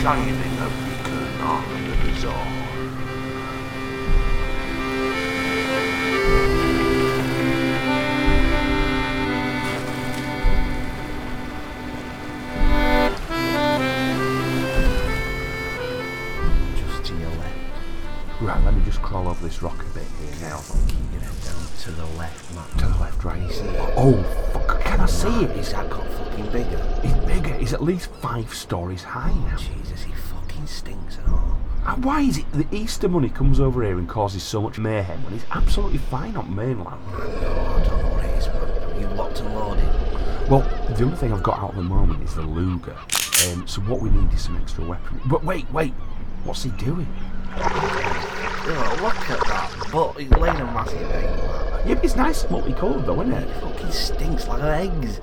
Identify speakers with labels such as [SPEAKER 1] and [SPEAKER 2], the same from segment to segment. [SPEAKER 1] shining a beacon on the bazaar.
[SPEAKER 2] Just to your left. Right, let me just crawl over this rock a bit here now. Keep your head down to the left, Matt. To the left, right. You see it? Oh, fuck. Can I see it?
[SPEAKER 3] Is that got fucking bigger?
[SPEAKER 2] It's bigger. It's at least five stories high now.
[SPEAKER 3] Jesus, he fucking stinks and all.
[SPEAKER 2] And why is it that Easter money comes over here and causes so much mayhem when it's absolutely fine on mainland?
[SPEAKER 3] Oh, I don't know what it is, man. Are you locked and loaded?
[SPEAKER 2] Well, the only thing I've got out at the moment is the Luger. Um, so what we need is some extra weaponry. But wait, wait. What's he doing?
[SPEAKER 3] Oh, look at that. But he's laying a massive egg, man.
[SPEAKER 2] Yeah, but it's nice and multicoloured though, isn't
[SPEAKER 3] He
[SPEAKER 2] it?
[SPEAKER 3] fucking stinks like eggs.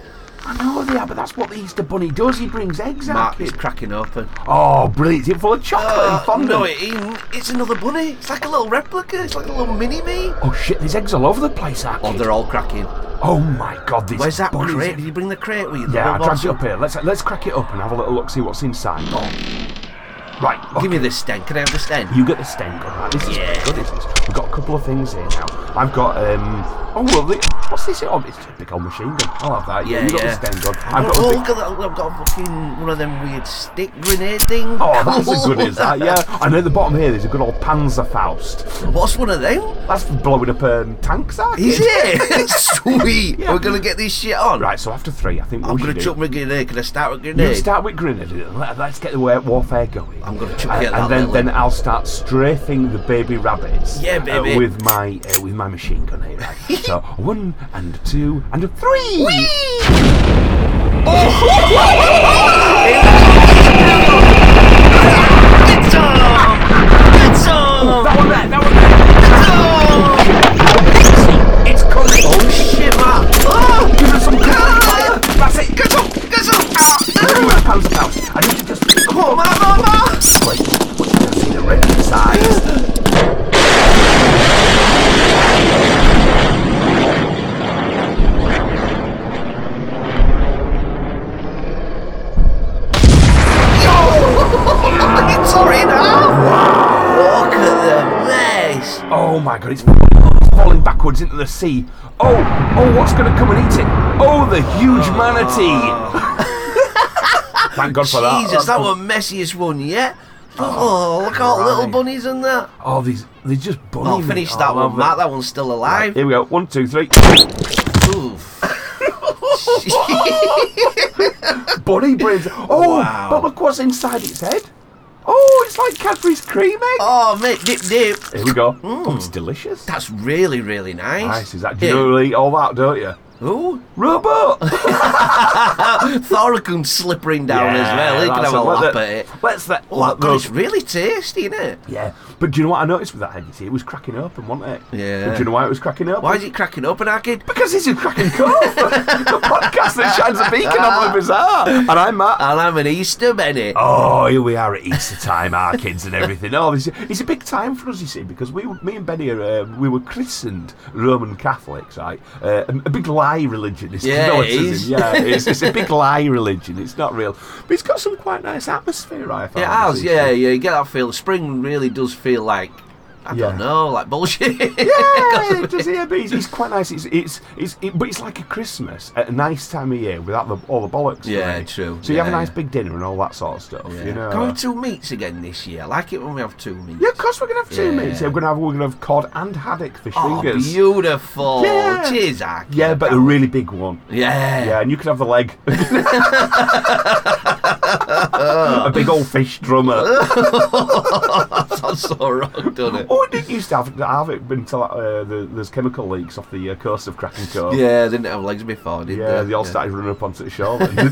[SPEAKER 2] I know they are, but that's what the Easter Bunny does. He brings eggs out.
[SPEAKER 3] Mark is cracking open.
[SPEAKER 2] Oh, brilliant. It's full of chocolate and
[SPEAKER 3] Oh,
[SPEAKER 2] fondant.
[SPEAKER 3] no, it isn't. It's another bunny. It's like a little replica. It's like a little mini me.
[SPEAKER 2] Oh shit, there's eggs all over the place, are
[SPEAKER 3] Oh, they're all cracking.
[SPEAKER 2] Oh my god, these
[SPEAKER 3] Where's that
[SPEAKER 2] bunnies.
[SPEAKER 3] crate? Did you bring the crate with you? The
[SPEAKER 2] Yeah, I
[SPEAKER 3] red
[SPEAKER 2] dragged it
[SPEAKER 3] one?
[SPEAKER 2] up here. Let's let's crack it up and have a little look, see what's inside. Oh. Right, okay.
[SPEAKER 3] Give me this stem. Can I have the stem?
[SPEAKER 2] You get the stain gun. Right? This is
[SPEAKER 3] Yeah.
[SPEAKER 2] good. This is. We've got a couple of things here now. I've got um. Oh well, the, what's this? Oh, it's a big old machine gun. I'll have that. Yeah,
[SPEAKER 3] Yeah,
[SPEAKER 2] you got
[SPEAKER 3] yeah.
[SPEAKER 2] the stain gun. I've
[SPEAKER 3] I've
[SPEAKER 2] got
[SPEAKER 3] got,
[SPEAKER 2] a
[SPEAKER 3] oh,
[SPEAKER 2] big.
[SPEAKER 3] look at that. I've got a fucking one of them weird stick grenade things.
[SPEAKER 2] Oh, that's as good as that. Yeah, I know the bottom here. There's a good old Panzerfaust.
[SPEAKER 3] What's one of them?
[SPEAKER 2] That's for blowing up um, tanks. That
[SPEAKER 3] Is it? Sweet.
[SPEAKER 2] Yeah.
[SPEAKER 3] We're going to get this shit on.
[SPEAKER 2] Right. So after three, I think what
[SPEAKER 3] I'm
[SPEAKER 2] we
[SPEAKER 3] going
[SPEAKER 2] should
[SPEAKER 3] to
[SPEAKER 2] do-
[SPEAKER 3] chuck my grenade. Can I start with
[SPEAKER 2] You
[SPEAKER 3] grenade?
[SPEAKER 2] start with grenade. and let- Let's get the wa- warfare going.
[SPEAKER 3] I'm gonna chuck
[SPEAKER 2] And-
[SPEAKER 3] it at
[SPEAKER 2] And
[SPEAKER 3] that
[SPEAKER 2] then,
[SPEAKER 3] little-
[SPEAKER 2] then I'll start strafing the baby rabbits.
[SPEAKER 3] Yeah,
[SPEAKER 2] uh,
[SPEAKER 3] baby.
[SPEAKER 2] with my uh, with my machine gun here. Right? so one and two and a three.
[SPEAKER 3] Get some! Get some!
[SPEAKER 2] That one there. That one there.
[SPEAKER 3] It's coming! Oh shit, man! Oh,
[SPEAKER 2] Give us some fire. That's it.
[SPEAKER 3] get some! Get some! Ah.
[SPEAKER 2] Give me my Panzer Faust. I need to just
[SPEAKER 3] Come on, man, man, man!
[SPEAKER 2] wait. Wait, I see the red size.
[SPEAKER 3] Yo! it's all in half! Look at the mess!
[SPEAKER 2] Oh my god, it's f- falling backwards into the sea. Oh, oh, what's going to come and eat it? Oh, the huge manatee. Thank God for that.
[SPEAKER 3] Jesus, that
[SPEAKER 2] That's-
[SPEAKER 3] was messiest one yet. Oh, look at all the little
[SPEAKER 2] Christ.
[SPEAKER 3] bunnies in that.
[SPEAKER 2] Oh, these they're just bunny. Oh,
[SPEAKER 3] I'll finish that one, Matt. That one's still alive.
[SPEAKER 2] Here we go. One, two, three.
[SPEAKER 3] Oof.
[SPEAKER 2] bunny brains. Oh,
[SPEAKER 3] Wow.
[SPEAKER 2] but look what's inside its head. Oh, it's like Cadbury's cream egg.
[SPEAKER 3] oh, Hmm. mate, dip, dip.
[SPEAKER 2] Here we go. Oh, it's delicious.
[SPEAKER 3] That's really, really nice.
[SPEAKER 2] Nice. Is that you know, eat all that, don't you?
[SPEAKER 3] Ooh,
[SPEAKER 2] Robot.
[SPEAKER 3] Thoracum's slippering down as well. He can
[SPEAKER 2] that's
[SPEAKER 3] have
[SPEAKER 2] it.
[SPEAKER 3] a
[SPEAKER 2] Let
[SPEAKER 3] lap
[SPEAKER 2] the-
[SPEAKER 3] at it.
[SPEAKER 2] Let's let.
[SPEAKER 3] Oh,
[SPEAKER 2] let
[SPEAKER 3] God,
[SPEAKER 2] those-
[SPEAKER 3] it's really tasty, isn't it?
[SPEAKER 2] yeah, but do you know what I noticed with that head? You see, it was cracking open, wasn't it?
[SPEAKER 3] Yeah.
[SPEAKER 2] But do you know why it was cracking open?
[SPEAKER 3] Why is it cracking open, Akid?
[SPEAKER 2] Because it's a cracking cove. the podcast that shines a beacon on the bazaar. And I'm Matt.
[SPEAKER 3] And I'm an Easter Benny.
[SPEAKER 2] Oh, here we are at Easter time, our kids and everything. Oh, this, it's a big time for us, you see, because we, me and Benny, are, uh, we were christened Roman Catholics, right? Uh, a big lie religion. It's
[SPEAKER 3] Yeah, it
[SPEAKER 2] Catholicism,
[SPEAKER 3] is.
[SPEAKER 2] Yeah, it's, it's a big lie religion. It's not real, but it's got some quite nice atmosphere. I found this
[SPEAKER 3] It has,
[SPEAKER 2] Easter.
[SPEAKER 3] yeah, yeah. You get that feel. Spring really does feel like I
[SPEAKER 2] Yeah.
[SPEAKER 3] don't know, like bullshit.
[SPEAKER 2] Yeah, it does, yeah, but it's, it's quite nice. It's it's, it's it, but it's like a Christmas at a nice time of year without the, all the bollocks.
[SPEAKER 3] Yeah,
[SPEAKER 2] right?
[SPEAKER 3] true.
[SPEAKER 2] So you have a
[SPEAKER 3] Yeah,
[SPEAKER 2] nice
[SPEAKER 3] yeah.
[SPEAKER 2] big dinner and all that sort of stuff. You know.
[SPEAKER 3] Can we have two meats again this year? I like it when we have two meats.
[SPEAKER 2] Yeah, of course we're gonna have two
[SPEAKER 3] Yeah.
[SPEAKER 2] mates. Yeah, we're gonna have we're gonna have cod and haddock fish
[SPEAKER 3] Oh,
[SPEAKER 2] fingers.
[SPEAKER 3] beautiful.
[SPEAKER 2] Yeah.
[SPEAKER 3] Cheers, Aki.
[SPEAKER 2] yeah, but a really big one.
[SPEAKER 3] Yeah.
[SPEAKER 2] Yeah, and you can have the leg. a big old fish drummer.
[SPEAKER 3] Sounds so wrong, doesn't it?
[SPEAKER 2] oh, it didn't used to have, have it until uh, the, there's chemical leaks off the uh, coast of Kraken Cove.
[SPEAKER 3] Yeah, they didn't have legs before, did
[SPEAKER 2] Yeah,
[SPEAKER 3] they?
[SPEAKER 2] they all started running up onto the shore. then.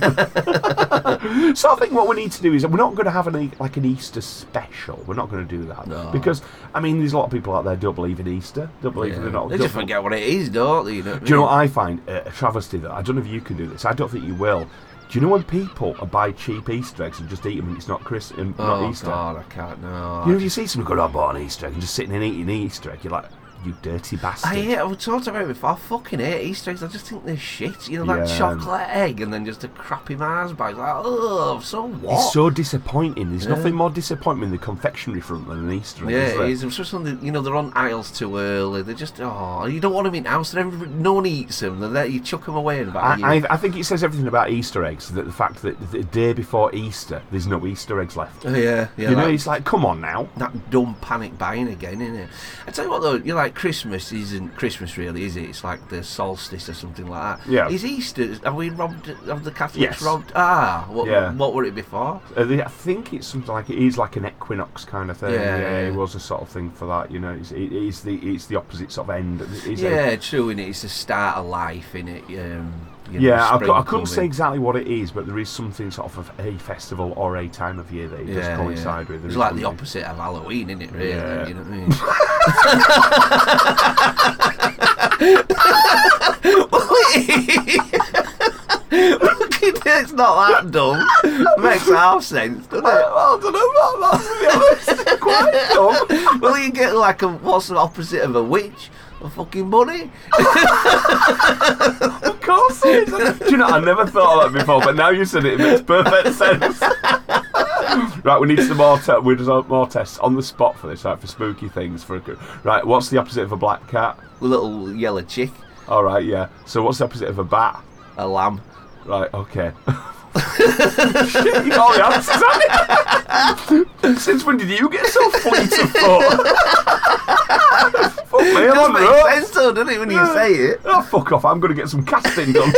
[SPEAKER 2] so I think what we need to do is we're not going to have any like an Easter special. We're not going to do that
[SPEAKER 3] No.
[SPEAKER 2] because I mean, there's a lot of people out there don't believe in Easter. Don't believe they're not.
[SPEAKER 3] They
[SPEAKER 2] don't
[SPEAKER 3] just forget what it is, don't they? You know what
[SPEAKER 2] Do
[SPEAKER 3] I
[SPEAKER 2] you know
[SPEAKER 3] mean?
[SPEAKER 2] what I find uh, a travesty though? I don't know if you can do this. I don't think you will. Do you know when people buy cheap Easter eggs and just eat them and it's not Chris and
[SPEAKER 3] Oh
[SPEAKER 2] not Easter?
[SPEAKER 3] God, I can't. No.
[SPEAKER 2] "Oh, You know, if you see someone going, "I bought an Easter egg," and just sitting and eating an Easter egg, you're like, you dirty bastard.
[SPEAKER 3] I hate. I've talked about it before. I fucking hate Easter eggs. I just think they're shit. You know that
[SPEAKER 2] Yeah.
[SPEAKER 3] chocolate egg and then just a crappy Mars bag. Like, oh, so what?
[SPEAKER 2] It's so disappointing. There's
[SPEAKER 3] Yeah.
[SPEAKER 2] nothing more disappointing in the confectionery front than an Easter egg. is
[SPEAKER 3] yeah,
[SPEAKER 2] there?
[SPEAKER 3] it is. Especially when they, you know they're on aisles too early. They're just oh, you don't want them in house. They're every, no one eats them. They're there. You chuck them away in about a year.
[SPEAKER 2] I, I, I think it says everything about Easter eggs. That the fact that the day before Easter, there's no Easter eggs left.
[SPEAKER 3] Oh, yeah, yeah.
[SPEAKER 2] you know,
[SPEAKER 3] that-
[SPEAKER 2] it's like, come on now.
[SPEAKER 3] that dumb panic buying again, isn't it? I tell you what though, you like Christmas isn't Christmas really, is it? It's like the solstice or something like that.
[SPEAKER 2] Yeah.
[SPEAKER 3] Is Easter? Have we robbed? Have the Catholics
[SPEAKER 2] Yes.
[SPEAKER 3] robbed? Ah, what,
[SPEAKER 2] Yeah.
[SPEAKER 3] what were it before?
[SPEAKER 2] Uh, they- I think it's something like it is like an equinox kind of thing.
[SPEAKER 3] Yeah, yeah.
[SPEAKER 2] it was a sort of thing for that. You know, it's, it is the it's the opposite sort of end. It's a-
[SPEAKER 3] yeah, true. In it, it's the start of life. In it, um, you know,
[SPEAKER 2] yeah, I, cou-
[SPEAKER 3] spring
[SPEAKER 2] I couldn't say
[SPEAKER 3] coming.
[SPEAKER 2] exactly what it is, but there is something sort of a festival or a time of year that it does coincide with. There
[SPEAKER 3] It's
[SPEAKER 2] is
[SPEAKER 3] like the
[SPEAKER 2] something.
[SPEAKER 3] opposite of Halloween, isn't it? Really,
[SPEAKER 2] Yeah.
[SPEAKER 3] you know what I mean? it's not that dumb. Makes half sense, doesn't it?
[SPEAKER 2] Well, I don't know. That's quite dumb.
[SPEAKER 3] Well, you get like a what's the opposite of a witch? A fucking bunny.
[SPEAKER 2] Of course it is. Do you know, I never thought of that before, but now you said it, it makes perfect sense. right, we need some more, te- we need some more tests on the spot for this, right, for spooky things. For a, Right, what's the opposite of a black cat?
[SPEAKER 3] A little yellow chick.
[SPEAKER 2] All right, yeah. So what's the opposite of a bat?
[SPEAKER 3] A lamb.
[SPEAKER 2] Right, okay. Shit, you got all the answers, haven't you? Since when did you get so fleet of foot? Fuck me, I'm
[SPEAKER 3] Doesn't
[SPEAKER 2] on
[SPEAKER 3] make
[SPEAKER 2] road.
[SPEAKER 3] sense though, doesn't it, when you say it?
[SPEAKER 2] Oh, fuck off, I'm going to get some casting done.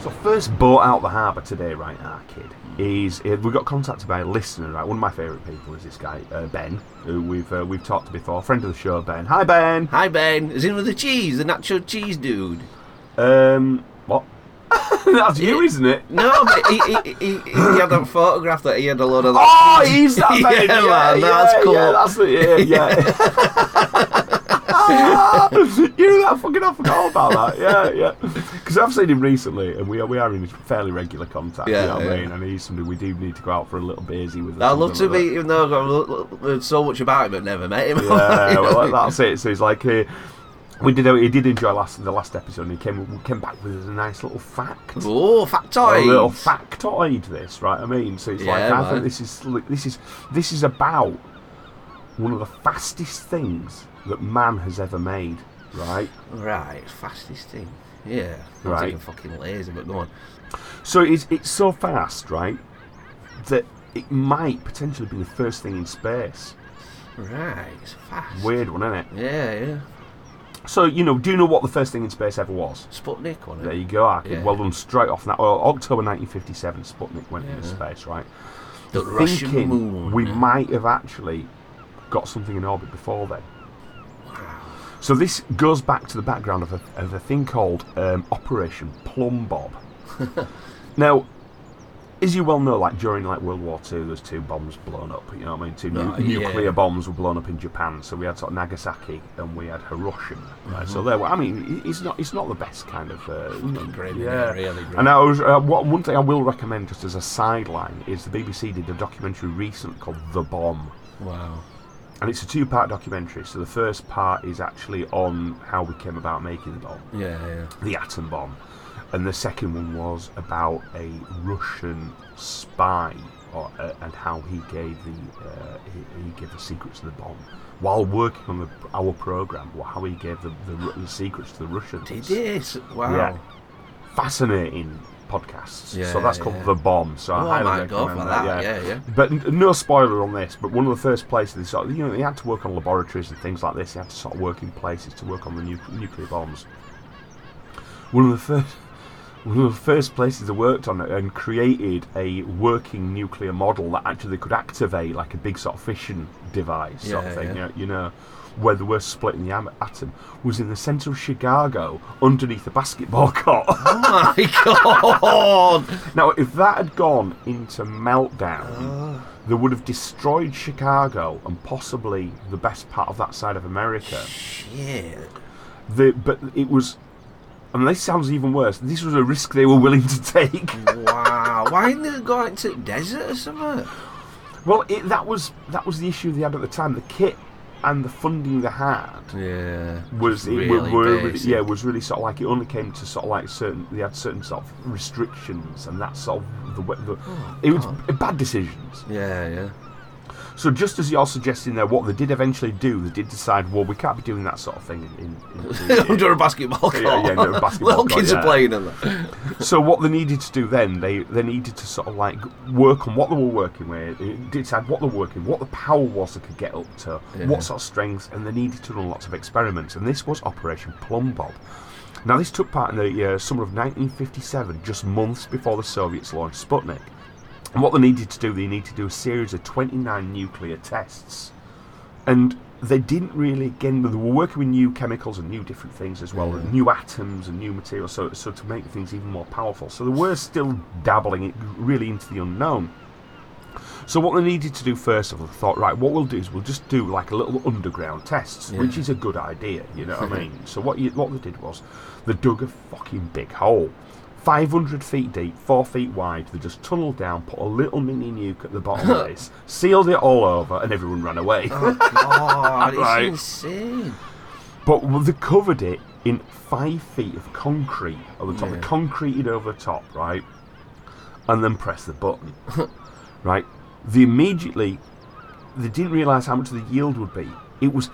[SPEAKER 2] So first boat out the harbour today, right, our kid, is uh, we got contacted by a listener, right? One of my favourite people is this guy, uh, Ben, who we've uh, we've talked to before, friend of the show, Ben. Hi, Ben.
[SPEAKER 3] Hi Ben, is in with the cheese, the nacho cheese dude.
[SPEAKER 2] Um, what? That's you, isn't it?
[SPEAKER 3] No, but he, he, he, he had that photograph that he had a lot of.
[SPEAKER 2] Oh, he's that
[SPEAKER 3] Yeah,
[SPEAKER 2] Ben. Yeah,
[SPEAKER 3] man,
[SPEAKER 2] yeah,
[SPEAKER 3] that's cool.
[SPEAKER 2] Yeah, that's the, yeah, yeah. Ah, you know that fucking I forgot about that. Yeah, yeah. Because I've seen him recently, and we are we are in fairly regular contact.
[SPEAKER 3] Yeah,
[SPEAKER 2] you know what
[SPEAKER 3] yeah.
[SPEAKER 2] I mean? And he's somebody we do need to go out for a little beersy with. or
[SPEAKER 3] I'd love
[SPEAKER 2] something
[SPEAKER 3] to
[SPEAKER 2] like that.
[SPEAKER 3] meet him though. I've lo- lo- heard so much about him, but never met him.
[SPEAKER 2] yeah,
[SPEAKER 3] You know?
[SPEAKER 2] well, that's it. So it's like uh, we did. He did enjoy last the last episode. and He came we came back with a nice little fact.
[SPEAKER 3] Oh, factoid.
[SPEAKER 2] A little factoid, this right? I mean, so it's like
[SPEAKER 3] Yeah,
[SPEAKER 2] I think
[SPEAKER 3] man.
[SPEAKER 2] this is this is this is about one of the fastest things that man has ever made, right?
[SPEAKER 3] Right, fastest thing. Yeah. I'm
[SPEAKER 2] Right.
[SPEAKER 3] taking fucking lazy, but go on.
[SPEAKER 2] So it's it's so fast, right, that it might potentially be the first thing in space.
[SPEAKER 3] Right, it's fast.
[SPEAKER 2] Weird one, isn't it?
[SPEAKER 3] Yeah, yeah.
[SPEAKER 2] So you know, do you know what the first thing in space ever was?
[SPEAKER 3] Sputnik on
[SPEAKER 2] There
[SPEAKER 3] it.
[SPEAKER 2] you go, I could
[SPEAKER 3] Yeah.
[SPEAKER 2] Well done straight off that. Well, October 1957, Sputnik went into
[SPEAKER 3] Yeah.
[SPEAKER 2] space, right?
[SPEAKER 3] The Russian
[SPEAKER 2] Thinking
[SPEAKER 3] moon.
[SPEAKER 2] we might have actually got something in orbit before then. So this goes back to the background of a, of a thing called um, Operation Plumb Bob. now, as you well know, like during like World War Two, there's two bombs blown up. You know what I mean? Two nu-
[SPEAKER 3] Right,
[SPEAKER 2] nuclear
[SPEAKER 3] yeah.
[SPEAKER 2] bombs were blown up in Japan. So we had sort of Nagasaki and we had Hiroshima. Right?
[SPEAKER 3] Mm-hmm.
[SPEAKER 2] So there, were, I mean, i- it's not it's not the best kind of uh, you know,
[SPEAKER 3] grim, isn't it?
[SPEAKER 2] yeah.
[SPEAKER 3] Really grim.
[SPEAKER 2] And I was uh, what, one thing I will recommend just as a sideline is the BBC did a documentary recent called The Bomb.
[SPEAKER 3] Wow.
[SPEAKER 2] And it's a two-part documentary. So the first part is actually on how we came about making the bomb,
[SPEAKER 3] Yeah, yeah.
[SPEAKER 2] the atom bomb, and the second one was about a Russian spy or, uh, and how he gave the uh, he, he gave the secrets to the bomb while working on the, our program. wh- How he gave the, the, Ru- the secrets to the Russians.
[SPEAKER 3] Did this? Wow.
[SPEAKER 2] Yeah. Fascinating podcasts.
[SPEAKER 3] Yeah,
[SPEAKER 2] so that's called
[SPEAKER 3] yeah.
[SPEAKER 2] the bomb. So I
[SPEAKER 3] Oh
[SPEAKER 2] highly
[SPEAKER 3] my god, for
[SPEAKER 2] recommend
[SPEAKER 3] that. yeah, yeah.
[SPEAKER 2] but n- no spoiler on this. But one of the first places they sort of, you know, they had to work on laboratories and things like this. They had to sort of work in places to work on the nu- nuclear bombs. One of the first, one of the first places I worked on and created a working nuclear model that actually could activate like a big sort of fission device sort of
[SPEAKER 3] Yeah,
[SPEAKER 2] thing,
[SPEAKER 3] yeah.
[SPEAKER 2] You, know, you know, where they were splitting the am- atom, was in the centre of Chicago underneath a basketball court.
[SPEAKER 3] Oh my god!
[SPEAKER 2] now, if that had gone into
[SPEAKER 3] Ah.
[SPEAKER 2] meltdown, they would have destroyed Chicago and possibly the best part of that side of America.
[SPEAKER 3] Shit.
[SPEAKER 2] The, but it was, and this sounds even worse, this was a risk they were willing to take.
[SPEAKER 3] Mm. Wow. Why didn't they go out into the desert or something?
[SPEAKER 2] Well, it, that was that was the issue they had at the time. The kit and the funding they had
[SPEAKER 3] Yeah.
[SPEAKER 2] was it, were-
[SPEAKER 3] Really
[SPEAKER 2] were, really-
[SPEAKER 3] basic.
[SPEAKER 2] yeah was really sort of like it only came to sort of like certain they had certain sort of restrictions and that sort of the, way- the
[SPEAKER 3] Oh,
[SPEAKER 2] it was b- bad decisions.
[SPEAKER 3] Yeah, yeah.
[SPEAKER 2] So just as you're suggesting there, what they did eventually do, they did decide, well, we can't be doing that sort of thing. In, in, in,
[SPEAKER 3] under a basketball court.
[SPEAKER 2] Yeah, yeah, under a basketball
[SPEAKER 3] Little
[SPEAKER 2] court,
[SPEAKER 3] kids
[SPEAKER 2] yeah.
[SPEAKER 3] are playing in there.
[SPEAKER 2] so what they needed to do then, they they needed to sort of like work on what they were working with, they decide what they were working, what the power was they could get up to,
[SPEAKER 3] Yeah.
[SPEAKER 2] what sort of strengths, and they needed to run lots of experiments. And this was Operation Plum Bob. Now this took part in the uh, summer of 1957, just months before the Soviets launched Sputnik. And what they needed to do, they needed to do a series of 29 nuclear tests. And they didn't really, again, they were working with new chemicals and new different things as well, and new atoms and new materials, so, so to make things even more powerful. So they were still dabbling it really into the unknown. So what they needed to do first of all, they thought, right, what we'll do is we'll just do like a little underground test, which is a good idea, you know what I mean? So what you, what they did was, they dug a fucking big hole, 500 feet deep, four feet wide. They just tunnelled down, put a little mini nuke at the bottom of this, sealed it all over, and everyone ran away.
[SPEAKER 3] God, it's
[SPEAKER 2] Right.
[SPEAKER 3] Oh, insane.
[SPEAKER 2] But they covered it in five feet of concrete at the top.
[SPEAKER 3] Yeah.
[SPEAKER 2] They concreted over the top, right? And then press the button, right? They immediately, they didn't realise how much the yield would be. It was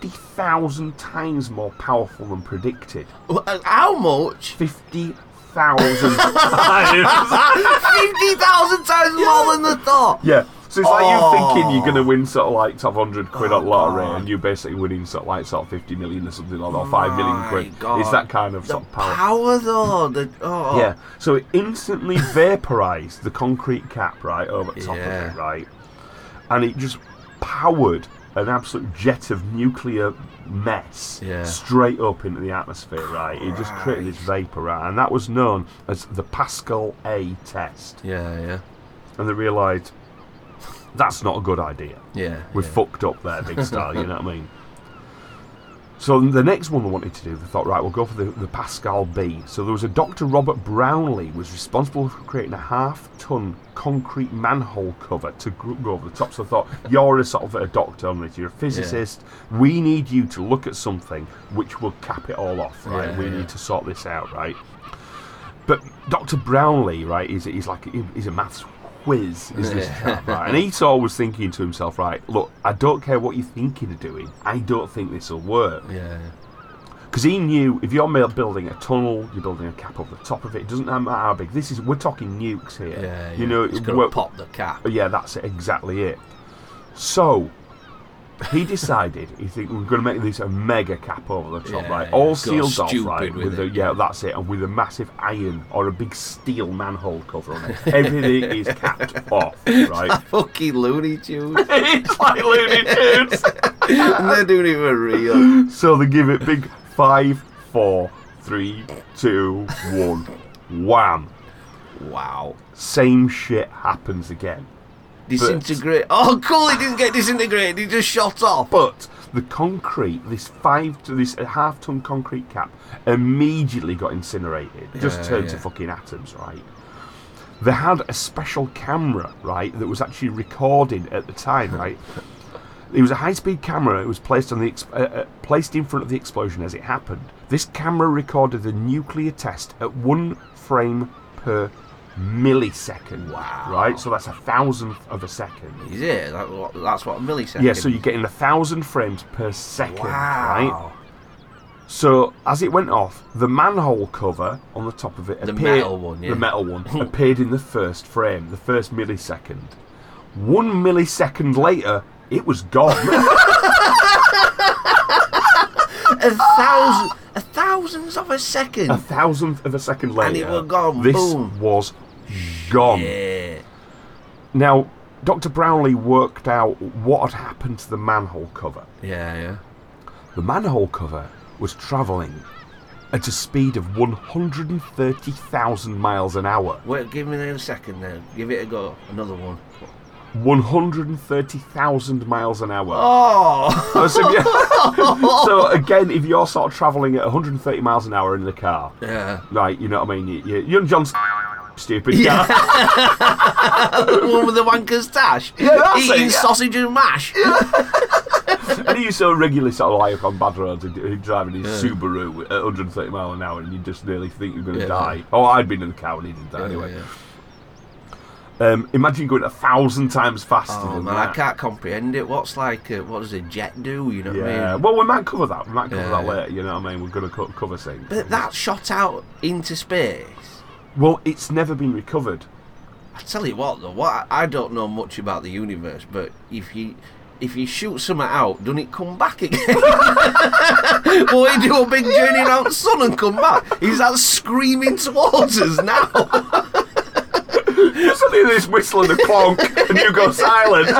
[SPEAKER 2] 50,000 times more powerful than predicted.
[SPEAKER 3] Wh- uh, How much?
[SPEAKER 2] 50,000 times!
[SPEAKER 3] 50,000 times more than the thought.
[SPEAKER 2] Yeah. So it's like
[SPEAKER 3] Oh.
[SPEAKER 2] you thinking you're going to win sort of like top 100 quid
[SPEAKER 3] Oh,
[SPEAKER 2] at lottery
[SPEAKER 3] God.
[SPEAKER 2] and you're basically winning sort of like sort of 50 million or something like that, or 5 million
[SPEAKER 3] My
[SPEAKER 2] quid.
[SPEAKER 3] God.
[SPEAKER 2] It's that kind of
[SPEAKER 3] The
[SPEAKER 2] sort of power.
[SPEAKER 3] power, though. The, oh.
[SPEAKER 2] Yeah. So it instantly vaporized the concrete cap, right, over the top
[SPEAKER 3] Yeah.
[SPEAKER 2] of it, right? And it just powered an absolute jet of nuclear mess
[SPEAKER 3] Yeah.
[SPEAKER 2] straight up into the atmosphere, right? It just created this vapor, right? And that was known as the Pascal A test.
[SPEAKER 3] Yeah, yeah.
[SPEAKER 2] And they realized that's not a good idea.
[SPEAKER 3] Yeah.
[SPEAKER 2] We're
[SPEAKER 3] yeah.
[SPEAKER 2] fucked up there, big style, you know what I mean? So the next one they wanted to do, they thought, right, we'll go for the, the Pascal B. So there was a Dr. Robert Brownlee was responsible for creating a half-ton concrete manhole cover to gr- go over the top. So I thought, you're a sort of a doctor, aren't you? you're a physicist. We need you to look at something which will cap it all off, right?
[SPEAKER 3] Yeah,
[SPEAKER 2] we
[SPEAKER 3] yeah.
[SPEAKER 2] need to sort this out, right? But Dr. Brownlee, right, is he's like he's a maths whiz, is this chap, right? And Etor was thinking to himself, right, look, I don't care what you're thinking of doing, I don't think this will work.
[SPEAKER 3] Yeah, yeah.
[SPEAKER 2] Because he knew if you're ma- building a tunnel, you're building a cap over the top of it, it doesn't matter how big. This is we're talking nukes here.
[SPEAKER 3] Yeah,
[SPEAKER 2] You know,
[SPEAKER 3] it's
[SPEAKER 2] it
[SPEAKER 3] gonna
[SPEAKER 2] won't-
[SPEAKER 3] pop the cap.
[SPEAKER 2] yeah, that's it, exactly it. So he decided he think we're going to make this a mega cap over the top,
[SPEAKER 3] Yeah,
[SPEAKER 2] right?
[SPEAKER 3] yeah,
[SPEAKER 2] All
[SPEAKER 3] go
[SPEAKER 2] sealed off,
[SPEAKER 3] stupid
[SPEAKER 2] right?
[SPEAKER 3] with
[SPEAKER 2] With, a,
[SPEAKER 3] it.
[SPEAKER 2] yeah, that's it, and with a massive iron or a big steel manhole cover on it. Everything is capped off, right?
[SPEAKER 3] Fucking Looney Tunes.
[SPEAKER 2] it's like Looney Tunes.
[SPEAKER 3] and they're doing it for real.
[SPEAKER 2] So they give it big five, four, three, two, one, wham!
[SPEAKER 3] Wow.
[SPEAKER 2] Same shit happens again.
[SPEAKER 3] Disintegrate. Oh, cool! He didn't get disintegrated. He just shot off.
[SPEAKER 2] But the concrete, this five to this half ton concrete cap, immediately got incinerated. just
[SPEAKER 3] Yeah,
[SPEAKER 2] turned to
[SPEAKER 3] yeah.
[SPEAKER 2] fucking atoms, right? They had a special camera, right, that was actually recording at the time, right? It was a high-speed camera. It was placed on the ex- uh, uh, placed in front of the explosion as it happened. This camera recorded the nuclear test at one frame per millisecond.
[SPEAKER 3] Wow.
[SPEAKER 2] Right, so that's a thousandth of a second.
[SPEAKER 3] Is it? That, what- that's what a millisecond.
[SPEAKER 2] Yeah, so you're getting a thousand frames per second, right?
[SPEAKER 3] Wow.
[SPEAKER 2] So as it went off, the manhole cover on the top of it,
[SPEAKER 3] The
[SPEAKER 2] appeared,
[SPEAKER 3] metal one, yeah.
[SPEAKER 2] the metal one appeared in the first frame, the first millisecond. One millisecond later, it was gone.
[SPEAKER 3] A thousand. A thousands of a second.
[SPEAKER 2] A thousandth of a second later,
[SPEAKER 3] And it were gone,
[SPEAKER 2] this
[SPEAKER 3] boom.
[SPEAKER 2] was gone.
[SPEAKER 3] yeah.
[SPEAKER 2] Now, Dr. Brownlee worked out what had happened to the manhole cover.
[SPEAKER 3] Yeah, yeah.
[SPEAKER 2] The manhole cover was travelling at a speed of 130,000 miles an hour.
[SPEAKER 3] Wait, give me a second now. Give it a go. Another one.
[SPEAKER 2] 130,000 miles an hour.
[SPEAKER 3] Oh!
[SPEAKER 2] So, if you- so again, if you're sort of travelling at 130 miles an hour in the car,
[SPEAKER 3] yeah.
[SPEAKER 2] right? You know what I mean? You, you, you're John stupid
[SPEAKER 3] Yeah.
[SPEAKER 2] car.
[SPEAKER 3] The one with the wanker's tash.
[SPEAKER 2] Yeah, that's it,
[SPEAKER 3] Eating
[SPEAKER 2] yeah.
[SPEAKER 3] sausage and mash.
[SPEAKER 2] and you so regularly sort of lie up on bad roads and, and driving his Subaru at 130 mile an hour, and you just nearly think you're going to
[SPEAKER 3] Yeah.
[SPEAKER 2] die. Oh, I'd been in the car and he didn't die anyway.
[SPEAKER 3] Yeah.
[SPEAKER 2] Um, imagine going a thousand times faster
[SPEAKER 3] Oh
[SPEAKER 2] than
[SPEAKER 3] man,
[SPEAKER 2] that.
[SPEAKER 3] I can't comprehend it. What's like, uh, what does a jet do? You know what I
[SPEAKER 2] Yeah.
[SPEAKER 3] mean?
[SPEAKER 2] Well, we might cover that. We might cover
[SPEAKER 3] Yeah,
[SPEAKER 2] that
[SPEAKER 3] yeah.
[SPEAKER 2] later. You know what I mean? We're going to co- cover things.
[SPEAKER 3] But that shot out into space.
[SPEAKER 2] Well, it's never been recovered.
[SPEAKER 3] I tell you what, though, what I don't know much about the universe, but if you if you shoot something out, doesn't it come back again? Will it do a big journey around the sun and come back? Is that screaming towards us now?
[SPEAKER 2] Suddenly, this whistling a clonk, and you go silent.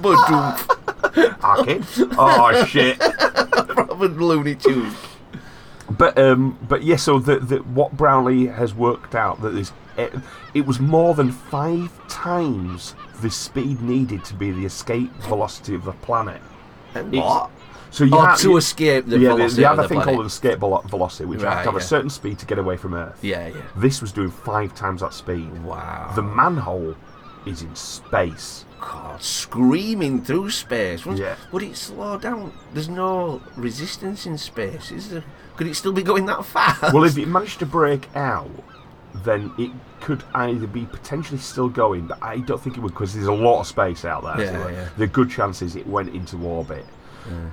[SPEAKER 3] but
[SPEAKER 2] Arcade. Oh shit.
[SPEAKER 3] proper Looney Tunes.
[SPEAKER 2] But um, but yeah. So the, the what Brownlee has worked out that is, it, it was more than five times the speed needed to be the escape velocity of the planet.
[SPEAKER 3] What?
[SPEAKER 2] So you
[SPEAKER 3] Oh,
[SPEAKER 2] have
[SPEAKER 3] to
[SPEAKER 2] you-
[SPEAKER 3] escape the
[SPEAKER 2] yeah, they,
[SPEAKER 3] velocity
[SPEAKER 2] they have
[SPEAKER 3] of
[SPEAKER 2] a
[SPEAKER 3] the
[SPEAKER 2] thing
[SPEAKER 3] planet.
[SPEAKER 2] called an escape velo- velocity, which has
[SPEAKER 3] Right,
[SPEAKER 2] to have a
[SPEAKER 3] yeah.
[SPEAKER 2] certain speed to get away from Earth.
[SPEAKER 3] Yeah, yeah.
[SPEAKER 2] This was doing five times that speed.
[SPEAKER 3] Wow.
[SPEAKER 2] The manhole is in space.
[SPEAKER 3] God, screaming through space. Would,
[SPEAKER 2] Yeah.
[SPEAKER 3] would it slow down? There's no resistance in space, is there? Could it still be going that fast?
[SPEAKER 2] Well, if it managed to break out, then it could either be potentially still going, but I don't think it would because there's a lot of space out there.
[SPEAKER 3] Yeah,
[SPEAKER 2] so
[SPEAKER 3] yeah.
[SPEAKER 2] The good chance is it went into orbit.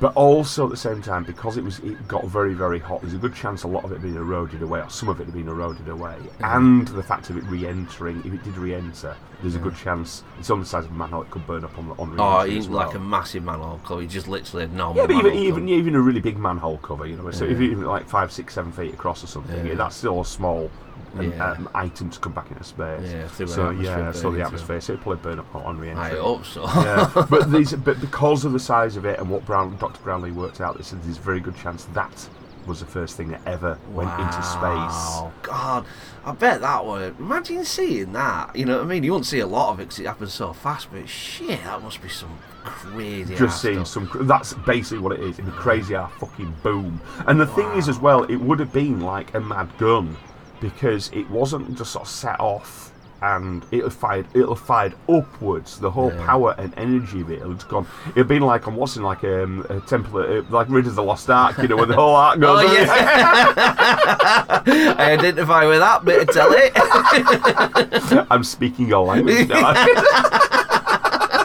[SPEAKER 2] But also at the same time, because it was it got very very hot, there's a good chance a lot of it being eroded away, or some of it had been eroded away, and the fact of it re-entering. If it did re-enter, there's a good chance it's on the size of a manhole. It could burn up on the on.
[SPEAKER 3] oh,
[SPEAKER 2] re-entry
[SPEAKER 3] he's
[SPEAKER 2] as well.
[SPEAKER 3] like a massive manhole cover. He's just literally a normal
[SPEAKER 2] Yeah, but even,
[SPEAKER 3] manhole
[SPEAKER 2] even
[SPEAKER 3] cover.
[SPEAKER 2] even a really big manhole cover, you know, so if even like five, six, seven feet across or something,
[SPEAKER 3] Yeah.
[SPEAKER 2] that's still a small um,
[SPEAKER 3] Yeah.
[SPEAKER 2] um, item to come back into space.
[SPEAKER 3] Yeah, through
[SPEAKER 2] so
[SPEAKER 3] an
[SPEAKER 2] yeah,
[SPEAKER 3] atmosphere
[SPEAKER 2] so the
[SPEAKER 3] burning
[SPEAKER 2] atmosphere, so it'll probably burn up on
[SPEAKER 3] I
[SPEAKER 2] re-entry.
[SPEAKER 3] hope so.
[SPEAKER 2] yeah, but these, but because of the size of it and what Brown, Dr. Brownlee worked out, they said there's a very good chance that was the first thing that ever went into space.
[SPEAKER 3] Wow, God, I bet that would. Imagine seeing that. You know what I mean? You wouldn't see a lot of it because it happens so fast, but shit, that must be some crazy.
[SPEAKER 2] Just
[SPEAKER 3] ass
[SPEAKER 2] seeing
[SPEAKER 3] stuff.
[SPEAKER 2] some. cr- That's basically what it is. It'd be crazy, ah, fucking boom. And the thing is, as well, it would have been like a mad gun because it wasn't just sort of set off and it have fired. It'll have fired upwards. The whole power and energy of it had gone. It'd been like on what's in like um, a temple, uh, like rid of the lost ark, you know, where the whole ark goes.
[SPEAKER 3] Oh, yeah. I identify with that bit of telly.
[SPEAKER 2] I'm speaking your language now.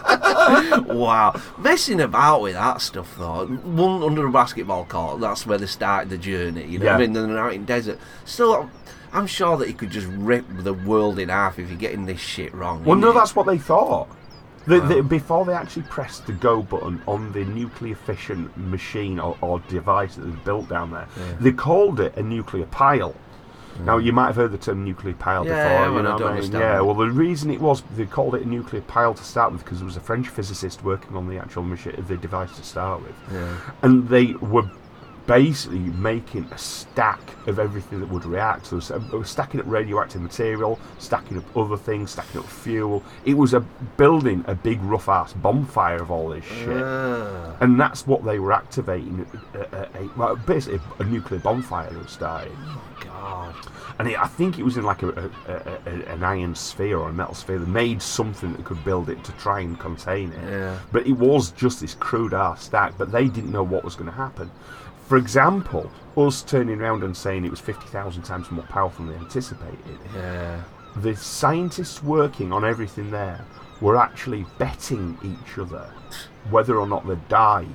[SPEAKER 3] Wow, messing about with that stuff though. One under a basketball court, that's where they started the journey. You know what I
[SPEAKER 2] Yeah.
[SPEAKER 3] mean? Then they're out in desert. Still, I'm, I'm sure that you could just rip the world in half if you're getting this shit wrong.
[SPEAKER 2] Well, no,
[SPEAKER 3] innit?
[SPEAKER 2] that's what they thought. The, the, before they actually pressed the go button on the nuclear fission machine or, or device that they built down there, they called it a nuclear pile. Now you might have heard the term nuclear pile
[SPEAKER 3] Mm. Yeah,
[SPEAKER 2] before.
[SPEAKER 3] yeah,
[SPEAKER 2] you
[SPEAKER 3] well, I
[SPEAKER 2] know
[SPEAKER 3] don't
[SPEAKER 2] what I mean?
[SPEAKER 3] understand
[SPEAKER 2] Yeah,
[SPEAKER 3] that.
[SPEAKER 2] well, the reason it was they called it a nuclear pile to start with because there was a French physicist working on the actual machine, the device to start with, and they were basically making a stack of everything that would react. So s- they were stacking up radioactive material, stacking up other things, stacking up fuel. It was a building a big rough ass bonfire of all this shit,
[SPEAKER 3] Ah.
[SPEAKER 2] and that's what they were activating. A, a, a, well, basically, a nuclear bonfire that was started.
[SPEAKER 3] God.
[SPEAKER 2] And it, I think it was in like a, a, a, a- an iron sphere or a metal sphere. They made something that could build it to try and contain it.
[SPEAKER 3] Yeah.
[SPEAKER 2] But it was just this crude ass stack, but they didn't know what was going to happen. For example, us turning around and saying it was 50,000 times more powerful than they anticipated,
[SPEAKER 3] Yeah.
[SPEAKER 2] the scientists working on everything there were actually betting each other whether or not they'd die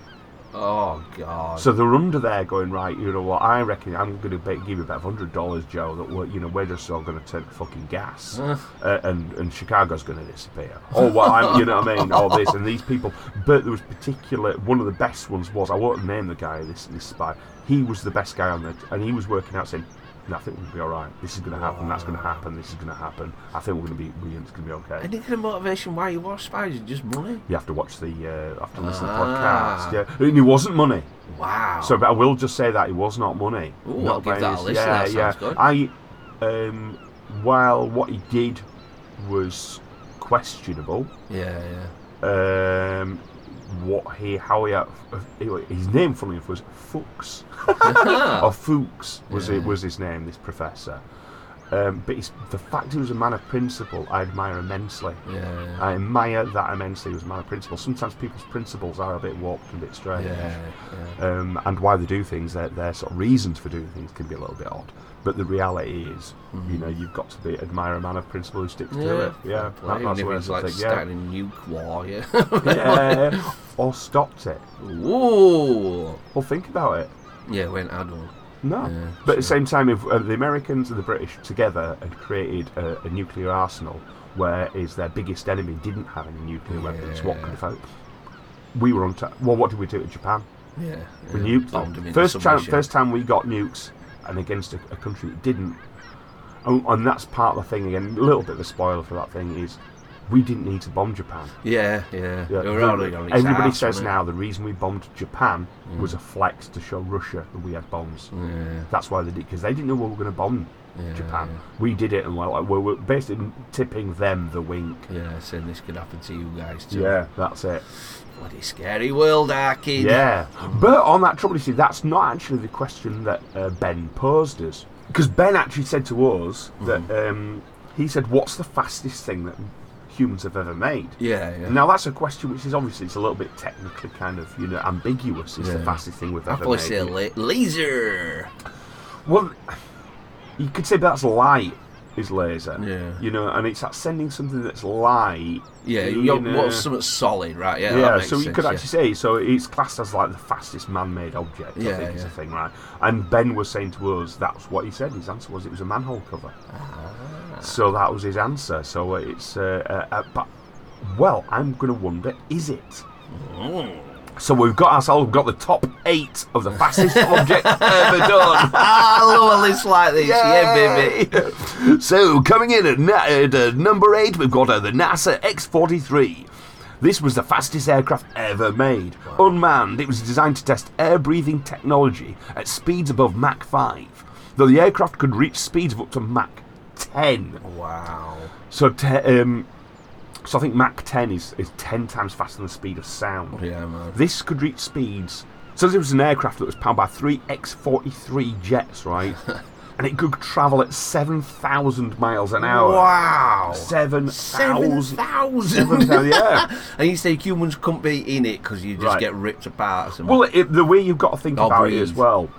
[SPEAKER 3] Oh God.
[SPEAKER 2] So they're under there going right. You know what? I reckon I'm going to be, give you about hundred dollars, Joe. That we're, you know we're just all going to take the fucking gas, uh, and and Chicago's going to disappear. Or what? I'm, you know what I mean? All this and these people. But there was particular one of the best ones was I won't name the guy. This this spy. He was the best guy on the and he was working out saying. No, I think we'll be all right. This is going to happen. That's going to happen. This is going to happen. I think we're going to be. we- It's going to be okay.
[SPEAKER 3] Any kind of motivation why you watch spies? Just money.
[SPEAKER 2] You have to watch the. Uh, have to listen
[SPEAKER 3] Ah.
[SPEAKER 2] to the podcast. Yeah, and it wasn't money.
[SPEAKER 3] Wow.
[SPEAKER 2] So, but I will just say that it was not money.
[SPEAKER 3] Ooh,
[SPEAKER 2] Not
[SPEAKER 3] I'll give
[SPEAKER 2] by
[SPEAKER 3] that a
[SPEAKER 2] any-
[SPEAKER 3] listen, that sounds good.
[SPEAKER 2] I, um, while what he did was questionable,
[SPEAKER 3] yeah, yeah.
[SPEAKER 2] um, what he, how he, anyway, his name, funny enough, was Fuchs or
[SPEAKER 3] Ah,
[SPEAKER 2] Fuchs was
[SPEAKER 3] Yeah.
[SPEAKER 2] it was his name. This professor. Um, but he's, the fact he was a man of principle, I admire immensely.
[SPEAKER 3] yeah,
[SPEAKER 2] I admire that immensely. He was a man of principle. Sometimes people's principles are a bit warped and a bit
[SPEAKER 3] yeah,
[SPEAKER 2] strange
[SPEAKER 3] yeah.
[SPEAKER 2] um, and why they do things, their, their sort of reasons for doing things can be a little bit odd. But the reality is,
[SPEAKER 3] Mm-hmm.
[SPEAKER 2] you know, you've got to be admire a man of principle who sticks to it. Yeah,
[SPEAKER 3] fair play. Even if
[SPEAKER 2] what
[SPEAKER 3] it's
[SPEAKER 2] I
[SPEAKER 3] like
[SPEAKER 2] think,
[SPEAKER 3] starting a nuke war, yeah.
[SPEAKER 2] yeah. yeah, or stopped it.
[SPEAKER 3] Whoa.
[SPEAKER 2] Well, think about it.
[SPEAKER 3] Yeah, went Adam.
[SPEAKER 2] No,
[SPEAKER 3] Yeah,
[SPEAKER 2] but at the same time, if uh, the Americans and the British together had created a, a nuclear arsenal, whereas their biggest enemy didn't have any nuclear weapons, what
[SPEAKER 3] Yeah.
[SPEAKER 2] could have happened? We were on. Ta- well, what did we do to Japan?
[SPEAKER 3] Yeah.
[SPEAKER 2] We
[SPEAKER 3] yeah,
[SPEAKER 2] nuked
[SPEAKER 3] bombed
[SPEAKER 2] them.
[SPEAKER 3] him into
[SPEAKER 2] oh, First time,
[SPEAKER 3] submission.
[SPEAKER 2] first time we got nukes, and against a, a country that didn't. And, and that's part of the thing. Again, a little bit of a spoiler for that thing is, we didn't need to bomb Japan.
[SPEAKER 3] Yeah, yeah.
[SPEAKER 2] Yeah,
[SPEAKER 3] They were
[SPEAKER 2] the-
[SPEAKER 3] already on his
[SPEAKER 2] everybody
[SPEAKER 3] arse,
[SPEAKER 2] says
[SPEAKER 3] wasn't Mm.
[SPEAKER 2] now the reason we bombed Japan was a flex to show Russia that we had bombs.
[SPEAKER 3] it? Yeah.
[SPEAKER 2] That's why they did because they didn't know we were going to bomb
[SPEAKER 3] Yeah,
[SPEAKER 2] Japan. We did it, and we're, like, we're, we're basically tipping them the wink.
[SPEAKER 3] Yeah, saying this could happen to you guys too.
[SPEAKER 2] Yeah, that's it.
[SPEAKER 3] Bloody scary world, our kid.
[SPEAKER 2] Yeah, but on that trouble, you see, that's not actually the question that uh, Ben posed us. Because Ben actually said to us that
[SPEAKER 3] Mm-hmm.
[SPEAKER 2] um, he said, "What's the fastest thing that humans have ever made?"
[SPEAKER 3] Yeah, yeah.
[SPEAKER 2] Now that's a question which is obviously it's a little bit technically kind of you know ambiguous. It's the
[SPEAKER 3] Yeah.
[SPEAKER 2] fastest thing we've
[SPEAKER 3] I
[SPEAKER 2] ever
[SPEAKER 3] probably
[SPEAKER 2] made.
[SPEAKER 3] say la- laser.
[SPEAKER 2] Well, you could say that's light is laser.
[SPEAKER 3] Yeah.
[SPEAKER 2] You know, and it's that sending something that's light.
[SPEAKER 3] Yeah,
[SPEAKER 2] you
[SPEAKER 3] you're,
[SPEAKER 2] know.
[SPEAKER 3] what's something solid, right? Yeah, that
[SPEAKER 2] Yeah,
[SPEAKER 3] makes
[SPEAKER 2] so you
[SPEAKER 3] sense,
[SPEAKER 2] could
[SPEAKER 3] yeah.
[SPEAKER 2] actually say so it's classed as like the fastest man-made object. I
[SPEAKER 3] Yeah,
[SPEAKER 2] think is
[SPEAKER 3] yeah.
[SPEAKER 2] the thing, right? And Ben was saying to us that's what he said. His answer was it was a manhole cover.
[SPEAKER 3] Ah.
[SPEAKER 2] So that was his answer. So it's uh, uh, uh, but well, I'm going to wonder is it?
[SPEAKER 3] Mm.
[SPEAKER 2] So we've got ourselves we've got the top eight of the fastest object ever done.
[SPEAKER 3] Ah, lower list like this, yeah, baby.
[SPEAKER 2] Yay! So, coming in at, na- at uh, number eight, we've got uh, the NASA X 43. This was the fastest aircraft ever made. Unmanned, it was designed to test air breathing technology at speeds above Mach 5, though the aircraft could reach speeds of up to Mach 10.
[SPEAKER 3] Wow.
[SPEAKER 2] So, te- um, so I think Mach 10 is, is 10 times faster than the speed of sound.
[SPEAKER 3] Yeah, man.
[SPEAKER 2] This could reach speeds. So this was an aircraft that was powered by three X-43 jets, right? and it could travel at 7,000 miles an hour.
[SPEAKER 3] Wow.
[SPEAKER 2] 7,000.
[SPEAKER 3] 7,000.
[SPEAKER 2] 7,000, yeah.
[SPEAKER 3] And you say humans couldn't be in it because you just
[SPEAKER 2] Right.
[SPEAKER 3] get ripped apart. Or something.
[SPEAKER 2] Well, it, the way you've got to think
[SPEAKER 3] Or
[SPEAKER 2] about it
[SPEAKER 3] breathe.
[SPEAKER 2] as well.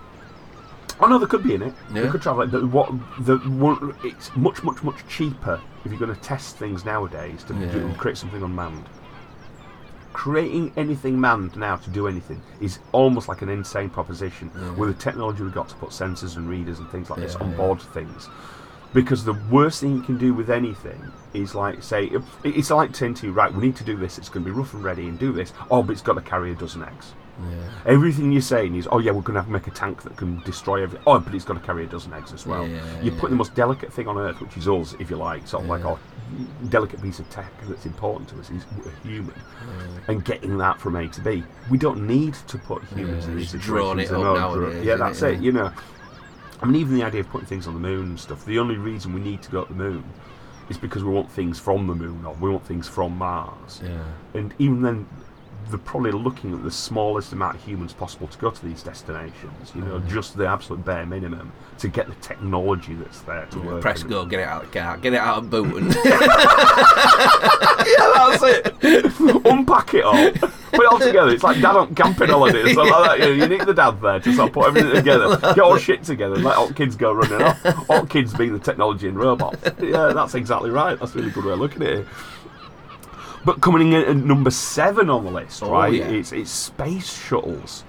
[SPEAKER 2] Oh no, there could be in it. They
[SPEAKER 3] Yeah.
[SPEAKER 2] could travel it, but what the what, it's much, much, much cheaper if you're going to test things nowadays to do,
[SPEAKER 3] Yeah.
[SPEAKER 2] create something unmanned. Creating anything manned now to do anything is almost like an insane proposition with the technology we've got to put sensors and readers and things like this
[SPEAKER 3] Yeah,
[SPEAKER 2] on
[SPEAKER 3] yeah.
[SPEAKER 2] board things. Because the worst thing you can do with anything is like say it- it's like saying to you, right, we need to do this. It's going to be rough and ready and do this. Oh, but it's got to carry a dozen eggs.
[SPEAKER 3] yeah.
[SPEAKER 2] Everything you're saying is, oh yeah, we're going to have to make a tank that can destroy everything. Oh, but it's got to carry a dozen eggs as well.
[SPEAKER 3] Yeah,
[SPEAKER 2] you're
[SPEAKER 3] yeah.
[SPEAKER 2] putting the most delicate thing on earth, which is us, if you like, sort of like our delicate piece of tech that's important to us is a human, and getting that from A to B. We don't need to put humans
[SPEAKER 3] Yeah,
[SPEAKER 2] in these
[SPEAKER 3] just drawing
[SPEAKER 2] situations.
[SPEAKER 3] it
[SPEAKER 2] and
[SPEAKER 3] up
[SPEAKER 2] all dra-
[SPEAKER 3] nowadays,
[SPEAKER 2] yeah,
[SPEAKER 3] isn't
[SPEAKER 2] that's
[SPEAKER 3] it?
[SPEAKER 2] it. You know, I mean, even the idea of putting things on the moon and stuff. The only reason we need to go to the moon is because we want things from the moon, or we want things from Mars
[SPEAKER 3] Yeah.
[SPEAKER 2] and even then they're probably looking at the smallest amount of humans possible to go to these destinations you know
[SPEAKER 3] Mm.
[SPEAKER 2] just the absolute bare minimum to get the technology that's there to work
[SPEAKER 3] Press
[SPEAKER 2] in.
[SPEAKER 3] go, get it out of the car, get it out of boot. And
[SPEAKER 2] yeah that's it unpack it all put it all together it's like dad on camping holiday or something like that you, know, you need the dad there to sort of put everything together get all shit together and let all kids go running off all kids being the technology and robots yeah that's exactly right that's a really good way of looking at it But coming in at number seven on the list,
[SPEAKER 3] Oh,
[SPEAKER 2] right?
[SPEAKER 3] yeah.
[SPEAKER 2] It's it's space shuttles.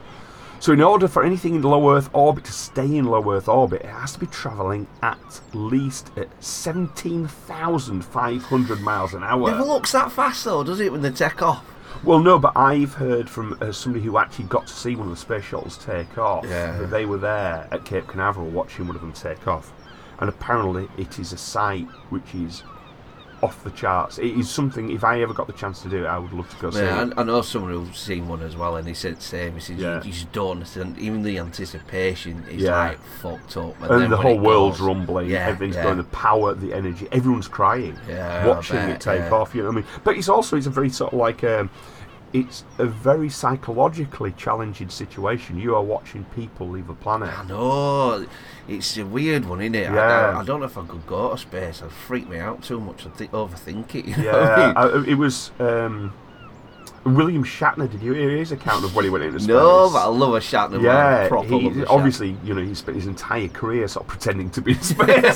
[SPEAKER 2] So in order for anything in low Earth orbit to stay in low Earth orbit, it has to be travelling at least at seventeen thousand five hundred miles an hour.
[SPEAKER 3] Never looks that fast though, does it? When they take off.
[SPEAKER 2] Well, no, but I've heard from uh, somebody who actually got to see one of the space shuttles take off
[SPEAKER 3] Yeah.
[SPEAKER 2] that they were there at Cape Canaveral watching one of them take off, and apparently it is a sight which is off the charts. It is something. If I ever got the chance to do it, I would love to go see.
[SPEAKER 3] Yeah,
[SPEAKER 2] it.
[SPEAKER 3] I, I know someone who's seen one as well, and he said the same. He said
[SPEAKER 2] Yeah.
[SPEAKER 3] you, you just don't understand. Even the anticipation is
[SPEAKER 2] Yeah.
[SPEAKER 3] like fucked up, and, then
[SPEAKER 2] And the
[SPEAKER 3] when
[SPEAKER 2] whole
[SPEAKER 3] it
[SPEAKER 2] world's
[SPEAKER 3] goes-
[SPEAKER 2] rumbling,
[SPEAKER 3] Yeah,
[SPEAKER 2] everything's
[SPEAKER 3] yeah.
[SPEAKER 2] going, the power, the energy, everyone's crying,
[SPEAKER 3] Yeah, I
[SPEAKER 2] watching
[SPEAKER 3] bet,
[SPEAKER 2] it take
[SPEAKER 3] yeah.
[SPEAKER 2] off. You know what I mean? But it's also it's a very sort of like um, it's a very psychologically challenging situation. You are watching people leave the planet.
[SPEAKER 3] I know. It's a weird one, isn't it? I,
[SPEAKER 2] Yeah.
[SPEAKER 3] I, I don't know if I could go to space. I'd freak me out too much. I'd th- overthink it. You know what I
[SPEAKER 2] Yeah,
[SPEAKER 3] mean?
[SPEAKER 2] I, it was um, William Shatner. Did you hear his account of when he went into space?
[SPEAKER 3] no, but I love a Shatner. man.
[SPEAKER 2] yeah,
[SPEAKER 3] Proper
[SPEAKER 2] he-
[SPEAKER 3] love a Shatner.
[SPEAKER 2] obviously, you know, he spent his entire career sort of pretending to be in space,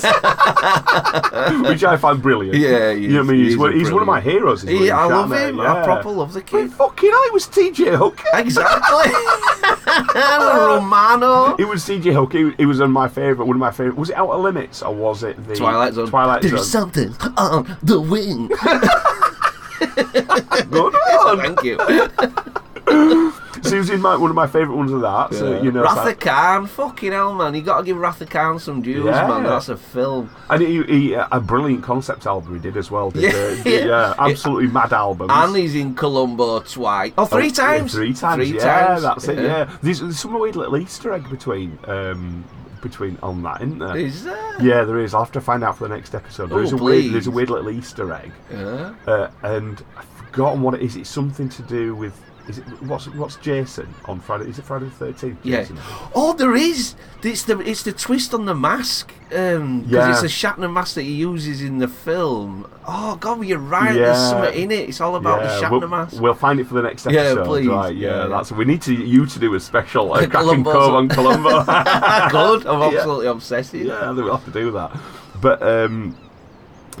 [SPEAKER 2] which I find brilliant.
[SPEAKER 3] Yeah, he
[SPEAKER 2] you know what I
[SPEAKER 3] is-
[SPEAKER 2] mean.
[SPEAKER 3] he
[SPEAKER 2] He's,
[SPEAKER 3] is
[SPEAKER 2] one-
[SPEAKER 3] a
[SPEAKER 2] he's one of my
[SPEAKER 3] brilliant-
[SPEAKER 2] heroes. is
[SPEAKER 3] He,
[SPEAKER 2] William
[SPEAKER 3] I love
[SPEAKER 2] Shatner,
[SPEAKER 3] him.
[SPEAKER 2] Yeah.
[SPEAKER 3] I proper love the
[SPEAKER 2] Well,
[SPEAKER 3] kid.
[SPEAKER 2] fucking hell, it was T.J. Hooker.
[SPEAKER 3] Exactly. Romano.
[SPEAKER 2] It was T.J. Hooker. It was- It was on my favorite. One of my favorite. Was it Outer Limits or was it the
[SPEAKER 3] Twilight Zone.
[SPEAKER 2] Twilight Zone.
[SPEAKER 3] something on the wing.
[SPEAKER 2] Good one.
[SPEAKER 3] Thank you.
[SPEAKER 2] So he was in my, one of my favorite ones of that. So you know, it's
[SPEAKER 3] Ratha
[SPEAKER 2] like-
[SPEAKER 3] Khan, fucking hell, man. You gotta give Ratha Khan some dues,
[SPEAKER 2] Yeah.
[SPEAKER 3] man. That's a film.
[SPEAKER 2] And he, he, a brilliant concept album he did as well. Did,
[SPEAKER 3] Yeah.
[SPEAKER 2] yeah, yeah. absolutely mad albums.
[SPEAKER 3] And he's in Colombo twice. Oh, three
[SPEAKER 2] Oh,
[SPEAKER 3] times.
[SPEAKER 2] Three times. yeah,
[SPEAKER 3] times.
[SPEAKER 2] that's it. Yeah, there's, there's some weird little Easter egg between um, between on that, isn't there?
[SPEAKER 3] Is there?
[SPEAKER 2] yeah, there is. I'll have to find out for the next episode. There's
[SPEAKER 3] Oh,
[SPEAKER 2] a weird,
[SPEAKER 3] please.
[SPEAKER 2] there's a weird little Easter egg,
[SPEAKER 3] Yeah.
[SPEAKER 2] uh, and I've forgotten what it is. It's something to do with. Is it what's what's Jason on Friday? Is it Friday the Thirteenth?
[SPEAKER 3] Yeah.
[SPEAKER 2] Jason?
[SPEAKER 3] Oh, there is. It's the it's the twist on the mask. Um 'cause
[SPEAKER 2] Yeah.
[SPEAKER 3] it's a Shatner mask that he uses in the film. Oh God, you're right. There's
[SPEAKER 2] Yeah.
[SPEAKER 3] something in it. It's all about the Shatner
[SPEAKER 2] we'll,
[SPEAKER 3] mask.
[SPEAKER 2] we'll find it for the next
[SPEAKER 3] Yeah,
[SPEAKER 2] episode.
[SPEAKER 3] please.
[SPEAKER 2] Right,
[SPEAKER 3] Yeah,
[SPEAKER 2] yeah,
[SPEAKER 3] yeah.
[SPEAKER 2] that's we need to you to do a special uh, Crack and
[SPEAKER 3] Columbo's-
[SPEAKER 2] Cove on Colombo.
[SPEAKER 3] Good. I'm
[SPEAKER 2] Yeah.
[SPEAKER 3] absolutely obsessed. with it.
[SPEAKER 2] yeah, we'll have to do that. But um,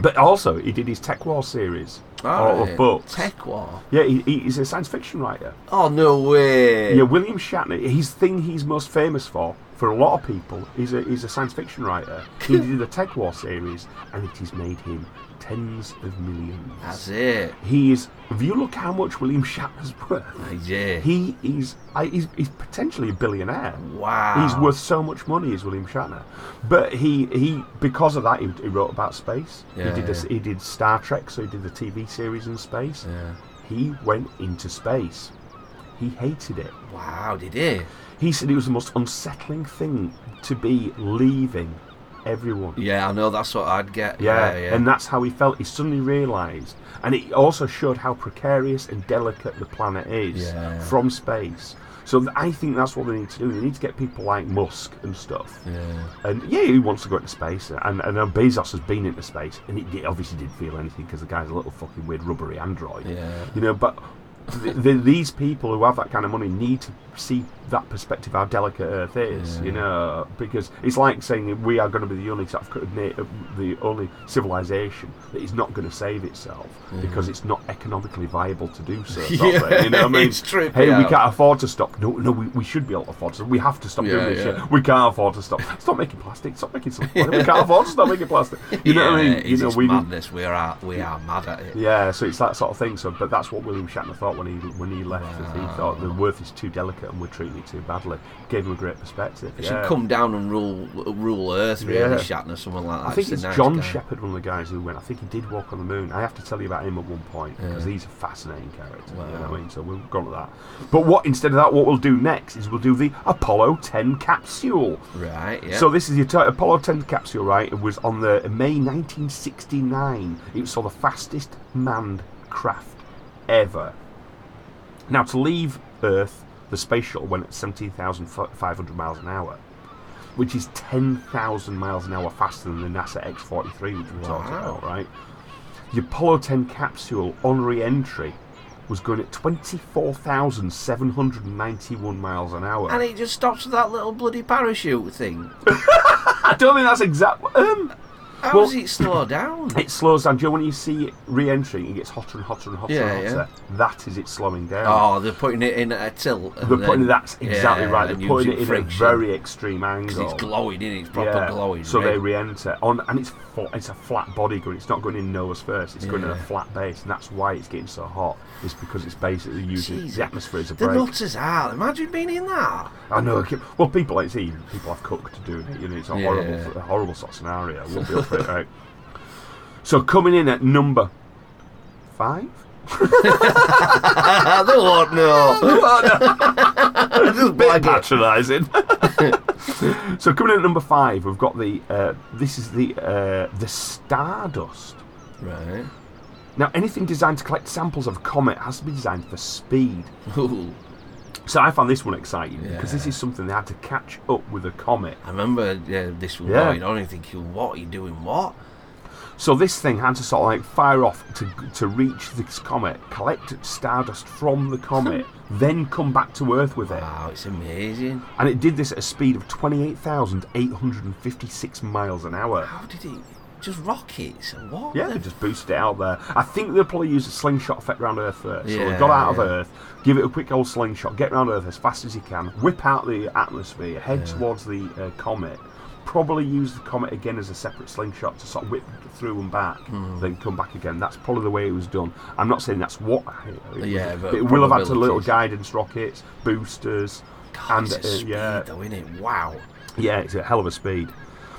[SPEAKER 2] but also he did his Tech War series
[SPEAKER 3] All
[SPEAKER 2] of
[SPEAKER 3] right.
[SPEAKER 2] books.
[SPEAKER 3] Tech war.
[SPEAKER 2] yeah, he, he- he's a science fiction writer.
[SPEAKER 3] Oh no way.
[SPEAKER 2] Yeah, William Shatner. His thing he's most famous for, for a lot of people, is a is a science fiction writer. He did the Tech War series, and it has made him tens of millions.
[SPEAKER 3] That's it.
[SPEAKER 2] He is. If you look how much William Shatner's worth,
[SPEAKER 3] I did.
[SPEAKER 2] He is I, he's, he's potentially a billionaire.
[SPEAKER 3] wow.
[SPEAKER 2] He's worth so much money, is William Shatner. But he, he because of that, he, he wrote about space.
[SPEAKER 3] Yeah,
[SPEAKER 2] he did
[SPEAKER 3] yeah.
[SPEAKER 2] a, he did Star Trek, so he did the TV series in space.
[SPEAKER 3] Yeah.
[SPEAKER 2] He went into space. He hated it.
[SPEAKER 3] Wow. Did he?
[SPEAKER 2] He said it was the most unsettling thing to be leaving everyone.
[SPEAKER 3] Yeah, I know. That's what I'd get.
[SPEAKER 2] Yeah,
[SPEAKER 3] yeah.
[SPEAKER 2] and that's how he felt. He suddenly realised, and it also showed how precarious and delicate the planet is
[SPEAKER 3] Yeah.
[SPEAKER 2] from space. So th- I think that's what they need to do. They need to get people like Musk and stuff.
[SPEAKER 3] yeah.
[SPEAKER 2] And yeah, he wants to go into space, and and uh, Bezos has been into space, and it, it obviously didn't feel anything because the guy's a little fucking weird rubbery android.
[SPEAKER 3] Yeah.
[SPEAKER 2] You know, but. th th these people who have that kind of money need to see that perspective how delicate Earth is, you know, because it's like saying that we are going to be the only sort of co- na- the only civilization that is not going to save itself because it's not economically viable to do so. sort of
[SPEAKER 3] Yeah,
[SPEAKER 2] thing, you know what I mean?
[SPEAKER 3] it's trippy
[SPEAKER 2] hey, we
[SPEAKER 3] out.
[SPEAKER 2] can't afford to stop. No, no, we, we should be able to afford to. We have to stop
[SPEAKER 3] Yeah,
[SPEAKER 2] doing this
[SPEAKER 3] yeah.
[SPEAKER 2] shit. We can't afford to stop. Stop making plastic. Stop making something. We can't afford to stop making plastic. You know what I
[SPEAKER 3] Yeah,
[SPEAKER 2] mean?
[SPEAKER 3] it's
[SPEAKER 2] You know,
[SPEAKER 3] just
[SPEAKER 2] we need-
[SPEAKER 3] madness. We are we are mad at it.
[SPEAKER 2] yeah, so it's that sort of thing. So, but that's what William Shatner thought when he when he left. is He thought the worth is too delicate and we're treating it too badly. Gave him a great perspective.
[SPEAKER 3] It
[SPEAKER 2] yeah.
[SPEAKER 3] should come down and rule rule Earth, really,
[SPEAKER 2] Yeah.
[SPEAKER 3] Shatner, someone like that.
[SPEAKER 2] I think
[SPEAKER 3] He's a
[SPEAKER 2] it's
[SPEAKER 3] nice
[SPEAKER 2] John
[SPEAKER 3] guy.
[SPEAKER 2] Shepard, one of the guys who went. I think he did walk on the moon. I have to tell you about him at one point because he's a fascinating character. You know what I mean? So we'll go to that. But what instead of that, what we'll do next is we'll do the Apollo 10 capsule.
[SPEAKER 3] Right. Yeah.
[SPEAKER 2] So this is the Ata- Apollo 10 capsule, right? It was on the May 1969. It saw the fastest manned craft ever. Now to leave Earth, the space shuttle went at 17,500 miles an hour, which is 10,000 miles an hour faster than the NASA X-43, which we talked
[SPEAKER 3] Wow.
[SPEAKER 2] about, right? The Apollo 10 capsule on re-entry was going at 24,791 miles an hour.
[SPEAKER 3] and it just stops with that little bloody parachute thing.
[SPEAKER 2] I don't think that's exact. Um,
[SPEAKER 3] How
[SPEAKER 2] Well-
[SPEAKER 3] does it slow down?
[SPEAKER 2] It slows down. Do you know when you see it re-entering, it gets hotter and hotter and hotter
[SPEAKER 3] Yeah,
[SPEAKER 2] and hotter. That is it slowing down.
[SPEAKER 3] Oh, they're putting it in at a tilt. and
[SPEAKER 2] They're putting
[SPEAKER 3] then-
[SPEAKER 2] that's exactly
[SPEAKER 3] yeah,
[SPEAKER 2] right. They're
[SPEAKER 3] and
[SPEAKER 2] putting it
[SPEAKER 3] using
[SPEAKER 2] in
[SPEAKER 3] friction.
[SPEAKER 2] a very extreme
[SPEAKER 3] 'Cause
[SPEAKER 2] angle.
[SPEAKER 3] It's glowing in. It's proper glowing.
[SPEAKER 2] So
[SPEAKER 3] red.
[SPEAKER 2] they re-enter on, and it's fl- it's a flat body gun. It's not going in nose first. It's going in a
[SPEAKER 3] Yeah.
[SPEAKER 2] flat base, and that's why it's getting so hot. It's because it's basically using
[SPEAKER 3] Jesus.
[SPEAKER 2] the atmosphere as a
[SPEAKER 3] the
[SPEAKER 2] brake.
[SPEAKER 3] nutters out. Imagine being in that.
[SPEAKER 2] I know. okay. Well, people it's even people have cooked doing it. You know, it's a horrible,
[SPEAKER 3] Yeah.
[SPEAKER 2] a horrible sort of scenario. We'll be up for it, right? So coming in at number five.
[SPEAKER 3] I don't know. Just
[SPEAKER 2] bit
[SPEAKER 3] blag it.
[SPEAKER 2] patronising. so coming in at number five, we've got the uh, this is the uh, the Stardust.
[SPEAKER 3] Right.
[SPEAKER 2] Now, anything designed to collect samples of a comet has to be designed for speed.
[SPEAKER 3] Ooh.
[SPEAKER 2] So I found this one exciting because this
[SPEAKER 3] Yeah.
[SPEAKER 2] is something they had to catch up with a comet.
[SPEAKER 3] I remember uh, this one
[SPEAKER 2] Yeah.
[SPEAKER 3] going on and thinking, what are you doing? What?
[SPEAKER 2] So this thing had to sort of like fire off to, to reach this comet, collect stardust from the comet, then come back to Earth with it.
[SPEAKER 3] Wow, it's amazing.
[SPEAKER 2] And it did this at a speed of 28,856 miles an hour.
[SPEAKER 3] How did it? Just rockets and what?
[SPEAKER 2] Yeah, they
[SPEAKER 3] the-
[SPEAKER 2] just boosted it out there. I think they'll probably use a slingshot effect around Earth first. so
[SPEAKER 3] Yeah,
[SPEAKER 2] they got out of
[SPEAKER 3] yeah.
[SPEAKER 2] Earth, give it a quick old slingshot, get around Earth as fast as you can, whip out the atmosphere, head towards the uh, comet. Probably use the comet again as a separate slingshot to sort of whip through and back,
[SPEAKER 3] Hmm.
[SPEAKER 2] then come back again. That's probably the way it was done. I'm not saying that's what. It, was-
[SPEAKER 3] Yeah, but
[SPEAKER 2] it will have had to little
[SPEAKER 3] probabilities.
[SPEAKER 2] guidance rockets, boosters,
[SPEAKER 3] God, it's
[SPEAKER 2] and
[SPEAKER 3] a
[SPEAKER 2] uh,
[SPEAKER 3] speed
[SPEAKER 2] yeah,
[SPEAKER 3] though, innit? Wow.
[SPEAKER 2] yeah, it's a hell of a speed.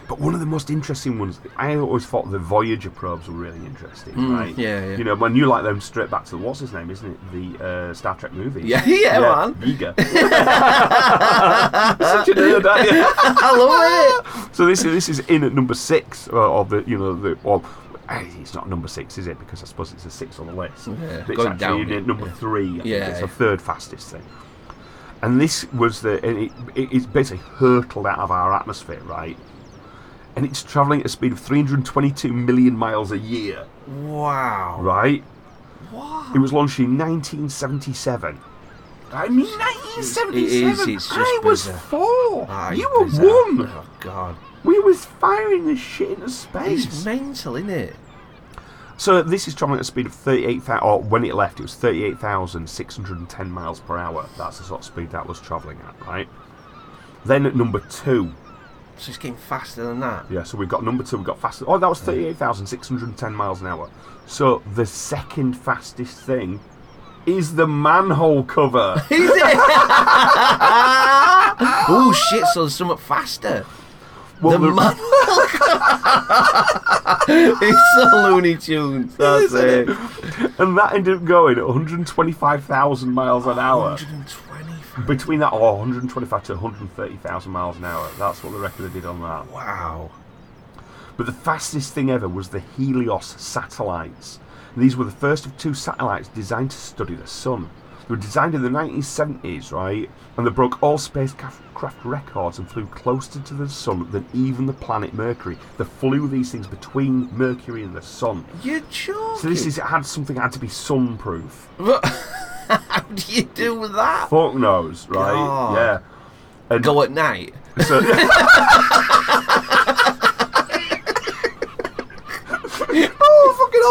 [SPEAKER 2] But one of the most interesting ones, I always thought the Voyager probes were really interesting, right?
[SPEAKER 3] Mm, yeah, yeah.
[SPEAKER 2] You know, when you like them straight back to the, what's his name, isn't it? The uh, Star Trek movie.
[SPEAKER 3] Yeah, yeah, man.
[SPEAKER 2] Yeager. Such a nerd, aren't you?
[SPEAKER 3] I love it.
[SPEAKER 2] So this is this is in at number six uh, of the you know the well, eh, it's not number six, is it? Because I suppose it's a six on the list.
[SPEAKER 3] Yeah,
[SPEAKER 2] But it's
[SPEAKER 3] going
[SPEAKER 2] actually
[SPEAKER 3] down
[SPEAKER 2] in
[SPEAKER 3] it,
[SPEAKER 2] at number
[SPEAKER 3] yeah.
[SPEAKER 2] three. I think
[SPEAKER 3] Yeah,
[SPEAKER 2] it's
[SPEAKER 3] yeah.
[SPEAKER 2] the third fastest thing. And this was the and it, it, it's basically hurtled out of our atmosphere, right? And it's travelling at a speed of 322 million miles a year,
[SPEAKER 3] Wow.
[SPEAKER 2] right?
[SPEAKER 3] Wow.
[SPEAKER 2] It was launched in 1977. I mean, 1977.
[SPEAKER 3] it's just
[SPEAKER 2] I was
[SPEAKER 3] bizarre.
[SPEAKER 2] four.
[SPEAKER 3] Ah,
[SPEAKER 2] you were
[SPEAKER 3] bizarre.
[SPEAKER 2] one.
[SPEAKER 3] Oh, God.
[SPEAKER 2] We was firing this shit into
[SPEAKER 3] It's
[SPEAKER 2] space.
[SPEAKER 3] mental, isn't it?
[SPEAKER 2] So this is traveling at a speed of 38,000, or when it left, it was 38,610 miles per hour. That's the sort of speed that was traveling at, right? Then at number two,
[SPEAKER 3] It's just getting faster than that.
[SPEAKER 2] yeah, so we got number two, we got faster. Oh, that was 38,610 miles an hour. So the second fastest thing is the manhole cover.
[SPEAKER 3] Is it? oh shit! So there's something faster.
[SPEAKER 2] Well,
[SPEAKER 3] the
[SPEAKER 2] the-
[SPEAKER 3] man. it's so Looney Tunes. That's it.
[SPEAKER 2] and that ended up going at 125,000 miles an hour.
[SPEAKER 3] 120.
[SPEAKER 2] Between that, oh, or 125 to 130,000 miles an hour. That's what the record they did on that.
[SPEAKER 3] Wow.
[SPEAKER 2] But the fastest thing ever was the Helios satellites. These were the first of two satellites designed to study the sun. They were designed in the 1970s, right? And they broke all spacecraft records and flew closer to the sun than even the planet Mercury. They flew these things between Mercury and the sun.
[SPEAKER 3] You're joking.
[SPEAKER 2] So this is it had something that had to be sun-proof.
[SPEAKER 3] But how do you do that?
[SPEAKER 2] Fuck knows, right?
[SPEAKER 3] God.
[SPEAKER 2] Yeah. And
[SPEAKER 3] Go at night.
[SPEAKER 2] so,
[SPEAKER 3] Oh fucking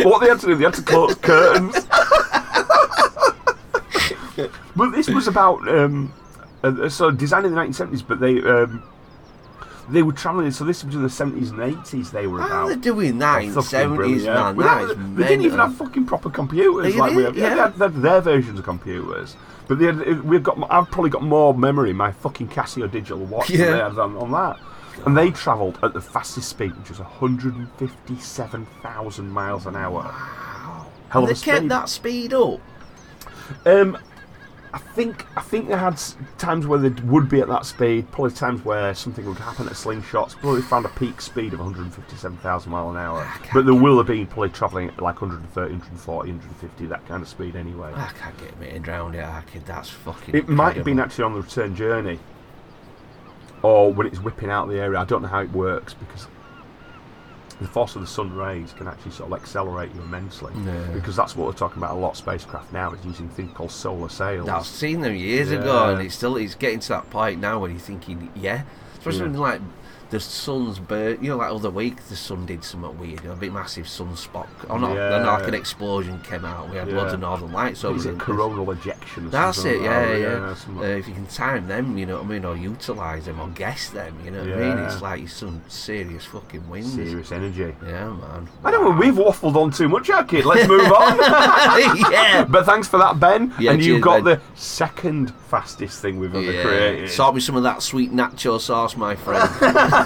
[SPEAKER 3] hell!
[SPEAKER 2] what they had to do, they had to close curtains. but this was about um, uh, so designed in the 1970s, but they um, they were traveling. So this was in the 70s and 80s. They were
[SPEAKER 3] How are they
[SPEAKER 2] about.
[SPEAKER 3] doing that in
[SPEAKER 2] That's
[SPEAKER 3] the
[SPEAKER 2] fucking
[SPEAKER 3] 70s,
[SPEAKER 2] brilliant, yeah.
[SPEAKER 3] man?
[SPEAKER 2] Without-
[SPEAKER 3] That is
[SPEAKER 2] they didn't even
[SPEAKER 3] mental.
[SPEAKER 2] have fucking proper computers
[SPEAKER 3] They
[SPEAKER 2] like we
[SPEAKER 3] did,
[SPEAKER 2] have. Yeah,
[SPEAKER 3] yeah.
[SPEAKER 2] They, had, they had their versions of computers. But they had, we've got. I've probably got more memory in my fucking Casio digital watch
[SPEAKER 3] Yeah.
[SPEAKER 2] than they had on, on that. And they travelled at the fastest speed, which was 157,000 miles an hour. Hell of
[SPEAKER 3] They
[SPEAKER 2] a
[SPEAKER 3] kept
[SPEAKER 2] speed.
[SPEAKER 3] that speed up.
[SPEAKER 2] Um, I think I think they had s- times where they would be at that speed. Probably times where something would happen at slingshots. Probably found a peak speed of 157,000 mile an hour. But there will have been probably travelling at like 130, 140, 150, that kind of speed anyway.
[SPEAKER 3] Ah, I can't get me around it, I kid. That's fucking.
[SPEAKER 2] It might have been
[SPEAKER 3] incredible.
[SPEAKER 2] actually on the return journey, or when it's whipping out of the area. I don't know how it works because the force of the sun rays can actually sort of accelerate you immensely.
[SPEAKER 3] Yeah.
[SPEAKER 2] Because that's what we're talking about a lot. Spacecraft now is using things called solar sails.
[SPEAKER 3] I've seen them years ago, and
[SPEAKER 2] Yeah.
[SPEAKER 3] it's still it's getting to that point now where you're thinking, yeah, especially
[SPEAKER 2] Yeah.
[SPEAKER 3] when like the sun's burst. You know, like other week, the sun did something weird. A big massive sunspot. Or not,
[SPEAKER 2] Yeah.
[SPEAKER 3] then like an explosion came out. We had loads of
[SPEAKER 2] Yeah.
[SPEAKER 3] northern lights over
[SPEAKER 2] Is it
[SPEAKER 3] the-
[SPEAKER 2] coronal ejection? Or
[SPEAKER 3] That's
[SPEAKER 2] something
[SPEAKER 3] it,
[SPEAKER 2] like
[SPEAKER 3] yeah,
[SPEAKER 2] that?
[SPEAKER 3] yeah.
[SPEAKER 2] something
[SPEAKER 3] Uh,
[SPEAKER 2] like-
[SPEAKER 3] if you can time them, you know what I mean, or utilise them, or guess them, you know what I mean?
[SPEAKER 2] Yeah.
[SPEAKER 3] It's like some serious fucking wins.
[SPEAKER 2] Serious energy.
[SPEAKER 3] Yeah, man.
[SPEAKER 2] I know we've waffled on too much, our kid. Let's move on.
[SPEAKER 3] yeah.
[SPEAKER 2] But thanks for that, Ben.
[SPEAKER 3] Yeah,
[SPEAKER 2] and you've
[SPEAKER 3] cheers,
[SPEAKER 2] got
[SPEAKER 3] Ben.
[SPEAKER 2] the second fastest thing we've ever
[SPEAKER 3] yeah.
[SPEAKER 2] created.
[SPEAKER 3] Sort me some of that sweet nacho sauce, my friend.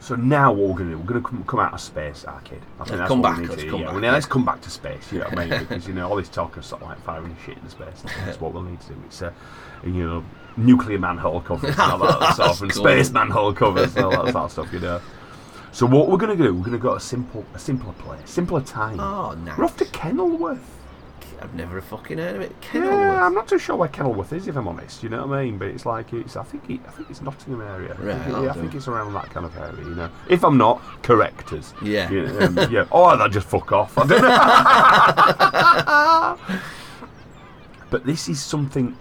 [SPEAKER 2] So now what we're going to do, we're going to come, come out of space, our kid. I think that's
[SPEAKER 3] come
[SPEAKER 2] what
[SPEAKER 3] back,
[SPEAKER 2] we need
[SPEAKER 3] let's
[SPEAKER 2] to do.
[SPEAKER 3] come
[SPEAKER 2] yeah.
[SPEAKER 3] back,
[SPEAKER 2] Well, now let's come back to space, you know what I mean? Because, you know, all this talk of satellite firing shit into space, that's what we'll need to do. It's, uh, you know, nuclear manhole covers and all that stuff, and
[SPEAKER 3] cool.
[SPEAKER 2] space manhole covers and all that sort of stuff, you know. So what we're going to do, we're going to go to a simple, a simpler place, simpler time.
[SPEAKER 3] oh, nice.
[SPEAKER 2] We're off to Kenilworth.
[SPEAKER 3] I've never fucking heard of it.
[SPEAKER 2] Yeah, I'm
[SPEAKER 3] Kenilworth.
[SPEAKER 2] not too sure where Kenilworth is, if I'm honest. You know what I mean? But it's like it's. I think it, I think it's Nottingham area. I
[SPEAKER 3] Right,
[SPEAKER 2] think, it-
[SPEAKER 3] I'll
[SPEAKER 2] yeah, I
[SPEAKER 3] do.
[SPEAKER 2] think it's around that kind of area. You know, if I'm not, correct us.
[SPEAKER 3] Yeah.
[SPEAKER 2] You know, um, yeah. Or that just fuck off. I don't know. but this is something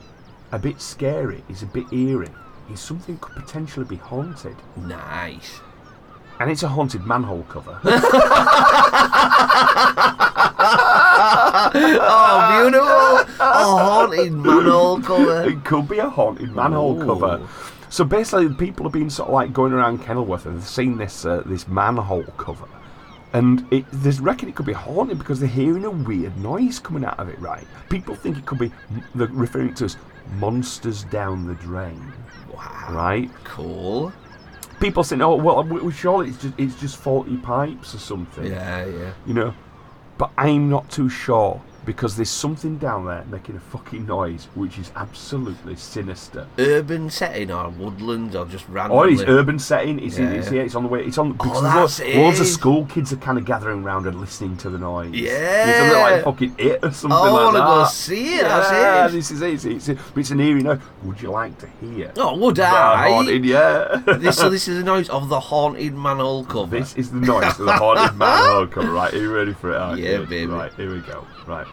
[SPEAKER 2] a bit scary. It's a bit eerie. It's something could potentially be haunted,
[SPEAKER 3] Nice.
[SPEAKER 2] and it's a haunted manhole cover.
[SPEAKER 3] Oh, beautiful. oh, haunted manhole colour.
[SPEAKER 2] it could be a haunted manhole
[SPEAKER 3] Ooh.
[SPEAKER 2] cover. So basically, people have been sort of like going around Kenilworth and they've seen this uh, this manhole cover, and it, they reckon it could be haunted because they're hearing a weird noise coming out of it. Right? People think it could be they're referring to as monsters down the drain.
[SPEAKER 3] Wow.
[SPEAKER 2] Right?
[SPEAKER 3] Cool.
[SPEAKER 2] People saying, "Oh, well, we- we surely it's just it's just faulty pipes or something."
[SPEAKER 3] Yeah, yeah.
[SPEAKER 2] you know. But I'm not too sure because there's something down there making a fucking noise which is absolutely sinister.
[SPEAKER 3] Urban setting or woodland or just random.
[SPEAKER 2] Or Oh, it's urban setting. It's,
[SPEAKER 3] Yeah. Oh,
[SPEAKER 2] it's, yeah, it's on the way. It's on. because
[SPEAKER 3] that's
[SPEAKER 2] loads, loads of
[SPEAKER 3] it.
[SPEAKER 2] school kids are kind of gathering round and listening to the noise. It's
[SPEAKER 3] Yeah.
[SPEAKER 2] a bit like fucking it or something
[SPEAKER 3] Oh, I
[SPEAKER 2] like
[SPEAKER 3] wanna
[SPEAKER 2] that.
[SPEAKER 3] go see it, that's
[SPEAKER 2] Yeah,
[SPEAKER 3] it.
[SPEAKER 2] This is it. It's, it's, it. But it's an eerie noise. Would you like to hear?
[SPEAKER 3] Oh, would
[SPEAKER 2] that
[SPEAKER 3] I?
[SPEAKER 2] haunted- yeah.
[SPEAKER 3] this, so this is the noise of the haunted manhole cover.
[SPEAKER 2] This is the noise of the haunted manhole cover. Right, are you ready for it? aren't
[SPEAKER 3] Yeah,
[SPEAKER 2] you?
[SPEAKER 3] baby.
[SPEAKER 2] Right, here we go. Right.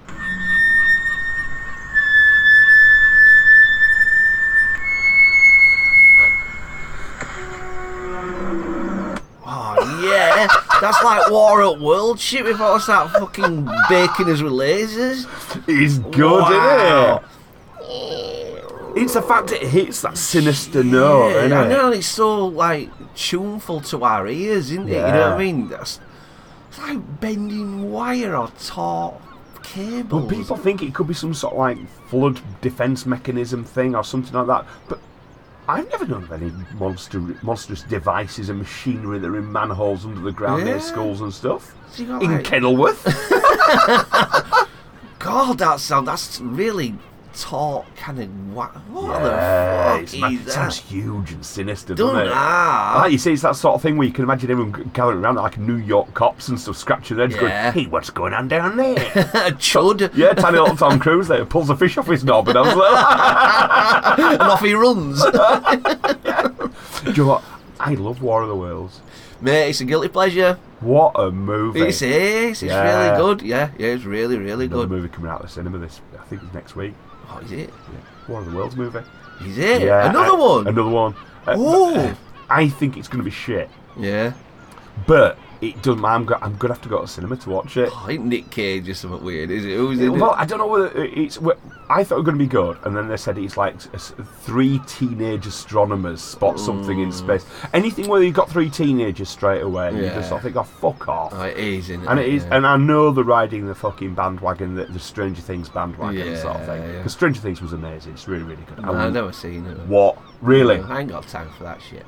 [SPEAKER 3] Oh yeah, that's like War at World shit before I start fucking baking us with lasers.
[SPEAKER 2] It's good,
[SPEAKER 3] Wow.
[SPEAKER 2] isn't it? It's the fact it hits that sinister note,
[SPEAKER 3] yeah,
[SPEAKER 2] isn't
[SPEAKER 3] I
[SPEAKER 2] it?
[SPEAKER 3] know it's so like tuneful to our ears, isn't it? You know what
[SPEAKER 2] Yeah.
[SPEAKER 3] I mean? That's it's like bending wire or taut cable.
[SPEAKER 2] But people think it could be some sort of like flood defense mechanism thing or something like that. But I've never known of any monster, monstrous devices and machinery that are in manholes under the ground near
[SPEAKER 3] Yeah.
[SPEAKER 2] schools and stuff.
[SPEAKER 3] You got,
[SPEAKER 2] In
[SPEAKER 3] like-
[SPEAKER 2] Kenilworth,
[SPEAKER 3] God, that sound that's really taut, kind of what? What
[SPEAKER 2] Yeah,
[SPEAKER 3] the
[SPEAKER 2] it's
[SPEAKER 3] fuck
[SPEAKER 2] ma-
[SPEAKER 3] is
[SPEAKER 2] it sounds
[SPEAKER 3] that?
[SPEAKER 2] huge and sinister, doesn't
[SPEAKER 3] Don't
[SPEAKER 2] it?
[SPEAKER 3] ah.
[SPEAKER 2] Like you say, it's that sort of thing where you can imagine everyone g- gathering around like New York cops and stuff, scratching their heads,
[SPEAKER 3] Yeah.
[SPEAKER 2] going, "Hey, what's going on down there?"
[SPEAKER 3] Chud,
[SPEAKER 2] Yeah, tiny little Tom Cruise there pulls a fish off his knob, and I was like,
[SPEAKER 3] and off he runs.
[SPEAKER 2] "Do you know what? I love War of the Worlds.
[SPEAKER 3] Mate, it's a guilty pleasure.
[SPEAKER 2] What a movie!
[SPEAKER 3] It is. It's
[SPEAKER 2] Yeah.
[SPEAKER 3] really good. Yeah, yeah, it's really, really
[SPEAKER 2] Another
[SPEAKER 3] good.
[SPEAKER 2] movie coming out of the cinema this, I think it's next week.
[SPEAKER 3] What is it?
[SPEAKER 2] Yeah. War of the Worlds movie.
[SPEAKER 3] Is it?
[SPEAKER 2] Yeah,
[SPEAKER 3] Another
[SPEAKER 2] uh,
[SPEAKER 3] one.
[SPEAKER 2] Another one. Uh,
[SPEAKER 3] Ooh.
[SPEAKER 2] I think it's going to be shit,
[SPEAKER 3] yeah.
[SPEAKER 2] but it doesn't. I'm going. I'm going to have to go to the cinema to watch it.
[SPEAKER 3] Oh, ain't Nick Cage or something weird, is it? Who's in
[SPEAKER 2] Well,
[SPEAKER 3] it?
[SPEAKER 2] I don't know whether it's. wh- I thought it was going to be good, and then they said it's like s- three teenage astronomers spot something
[SPEAKER 3] Mm.
[SPEAKER 2] in space. Anything where you got three teenagers straight away, you
[SPEAKER 3] Yeah.
[SPEAKER 2] just sort of think, oh, fuck off.
[SPEAKER 3] Oh, it is, isn't it?
[SPEAKER 2] And it is,
[SPEAKER 3] Yeah.
[SPEAKER 2] and I know they're riding the fucking bandwagon, the, the Stranger Things bandwagon sort of
[SPEAKER 3] Yeah,
[SPEAKER 2] thing.
[SPEAKER 3] yeah.
[SPEAKER 2] Because Stranger Things was amazing. It's really, really good. I
[SPEAKER 3] No, I've
[SPEAKER 2] wouldn't-
[SPEAKER 3] never seen it.
[SPEAKER 2] What? Really?
[SPEAKER 3] I ain't got time for that shit.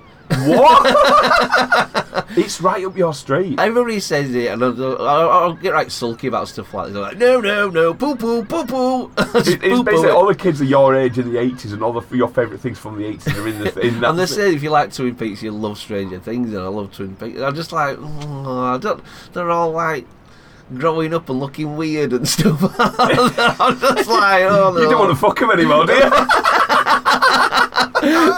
[SPEAKER 2] what? it's right up your street.
[SPEAKER 3] Everybody says it, and I'll, I'll, I'll get right sulky about stuff like this. I'm like, no, no, no, poo poo, poo poo.
[SPEAKER 2] It- It's basically all the kids are your age in the eighties, and all the, your favourite things from the eighties are in, the, in that.
[SPEAKER 3] And they say if you like Twin Peaks, "Oh, you love Stranger Things, and I love Twin Peaks. I'm just like, mm, I don't. They're all like growing up and looking weird and stuff. I'm just like, oh no.
[SPEAKER 2] You don't want to fuck him anymore, do you?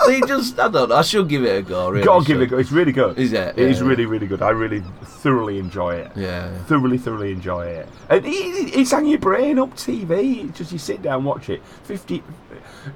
[SPEAKER 3] They just, I don't know. I should give it a go. Really,
[SPEAKER 2] Gotta give it
[SPEAKER 3] should.
[SPEAKER 2] a go. It's really good.
[SPEAKER 3] Is it?
[SPEAKER 2] It is
[SPEAKER 3] Yeah.
[SPEAKER 2] really, really good. I really thoroughly enjoy it.
[SPEAKER 3] Yeah.
[SPEAKER 2] Thoroughly, thoroughly enjoy it. And it- it- it's hang your brain up TV. It's just you sit down, watch it. Fifty.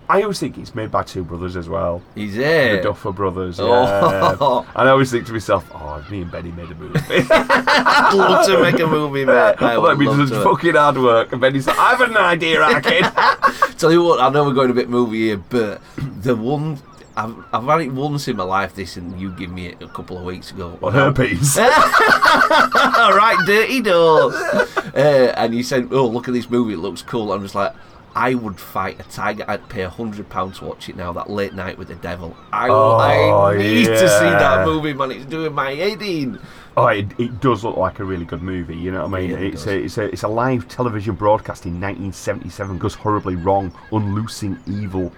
[SPEAKER 2] I always think it's made by two brothers as well,
[SPEAKER 3] He's there.
[SPEAKER 2] the Duffer Brothers. Yeah.
[SPEAKER 3] Oh.
[SPEAKER 2] And I always think to myself, oh, me and Benny made a movie.
[SPEAKER 3] I'd love to make a movie, mate. I
[SPEAKER 2] Like,
[SPEAKER 3] would
[SPEAKER 2] we
[SPEAKER 3] love
[SPEAKER 2] did
[SPEAKER 3] to.
[SPEAKER 2] fucking hard work. And Benny's like, I've had an idea, I kid.
[SPEAKER 3] Tell you what, I know we're going a bit movie here, but the one I've, I've had it once in my life. This and you give me it a couple of weeks ago.
[SPEAKER 2] On her piece.
[SPEAKER 3] All right, dirty doors. uh, and you said, "Oh, look at this movie. It looks cool." I'm just like. I would fight a tiger. I'd pay a hundred pounds to watch it now. That late night with the devil. I,
[SPEAKER 2] Oh,
[SPEAKER 3] I need to see
[SPEAKER 2] yeah.
[SPEAKER 3] that movie, man. It's doing my head in.
[SPEAKER 2] Oh, it, it does look like a really good movie. You know what I mean?
[SPEAKER 3] really
[SPEAKER 2] it's, a, it's a it's a live television broadcast in 1977. Goes horribly wrong, unloosing evil.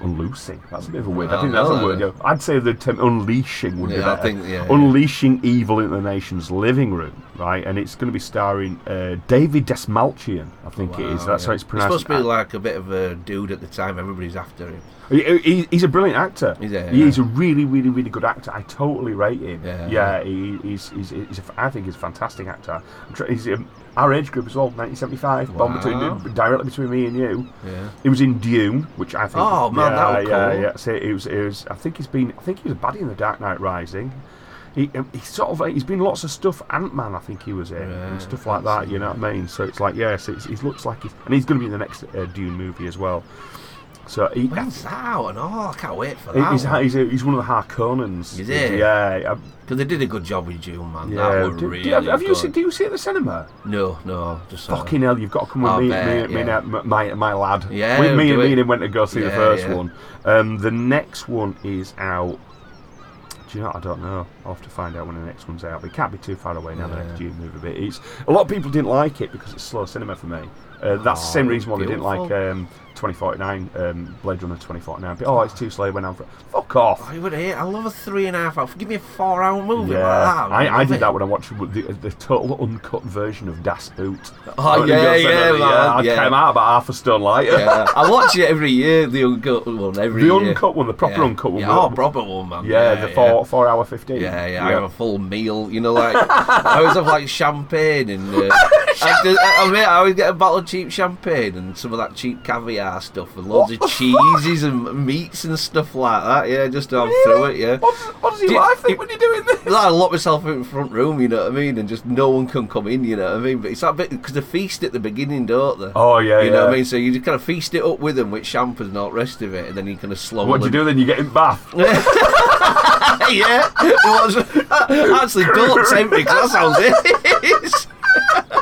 [SPEAKER 2] Unloosing. That's a bit of a weird. I
[SPEAKER 3] I
[SPEAKER 2] think
[SPEAKER 3] don't
[SPEAKER 2] that's a
[SPEAKER 3] know
[SPEAKER 2] word.
[SPEAKER 3] that.
[SPEAKER 2] yeah. I'd say the term unleashing would be
[SPEAKER 3] Yeah, I
[SPEAKER 2] better.
[SPEAKER 3] think- yeah, yeah.
[SPEAKER 2] unleashing evil into the nation's living room, right? And it's going to be starring uh, David Desmalchian. I think it is.
[SPEAKER 3] Wow,
[SPEAKER 2] That's
[SPEAKER 3] yeah.
[SPEAKER 2] how it's pronounced.
[SPEAKER 3] It's supposed to be like a bit of a dude at the time. Everybody's after him.
[SPEAKER 2] He- he- he's a brilliant actor.
[SPEAKER 3] Is he? Yeah.
[SPEAKER 2] He's a really, really, really good actor. I totally rate him.
[SPEAKER 3] Yeah.
[SPEAKER 2] he, he's, he's, he's a, I think he's a fantastic actor. I'm tr- He's um, our age group as well, 1975. Born
[SPEAKER 3] Wow.
[SPEAKER 2] between directly between me and you.
[SPEAKER 3] Yeah.
[SPEAKER 2] He was in Dune, which I think.
[SPEAKER 3] Oh, man,
[SPEAKER 2] yeah,
[SPEAKER 3] that was
[SPEAKER 2] yeah,
[SPEAKER 3] cool.
[SPEAKER 2] yeah. So it was, it was. I think he's been. I think he was a baddie in The Dark Knight Rising. He, um, he sort of he's been lots of stuff. Ant Man, I think he was in and
[SPEAKER 3] Right,
[SPEAKER 2] stuff like that. You know what I mean? So it's like yes, it's, he looks like he's and he's going to be in the next uh, Dune movie as well. So he, I
[SPEAKER 3] When's that out? And oh, I can't wait for
[SPEAKER 2] He-
[SPEAKER 3] that.
[SPEAKER 2] He's,
[SPEAKER 3] one.
[SPEAKER 2] he's, he's one of the Harkonnens.
[SPEAKER 3] Is he?
[SPEAKER 2] Yeah. um,
[SPEAKER 3] Because they did a good job with June, man.
[SPEAKER 2] yeah.
[SPEAKER 3] That were
[SPEAKER 2] Do- do-
[SPEAKER 3] really
[SPEAKER 2] have, have you
[SPEAKER 3] good.
[SPEAKER 2] seen, do you see it at the cinema?
[SPEAKER 3] No, no, just uh, saw
[SPEAKER 2] Fucking hell, you've got to come with
[SPEAKER 3] I
[SPEAKER 2] me,
[SPEAKER 3] bet,
[SPEAKER 2] me, me
[SPEAKER 3] yeah.
[SPEAKER 2] and my, my, my lad.
[SPEAKER 3] Yeah,
[SPEAKER 2] We- me,
[SPEAKER 3] do
[SPEAKER 2] and me
[SPEAKER 3] it.
[SPEAKER 2] and him went to go see the
[SPEAKER 3] Yeah,
[SPEAKER 2] first
[SPEAKER 3] yeah.
[SPEAKER 2] one. Um, the next one is out. Do you know? what? I don't know. I'll have to find out when the next one's out. It can't be too far away now. The
[SPEAKER 3] Yeah.
[SPEAKER 2] next Dune movie, but it's a lot of people didn't like it because it's slow cinema for me. Uh, that's the same
[SPEAKER 3] Oh,
[SPEAKER 2] reason why they didn't like
[SPEAKER 3] beautiful.
[SPEAKER 2] um, 2049, um, Blade Runner 2049. But, oh, it's too slow. It Went on for fuck off.
[SPEAKER 3] I would hate. I love a three and a half hour. Give me a four hour movie like that. would
[SPEAKER 2] I, I
[SPEAKER 3] love
[SPEAKER 2] did
[SPEAKER 3] it.
[SPEAKER 2] that when I watched the, the total uncut version of Das Boot.
[SPEAKER 3] Oh,
[SPEAKER 2] When
[SPEAKER 3] yeah,
[SPEAKER 2] I was
[SPEAKER 3] yeah,
[SPEAKER 2] younger,
[SPEAKER 3] man,
[SPEAKER 2] I
[SPEAKER 3] yeah.
[SPEAKER 2] came out about half a stone lighter.
[SPEAKER 3] Yeah, I watch it every year. The uncut one every
[SPEAKER 2] The
[SPEAKER 3] year.
[SPEAKER 2] uncut one, the proper
[SPEAKER 3] yeah.
[SPEAKER 2] uncut one.
[SPEAKER 3] Yeah, oh, proper one, man.
[SPEAKER 2] Yeah, the four four hour fifteen.
[SPEAKER 3] Yeah, yeah, I have a full meal. You know, like I always have like champagne and uh, I, just, I, I, mean, I always get a bottle of cheap champagne and some of that cheap caviar stuff and loads of cheeses and meats and stuff like that. Yeah, just to have through it. Yeah.
[SPEAKER 2] What, does- what does your
[SPEAKER 3] Do you-
[SPEAKER 2] wife think when you're doing this?
[SPEAKER 3] I lock myself in the front room, you know what I mean, and just no one can come in, you know what I mean. But it's that bit because they feast at the beginning, don't they?
[SPEAKER 2] Oh, yeah,
[SPEAKER 3] you know what
[SPEAKER 2] yeah.
[SPEAKER 3] I mean. So you just kind of feast it up with them with champagne and all the rest of it, and then you kind of slow.
[SPEAKER 2] What do you do then? You get in bath.
[SPEAKER 3] yeah, it was actually don't tempt me 'cause that sounds it.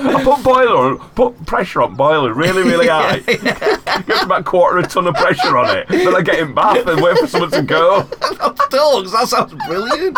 [SPEAKER 2] I put boiler on, put pressure on boiler really, really high. Get about a quarter a ton of pressure on it. Then I get in bath and wait for someone to go.
[SPEAKER 3] Dogs, that sounds brilliant.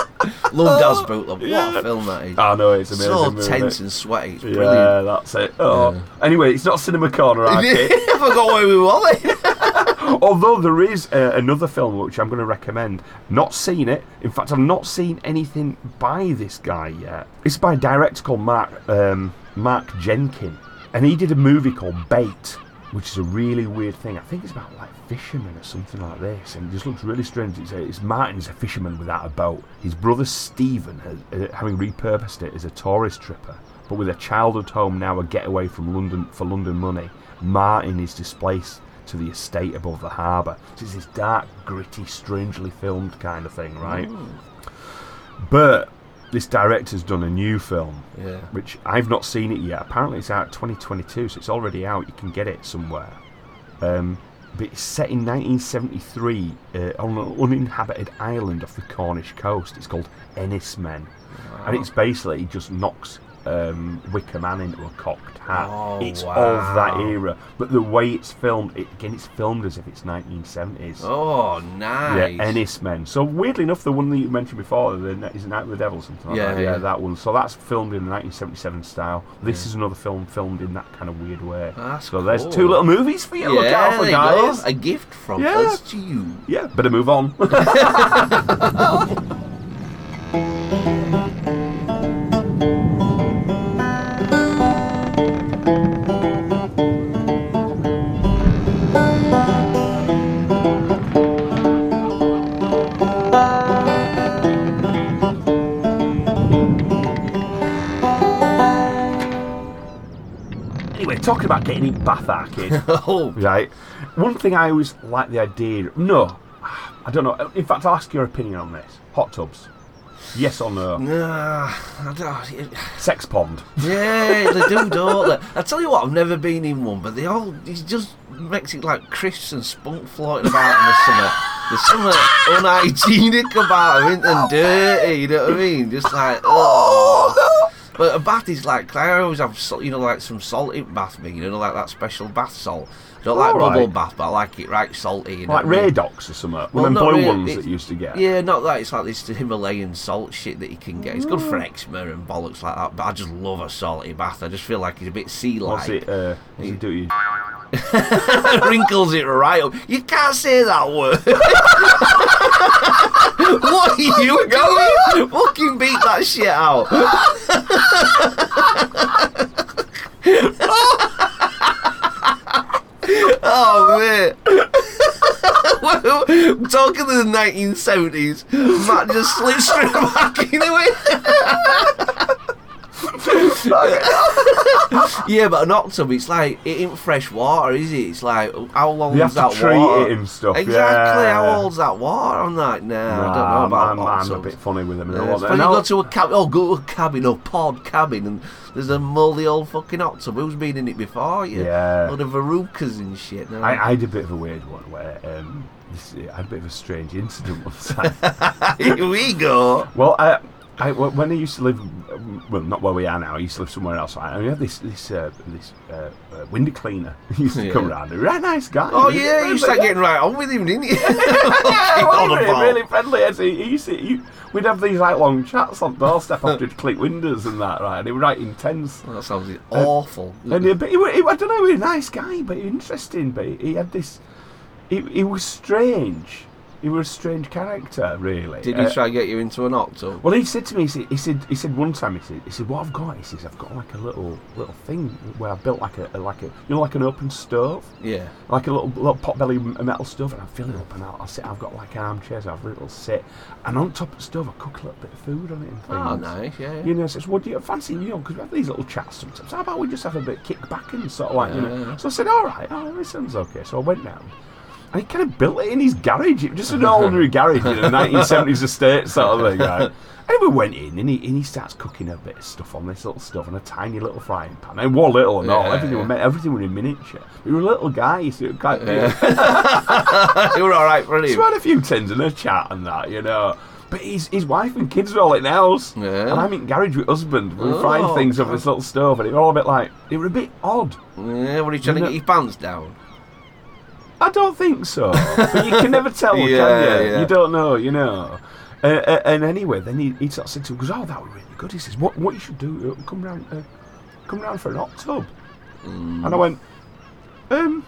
[SPEAKER 3] Love Das Boot. Love. What
[SPEAKER 2] Yeah.
[SPEAKER 3] a film that is.
[SPEAKER 2] I know it's amazing.
[SPEAKER 3] so
[SPEAKER 2] movie.
[SPEAKER 3] tense and sweaty. It's brilliant.
[SPEAKER 2] Yeah, that's it. Oh, anyway, it's not cinema corner. I think.
[SPEAKER 3] I forgot where we were.
[SPEAKER 2] Although there is uh, another film which I'm going to recommend. Not seen it. In fact, I've not seen anything by this guy yet. It's by a director called Mark um, Mark Jenkin, and he did a movie called Bait, which is a really weird thing. I think it's about like fishermen or something like this, and it just looks really strange. It's, a, it's Martin's a fisherman without a boat. His brother Stephen, has, uh, having repurposed it, is a tourist tripper. But with a childhood home now a getaway from London for London money, Martin is displaced to the estate above the harbour. So it's this dark, gritty, strangely filmed kind of thing, right? But this director's done a new film,
[SPEAKER 3] Yeah.
[SPEAKER 2] which I've not seen it yet. Apparently, it's out 2022, so it's already out. You can get it somewhere. Um, but it's set in 1973 uh, on an uninhabited island off the Cornish coast. It's called Ennismen, and it's basically just knocks um, Wicker Man into a cocked hat.
[SPEAKER 3] Oh,
[SPEAKER 2] it's of
[SPEAKER 3] wow.
[SPEAKER 2] that era, but the way it's filmed, it, again, it's filmed as if it's 1970s.
[SPEAKER 3] Oh, nice.
[SPEAKER 2] Yeah, Ennis Men. So weirdly enough, the one that you mentioned before, the Ne- is it Night with the Devil, or something like
[SPEAKER 3] Yeah,
[SPEAKER 2] that. Yeah,
[SPEAKER 3] yeah.
[SPEAKER 2] that one. So that's filmed in the 1977 style. This is another film filmed in that kind of weird way.
[SPEAKER 3] That's
[SPEAKER 2] so there's
[SPEAKER 3] cool.
[SPEAKER 2] two little movies for you. to Look out for
[SPEAKER 3] there you go.
[SPEAKER 2] guys.
[SPEAKER 3] A gift from
[SPEAKER 2] Yeah.
[SPEAKER 3] us to you.
[SPEAKER 2] Yeah, better move on. talking about getting in Bath Arcade,
[SPEAKER 3] Oh,
[SPEAKER 2] right? One thing I always like the idea. No, I don't know. In fact, I'll ask your opinion on this. Hot tubs. Yes or no?
[SPEAKER 3] nah, I don't,
[SPEAKER 2] Sex pond.
[SPEAKER 3] yeah, they do, don't they? I tell you what, I've never been in one, but they all it just makes it like crisps and spunk floating about in the summer. There's something unhygienic about them, isn't there, and dirty. You know what I mean? Just like oh. But a bath is like I always have, sal- you know, like some salt in bath me, you know, like that special bath salt. I don't like
[SPEAKER 2] All right.
[SPEAKER 3] bubble bath, but I like it right salty. You know
[SPEAKER 2] Like
[SPEAKER 3] what I mean?
[SPEAKER 2] Radox or something.
[SPEAKER 3] Well,
[SPEAKER 2] One of them
[SPEAKER 3] not
[SPEAKER 2] blue
[SPEAKER 3] really,
[SPEAKER 2] ones
[SPEAKER 3] it's-
[SPEAKER 2] that you used to get.
[SPEAKER 3] Yeah, not that. It's like this Himalayan salt shit that you can get. It's good
[SPEAKER 2] Mm.
[SPEAKER 3] for eczema and bollocks like that, but I just love a salty bath. I just feel like it's a bit sea
[SPEAKER 2] What's
[SPEAKER 3] like.
[SPEAKER 2] it, uh, what's it do to you?
[SPEAKER 3] Wrinkles it right up. You can't say that word. what are you going? Fucking beat that shit out. oh man. Well, Talking to the 1970s, Matt just slipped straight back into it. Yeah, but an octopus, it's like it ain't fresh water, is it? It's like how long
[SPEAKER 2] You have
[SPEAKER 3] is that
[SPEAKER 2] to treat
[SPEAKER 3] water?
[SPEAKER 2] it and stuff,
[SPEAKER 3] Exactly.
[SPEAKER 2] yeah.
[SPEAKER 3] How old's that water? I'm like, nah, I don't know
[SPEAKER 2] Nah,
[SPEAKER 3] about
[SPEAKER 2] I'm, I'm, I'm a
[SPEAKER 3] octopus.
[SPEAKER 2] bit funny with them.
[SPEAKER 3] Yeah,
[SPEAKER 2] and all
[SPEAKER 3] it's
[SPEAKER 2] that.
[SPEAKER 3] when you
[SPEAKER 2] Now-
[SPEAKER 3] go to a cabin, oh, go to a cabin or pod cabin, and there's a moldy old fucking octopus. Who's been in it before? You?
[SPEAKER 2] Yeah.
[SPEAKER 3] a lot of verrucas and shit. No?
[SPEAKER 2] I, I had a bit of a weird one where um, this, I had a bit of a strange incident one time.
[SPEAKER 3] Here we go.
[SPEAKER 2] well, I, I, wh- when I used to live, um, well, not where we are now. I used to live somewhere else. I, I had this this uh, this uh, uh, window cleaner who used to come
[SPEAKER 3] Yeah.
[SPEAKER 2] round. A Right, nice guy.
[SPEAKER 3] Oh
[SPEAKER 2] really
[SPEAKER 3] yeah,
[SPEAKER 2] friendly.
[SPEAKER 3] you start getting right on with him, didn't you?
[SPEAKER 2] Yeah,
[SPEAKER 3] Keep
[SPEAKER 2] well,
[SPEAKER 3] on
[SPEAKER 2] he was
[SPEAKER 3] about.
[SPEAKER 2] really friendly. As he, he used to, he, we'd have these like long chats on the doorstep after he'd click windows and that, right? And they were right intense.
[SPEAKER 3] That sounds awful.
[SPEAKER 2] And he, but he, wa- he, I don't know, he was a nice guy, but he was interesting. But he, he had this. He, he was strange. He was a strange character, really.
[SPEAKER 3] Did
[SPEAKER 2] Uh,
[SPEAKER 3] he try to get you into an octo?
[SPEAKER 2] Well, he said to me, he said, he said, he said one time, he said, he said, what I've got, he says, I've got like a little little thing where I built like a like a you know like an open stove,
[SPEAKER 3] Yeah.
[SPEAKER 2] like a little little potbelly m- metal stove, and I fill it up and I'll, I'll sit. I've got like armchairs, I've little sit, and on top of the stove, I cook a little bit of food on it and things.
[SPEAKER 3] Oh, nice. Yeah. yeah.
[SPEAKER 2] You know, says, "What do you fancy?" You know, because we have these little chats sometimes. How about we just have a bit of kick back and sort of like, you know.
[SPEAKER 3] Yeah.
[SPEAKER 2] So I said, "All right, oh, this sounds okay." So I went down, and he kind of built it in his garage. It was just an ordinary garage in a 1970s estate sort of thing. Right? And we went in, and he and he starts cooking a bit of stuff on this little stuff on a tiny little frying pan. And it was little and all.
[SPEAKER 3] Yeah,
[SPEAKER 2] Everything
[SPEAKER 3] yeah.
[SPEAKER 2] were meant, everything were in miniature. We were a little guy, you see, it quite big.
[SPEAKER 3] you were all right for
[SPEAKER 2] He's
[SPEAKER 3] him.
[SPEAKER 2] had a few tins and a chat and that, you know. But his, his wife and kids were all in the house.
[SPEAKER 3] Yeah.
[SPEAKER 2] And I'm in garage with husband. We were frying
[SPEAKER 3] Oh.
[SPEAKER 2] things over this little stove and it were all a bit like, it were a bit odd.
[SPEAKER 3] Yeah, were
[SPEAKER 2] You
[SPEAKER 3] he trying to
[SPEAKER 2] know-
[SPEAKER 3] get his pants down?
[SPEAKER 2] I don't think so. but you can never tell,
[SPEAKER 3] Yeah,
[SPEAKER 2] can you?
[SPEAKER 3] yeah.
[SPEAKER 2] You don't know, you know. Uh, uh, and anyway, then he, he sort of said to him, goes, oh, that were really good. He says, what, what you should do, uh, come round, uh, come round for an hot tub.
[SPEAKER 3] Mm.
[SPEAKER 2] And I went, um,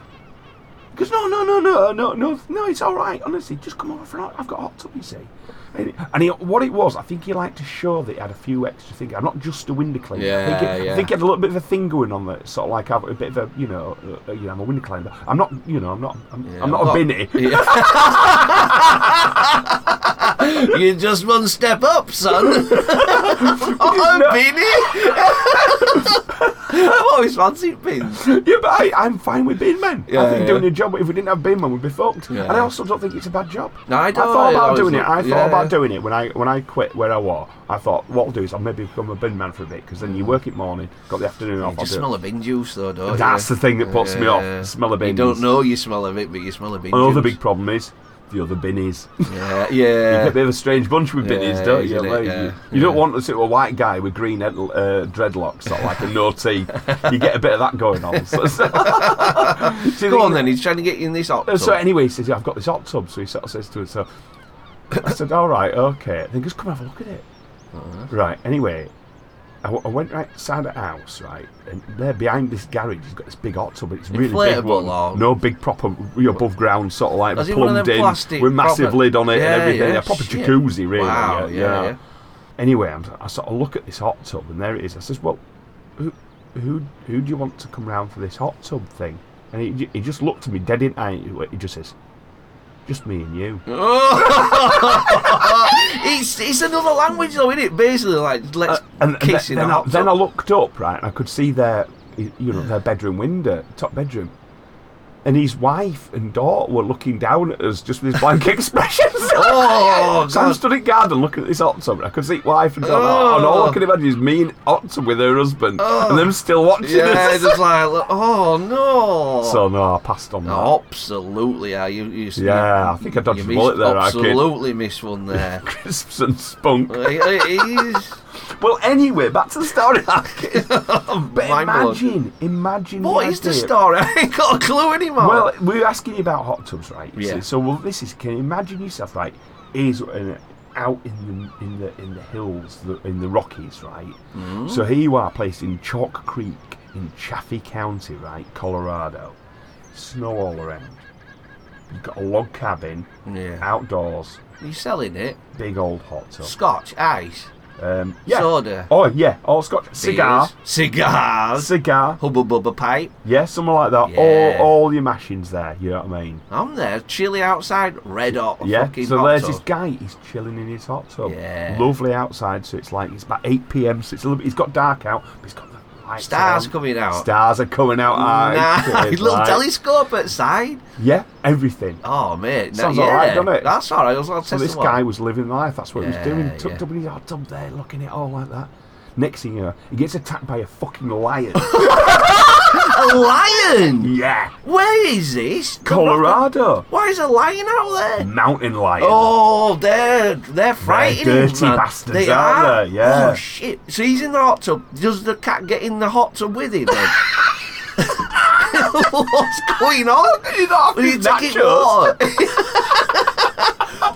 [SPEAKER 2] because no, no, no, no, no, no, no, it's all right. Honestly, just come over for an hot. I've got a hot tub, you see. And, and he, what it was, I think he liked to show that he had a few extra things. I'm not just a window cleaner. I think,
[SPEAKER 3] Yeah,
[SPEAKER 2] he, I
[SPEAKER 3] yeah.
[SPEAKER 2] think he had a little bit of a thing going on that sort of like I've a bit of a, you know, uh, you know, I'm a window cleaner. I'm not, you know, I'm not, I'm,
[SPEAKER 3] Yeah,
[SPEAKER 2] I'm not a
[SPEAKER 3] well-
[SPEAKER 2] binny.
[SPEAKER 3] Yeah. you just one step up, son.
[SPEAKER 2] No.
[SPEAKER 3] oh, a Binny. I've always fancied pins.
[SPEAKER 2] Yeah, but I, I'm fine with being men. I
[SPEAKER 3] Yeah,
[SPEAKER 2] think
[SPEAKER 3] yeah.
[SPEAKER 2] doing a job, if we didn't have being men, we'd be fucked.
[SPEAKER 3] Yeah.
[SPEAKER 2] And I also don't think it's a bad job.
[SPEAKER 3] No, I don't.
[SPEAKER 2] thought
[SPEAKER 3] I
[SPEAKER 2] about
[SPEAKER 3] always
[SPEAKER 2] doing it.
[SPEAKER 3] look-
[SPEAKER 2] I thought
[SPEAKER 3] yeah.
[SPEAKER 2] about doing it when I when I quit where I was. I thought what I'll do is I'll maybe become a bin man for a bit because then you work it morning, got the afternoon off.
[SPEAKER 3] You
[SPEAKER 2] I'll
[SPEAKER 3] just
[SPEAKER 2] do it.
[SPEAKER 3] smell a bin juice, though, don't
[SPEAKER 2] That's
[SPEAKER 3] you?
[SPEAKER 2] the thing that puts me
[SPEAKER 3] Yeah.
[SPEAKER 2] off. Smell of bins.
[SPEAKER 3] You don't know you smell of it, but you smell a bin
[SPEAKER 2] Another
[SPEAKER 3] juice.
[SPEAKER 2] big problem is the other binnies.
[SPEAKER 3] Yeah,
[SPEAKER 2] You
[SPEAKER 3] yeah.
[SPEAKER 2] get a bit of a strange bunch with
[SPEAKER 3] Yeah,
[SPEAKER 2] binnies, don't you?
[SPEAKER 3] isn't it?
[SPEAKER 2] Like,
[SPEAKER 3] Yeah.
[SPEAKER 2] you, you don't want to see a white guy with green head, uh, dreadlocks, sort of like a no teeth. You get a bit of that going on. So, so- See,
[SPEAKER 3] Go
[SPEAKER 2] the-
[SPEAKER 3] on then, he's trying to get you in this
[SPEAKER 2] Uh,
[SPEAKER 3] octo.
[SPEAKER 2] So anyway, he says, "Yeah, I've got this hot tub." So he sort of says to us, "So I said, all right, okay." Then he goes, "Come have a look at it."
[SPEAKER 3] Uh-huh.
[SPEAKER 2] Right. Anyway, I, w- I went right side of the house, right, and there behind this garage, he's got this big hot tub, but it's really big
[SPEAKER 3] Inflatable
[SPEAKER 2] one.
[SPEAKER 3] or-
[SPEAKER 2] No big proper you know, above ground sort of like
[SPEAKER 3] Is it one of
[SPEAKER 2] plumbed
[SPEAKER 3] them
[SPEAKER 2] in
[SPEAKER 3] plastic
[SPEAKER 2] with massive
[SPEAKER 3] proper-
[SPEAKER 2] lid on it
[SPEAKER 3] Yeah,
[SPEAKER 2] and everything.
[SPEAKER 3] yeah,
[SPEAKER 2] a proper
[SPEAKER 3] shit.
[SPEAKER 2] jacuzzi, really.
[SPEAKER 3] Wow,
[SPEAKER 2] yeah,
[SPEAKER 3] yeah, yeah.
[SPEAKER 2] Anyway, I'm, I sort of look at this hot tub, and there it is. I says, "Well, who, who, who do you want to come round for this hot tub thing?" And he, j- he just looked at me dead in the eye. He just says, "Just me and you."
[SPEAKER 3] Mm, it's, it's another language, though, isn't it? Basically, like, let's
[SPEAKER 2] Uh, And
[SPEAKER 3] kiss
[SPEAKER 2] then,
[SPEAKER 3] in
[SPEAKER 2] then
[SPEAKER 3] the
[SPEAKER 2] I,
[SPEAKER 3] hot
[SPEAKER 2] then I
[SPEAKER 3] tub.
[SPEAKER 2] looked up, right, and I could see there you know, their bedroom window, top bedroom. And his wife and daughter were looking down at us just with these blank expressions.
[SPEAKER 3] Oh,
[SPEAKER 2] So I'm
[SPEAKER 3] God. Oh.
[SPEAKER 2] stood in garden looking at this october. I could see wife and daughter, and all I can imagine is me and October with her husband, and them still watching
[SPEAKER 3] Yeah,
[SPEAKER 2] us.
[SPEAKER 3] just like, look, oh no.
[SPEAKER 2] So no, I passed on that.
[SPEAKER 3] Absolutely, I you, you
[SPEAKER 2] Yeah, I think I dodged
[SPEAKER 3] you
[SPEAKER 2] a
[SPEAKER 3] missed-
[SPEAKER 2] bullet there, I kid.
[SPEAKER 3] Absolutely missed one there.
[SPEAKER 2] Crisps and spunk.
[SPEAKER 3] He- he- he's-
[SPEAKER 2] Well, anyway, back to the story. but
[SPEAKER 3] mind blown.
[SPEAKER 2] imagine, imagine.
[SPEAKER 3] What is the
[SPEAKER 2] idea.
[SPEAKER 3] story? I ain't got a clue anymore.
[SPEAKER 2] Well, we were asking you about hot tubs, right? You
[SPEAKER 3] Yeah.
[SPEAKER 2] see, So, well, this is. Can you imagine yourself, right? Is uh, out in the in the in the hills, the, in the Rockies, right?
[SPEAKER 3] Mm-hmm.
[SPEAKER 2] So here you are, placed in Chalk Creek in Chaffee County, right, Colorado. Snow all around. You've got a log cabin,
[SPEAKER 3] yeah.
[SPEAKER 2] outdoors,
[SPEAKER 3] you selling it?
[SPEAKER 2] big old hot tub.
[SPEAKER 3] Scotch, ice,
[SPEAKER 2] Um, yeah.
[SPEAKER 3] soda,
[SPEAKER 2] Oh yeah, all Scotch cigar,
[SPEAKER 3] beers, cigars,
[SPEAKER 2] cigar.
[SPEAKER 3] hubba bubba pipe.
[SPEAKER 2] Yeah, something like that.
[SPEAKER 3] Yeah.
[SPEAKER 2] All all your mashings there. You know what I mean?
[SPEAKER 3] I'm there, chilly outside, red hot.
[SPEAKER 2] Yeah,
[SPEAKER 3] fucking
[SPEAKER 2] so
[SPEAKER 3] hot
[SPEAKER 2] there's
[SPEAKER 3] tub.
[SPEAKER 2] this guy. He's chilling in his hot tub.
[SPEAKER 3] Yeah.
[SPEAKER 2] Lovely outside, so it's like it's about 8 p.m. So it's a little bit. It's got dark out, but it's got the lights
[SPEAKER 3] Stars
[SPEAKER 2] on.
[SPEAKER 3] coming out.
[SPEAKER 2] Stars are coming out. aye,
[SPEAKER 3] Nah,
[SPEAKER 2] it's
[SPEAKER 3] little
[SPEAKER 2] like-
[SPEAKER 3] telescope outside.
[SPEAKER 2] Yeah, everything.
[SPEAKER 3] Oh mate, no,
[SPEAKER 2] Sounds
[SPEAKER 3] yeah,
[SPEAKER 2] alright, doesn't it?
[SPEAKER 3] That's alright. I was like,
[SPEAKER 2] So this guy was living life. That's what he was
[SPEAKER 3] Yeah,
[SPEAKER 2] doing. Tucked
[SPEAKER 3] yeah.
[SPEAKER 2] up in his hot tub there, looking at it all like that. Next thing you know, he gets attacked by a fucking lion.
[SPEAKER 3] a lion.
[SPEAKER 2] yeah,
[SPEAKER 3] Where is this? The rock-
[SPEAKER 2] Colorado,
[SPEAKER 3] Why is a lion out there?
[SPEAKER 2] mountain lion.
[SPEAKER 3] Oh, they're they're frightening.
[SPEAKER 2] dirty
[SPEAKER 3] man.
[SPEAKER 2] bastards,
[SPEAKER 3] they
[SPEAKER 2] aren't
[SPEAKER 3] are.
[SPEAKER 2] they? Yeah.
[SPEAKER 3] Oh shit! So he's in the hot tub. Does the cat get in the hot tub with him? Then? What's going on?
[SPEAKER 2] He's off
[SPEAKER 3] Are you
[SPEAKER 2] his
[SPEAKER 3] taking
[SPEAKER 2] nachos.
[SPEAKER 3] water?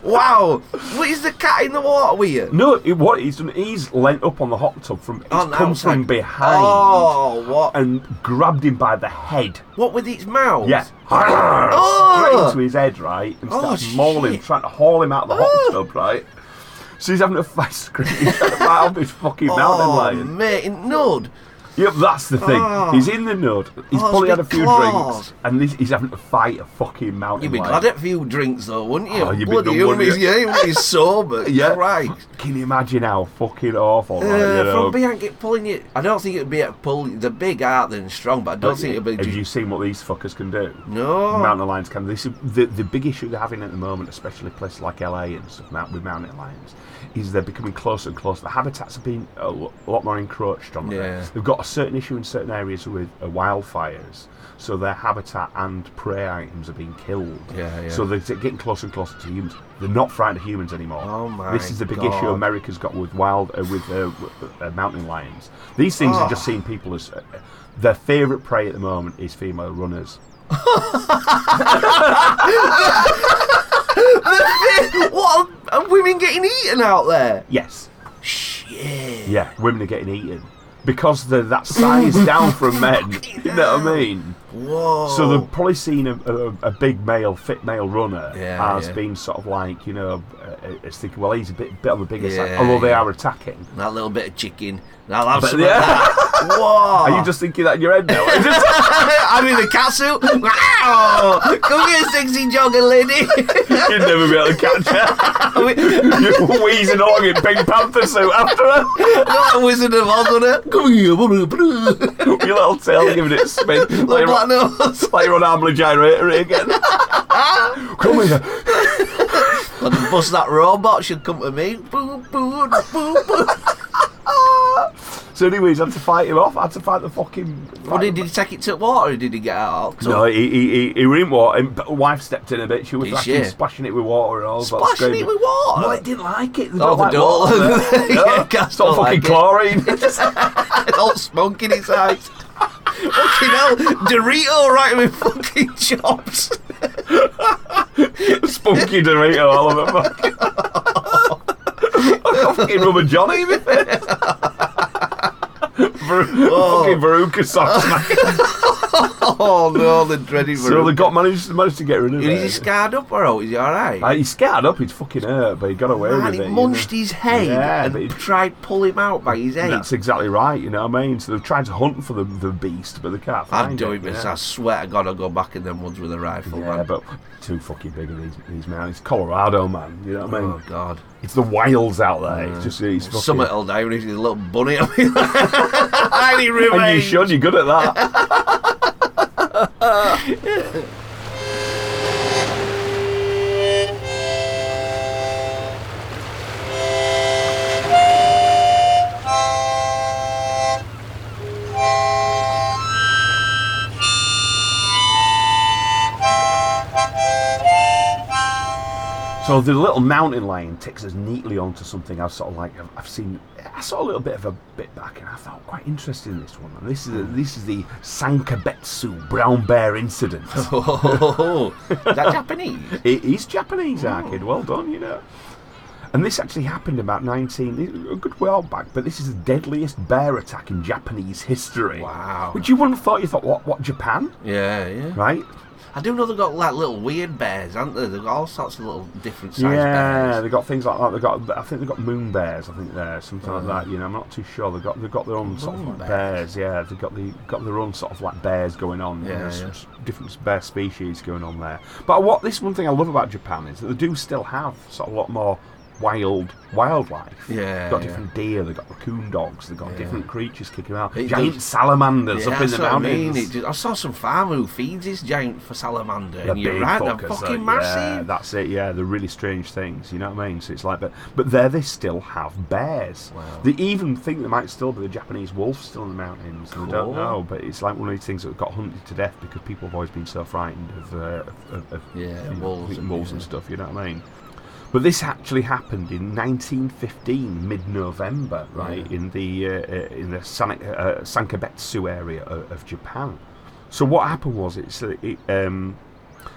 [SPEAKER 3] wow! What is the cat in the water with you?
[SPEAKER 2] No, it, what he's done, he's leant up on the hot tub from, Oh, it's
[SPEAKER 3] On
[SPEAKER 2] come
[SPEAKER 3] outside.
[SPEAKER 2] from behind
[SPEAKER 3] Oh, what?
[SPEAKER 2] and grabbed him by the head.
[SPEAKER 3] What with its mouth?
[SPEAKER 2] Yeah. Straight into his head, right? And
[SPEAKER 3] Oh,
[SPEAKER 2] starts mauling,
[SPEAKER 3] shit. Oh.
[SPEAKER 2] trying to haul him out of the hot tub, right? So he's having a fight scream out of his fucking mountain
[SPEAKER 3] Oh,
[SPEAKER 2] lion.
[SPEAKER 3] mate, in Nud.
[SPEAKER 2] Yep, that's the thing.
[SPEAKER 3] Oh.
[SPEAKER 2] He's in the nut. He's
[SPEAKER 3] Oh,
[SPEAKER 2] probably
[SPEAKER 3] it's
[SPEAKER 2] had a few
[SPEAKER 3] because-
[SPEAKER 2] drinks, and this, he's having to fight a fucking mountain
[SPEAKER 3] You'd be
[SPEAKER 2] lion.
[SPEAKER 3] glad at a few drinks though, wouldn't you?
[SPEAKER 2] Oh, you'd be
[SPEAKER 3] Bloody
[SPEAKER 2] done,
[SPEAKER 3] hell,
[SPEAKER 2] wouldn't
[SPEAKER 3] he's,
[SPEAKER 2] you?
[SPEAKER 3] yeah, when he's sober.
[SPEAKER 2] Yeah.
[SPEAKER 3] Right.
[SPEAKER 2] Can you imagine how fucking awful?
[SPEAKER 3] Uh,
[SPEAKER 2] like, you know?
[SPEAKER 3] From behind it pulling you, I don't think it'd be a pull. The big art and strong, but I don't think it'd be.
[SPEAKER 2] Have
[SPEAKER 3] ju-
[SPEAKER 2] you seen what these fuckers can do?
[SPEAKER 3] no.
[SPEAKER 2] Mountain lions can. This is the, the big issue they're having at the moment, especially places like LA and stuff mount- with mountain lions, is they're becoming closer and closer. The habitats are being a lo- a lot more encroached on. them.
[SPEAKER 3] Yeah.
[SPEAKER 2] They've got a certain issue in certain areas with uh, wildfires, so their habitat and prey items are being killed.
[SPEAKER 3] Yeah, yeah.
[SPEAKER 2] So they're t- getting closer and closer to humans. They're not frightened of humans anymore.
[SPEAKER 3] Oh my
[SPEAKER 2] This is the big issue
[SPEAKER 3] God.
[SPEAKER 2] America's got with wild uh, with uh, w- uh, mountain lions. These things are just
[SPEAKER 3] Oh.
[SPEAKER 2] seeing people as uh, their favourite prey at the moment is female runners.
[SPEAKER 3] what are, are women getting eaten out there?
[SPEAKER 2] Yes.
[SPEAKER 3] Shit.
[SPEAKER 2] Yeah, women are getting eaten because they're that size down from men. You know what I mean?
[SPEAKER 3] Whoa.
[SPEAKER 2] So they've probably seen a, a, a big male, fit male runner
[SPEAKER 3] Yeah,
[SPEAKER 2] as
[SPEAKER 3] yeah.
[SPEAKER 2] being sort of like you know, uh, as thinking, well, he's a bit, bit on the bigger side.
[SPEAKER 3] Yeah,
[SPEAKER 2] Although they
[SPEAKER 3] yeah.
[SPEAKER 2] are attacking.
[SPEAKER 3] that little bit of chicken. I'll have
[SPEAKER 2] But
[SPEAKER 3] some
[SPEAKER 2] yeah.
[SPEAKER 3] of that. Whoa.
[SPEAKER 2] Are you just thinking that in your head now? Is this-
[SPEAKER 3] I'm in the catsuit. Wow. Come here, sexy jogger lady.
[SPEAKER 2] You'd never be able to catch her. You're wheezing along in Pink Panther suit after her.
[SPEAKER 3] Not a Wizard of Oz on it. Come here, blue, blue.
[SPEAKER 2] Your little tail giving it a spin.
[SPEAKER 3] Look,
[SPEAKER 2] Like you're
[SPEAKER 3] black
[SPEAKER 2] on-
[SPEAKER 3] nose.
[SPEAKER 2] like you're on Armley Gyrator again. Come here.
[SPEAKER 3] I can bust that robot. She'll come to me. Boo, boo, boo, boo.
[SPEAKER 2] So, anyways, I had to fight him off. I had to fight the fucking.
[SPEAKER 3] Well, did he take it to water or did he get out?
[SPEAKER 2] No, he, he, he, he were in water. And but wife stepped in a bit. She was
[SPEAKER 3] Did
[SPEAKER 2] like
[SPEAKER 3] she?
[SPEAKER 2] splashing it with water and all. sorts of
[SPEAKER 3] Splashing it
[SPEAKER 2] screaming.
[SPEAKER 3] with water?
[SPEAKER 2] No, it didn't like it. They
[SPEAKER 3] Oh,
[SPEAKER 2] don't like
[SPEAKER 3] they don't.
[SPEAKER 2] water.
[SPEAKER 3] Yeah,
[SPEAKER 2] No,
[SPEAKER 3] cats
[SPEAKER 2] it's not
[SPEAKER 3] don't
[SPEAKER 2] fucking
[SPEAKER 3] like it.
[SPEAKER 2] chlorine.
[SPEAKER 3] all smoke in his eyes. fucking hell. Dorito right with fucking chops.
[SPEAKER 2] Spunky Dorito all over my. I've got fucking rubber Johnny in my face. Ver- Fucking Veruca socks.
[SPEAKER 3] oh no, the dreaded.
[SPEAKER 2] So they got managed managed to get rid of
[SPEAKER 3] Is he
[SPEAKER 2] it.
[SPEAKER 3] scarred up or out? Is he all right?
[SPEAKER 2] Uh, he's scarred up. He's fucking hurt, but he got away
[SPEAKER 3] Man,
[SPEAKER 2] with it.
[SPEAKER 3] it
[SPEAKER 2] you
[SPEAKER 3] munched
[SPEAKER 2] know.
[SPEAKER 3] his head
[SPEAKER 2] Yeah,
[SPEAKER 3] and
[SPEAKER 2] but it-
[SPEAKER 3] tried pull him out by his head.
[SPEAKER 2] That's exactly right. You know what I mean? So they've tried to hunt for the the beast, but they can't find
[SPEAKER 3] I'd do it,
[SPEAKER 2] it.
[SPEAKER 3] miss.
[SPEAKER 2] yeah.
[SPEAKER 3] I swear to God, I'll go back in them woods with a rifle,
[SPEAKER 2] Yeah,
[SPEAKER 3] man.
[SPEAKER 2] but too fucking big are these, these men. It's Colorado, man. You know what I mean?
[SPEAKER 3] Oh God!
[SPEAKER 2] It's the wilds out there.
[SPEAKER 3] Mm.
[SPEAKER 2] It's just it's fucking.
[SPEAKER 3] Summit will die when he's a little bunny. I mean, I need revenge.
[SPEAKER 2] and you should. You're good at that. So the little mountain lion takes us neatly onto something I've sort of like I've, I've seen. I saw a little bit of a bit back, and I felt quite interested in this one. And this is this is the Sankabetsu brown bear incident.
[SPEAKER 3] Oh, Is that Japanese?
[SPEAKER 2] it is Japanese arcade. Well done, you know. And this actually happened about 19 a good while back, but this is the deadliest bear attack in Japanese history.
[SPEAKER 3] Wow.
[SPEAKER 2] Which you wouldn't have thought. You thought, what? What Japan?
[SPEAKER 3] Yeah, yeah.
[SPEAKER 2] Right?
[SPEAKER 3] I do know they've got like little weird bears, aren't they? They've got all sorts of little different sized
[SPEAKER 2] yeah,
[SPEAKER 3] bears.
[SPEAKER 2] they got things like that. They got, I think they got moon bears. I think there something like that. You know, I'm not too sure. They got they got their own sort of
[SPEAKER 3] Mm. Moon
[SPEAKER 2] like
[SPEAKER 3] bears.
[SPEAKER 2] bears. Yeah, they got the got their own sort of like bears going on. you
[SPEAKER 3] Yeah,
[SPEAKER 2] know, s-
[SPEAKER 3] yeah.
[SPEAKER 2] s- different bear species going on there. But what this one thing I love about Japan is that they do still have sort of a lot more wild wildlife.
[SPEAKER 3] Yeah,
[SPEAKER 2] they've got
[SPEAKER 3] yeah.
[SPEAKER 2] different deer. They have got raccoon dogs. They have got different creatures kicking out.
[SPEAKER 3] It
[SPEAKER 2] Giant
[SPEAKER 3] does-
[SPEAKER 2] salamanders
[SPEAKER 3] Yeah,
[SPEAKER 2] up in
[SPEAKER 3] that's
[SPEAKER 2] the
[SPEAKER 3] what I
[SPEAKER 2] mountains.
[SPEAKER 3] mean. It just- I saw some farmer who feeds his giant for salamander,
[SPEAKER 2] They're
[SPEAKER 3] and you're
[SPEAKER 2] big
[SPEAKER 3] right, they're
[SPEAKER 2] fuckers,
[SPEAKER 3] fucking
[SPEAKER 2] yeah,
[SPEAKER 3] massive.
[SPEAKER 2] that's it. Yeah, they're really strange things. You know what I mean? So it's like, but but there they still have bears.
[SPEAKER 3] Wow.
[SPEAKER 2] They even think there might still be the Japanese wolf still in the mountains. and They
[SPEAKER 3] Cool.
[SPEAKER 2] don't know, but it's like one of these things that got hunted to death because people have always been so frightened of, uh, of, of, of
[SPEAKER 3] Yeah,
[SPEAKER 2] you know,
[SPEAKER 3] wolves and-
[SPEAKER 2] wolves and
[SPEAKER 3] yeah.
[SPEAKER 2] stuff. You know what I mean? But this actually happened in 1915, mid-November, right in the uh, uh, in the San- uh, Sankabetsu area of, of Japan. So what happened was it's uh, it, um,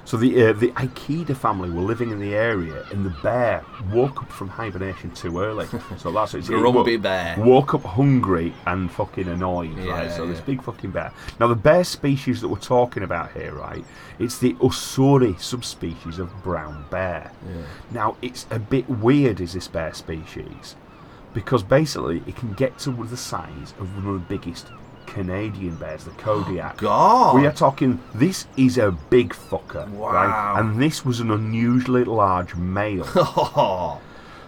[SPEAKER 2] so the uh, the Aikida family were living in the area, and the bear woke up from hibernation too early. So that's it. It
[SPEAKER 3] Grumpy
[SPEAKER 2] wo-
[SPEAKER 3] bear.
[SPEAKER 2] Woke up hungry and fucking annoyed.
[SPEAKER 3] Yeah,
[SPEAKER 2] right? So this
[SPEAKER 3] yeah.
[SPEAKER 2] big fucking bear. Now the bear species that we're talking about here, right? It's the Usuri subspecies of brown bear. Now it's a bit weird, is this bear species? Because basically it can get to the size of one of the biggest Canadian bears, the
[SPEAKER 3] Oh,
[SPEAKER 2] Kodiak.
[SPEAKER 3] God,
[SPEAKER 2] We are talking. This is a big fucker,
[SPEAKER 3] Wow.
[SPEAKER 2] right? And this was an unusually large male.
[SPEAKER 3] Oh.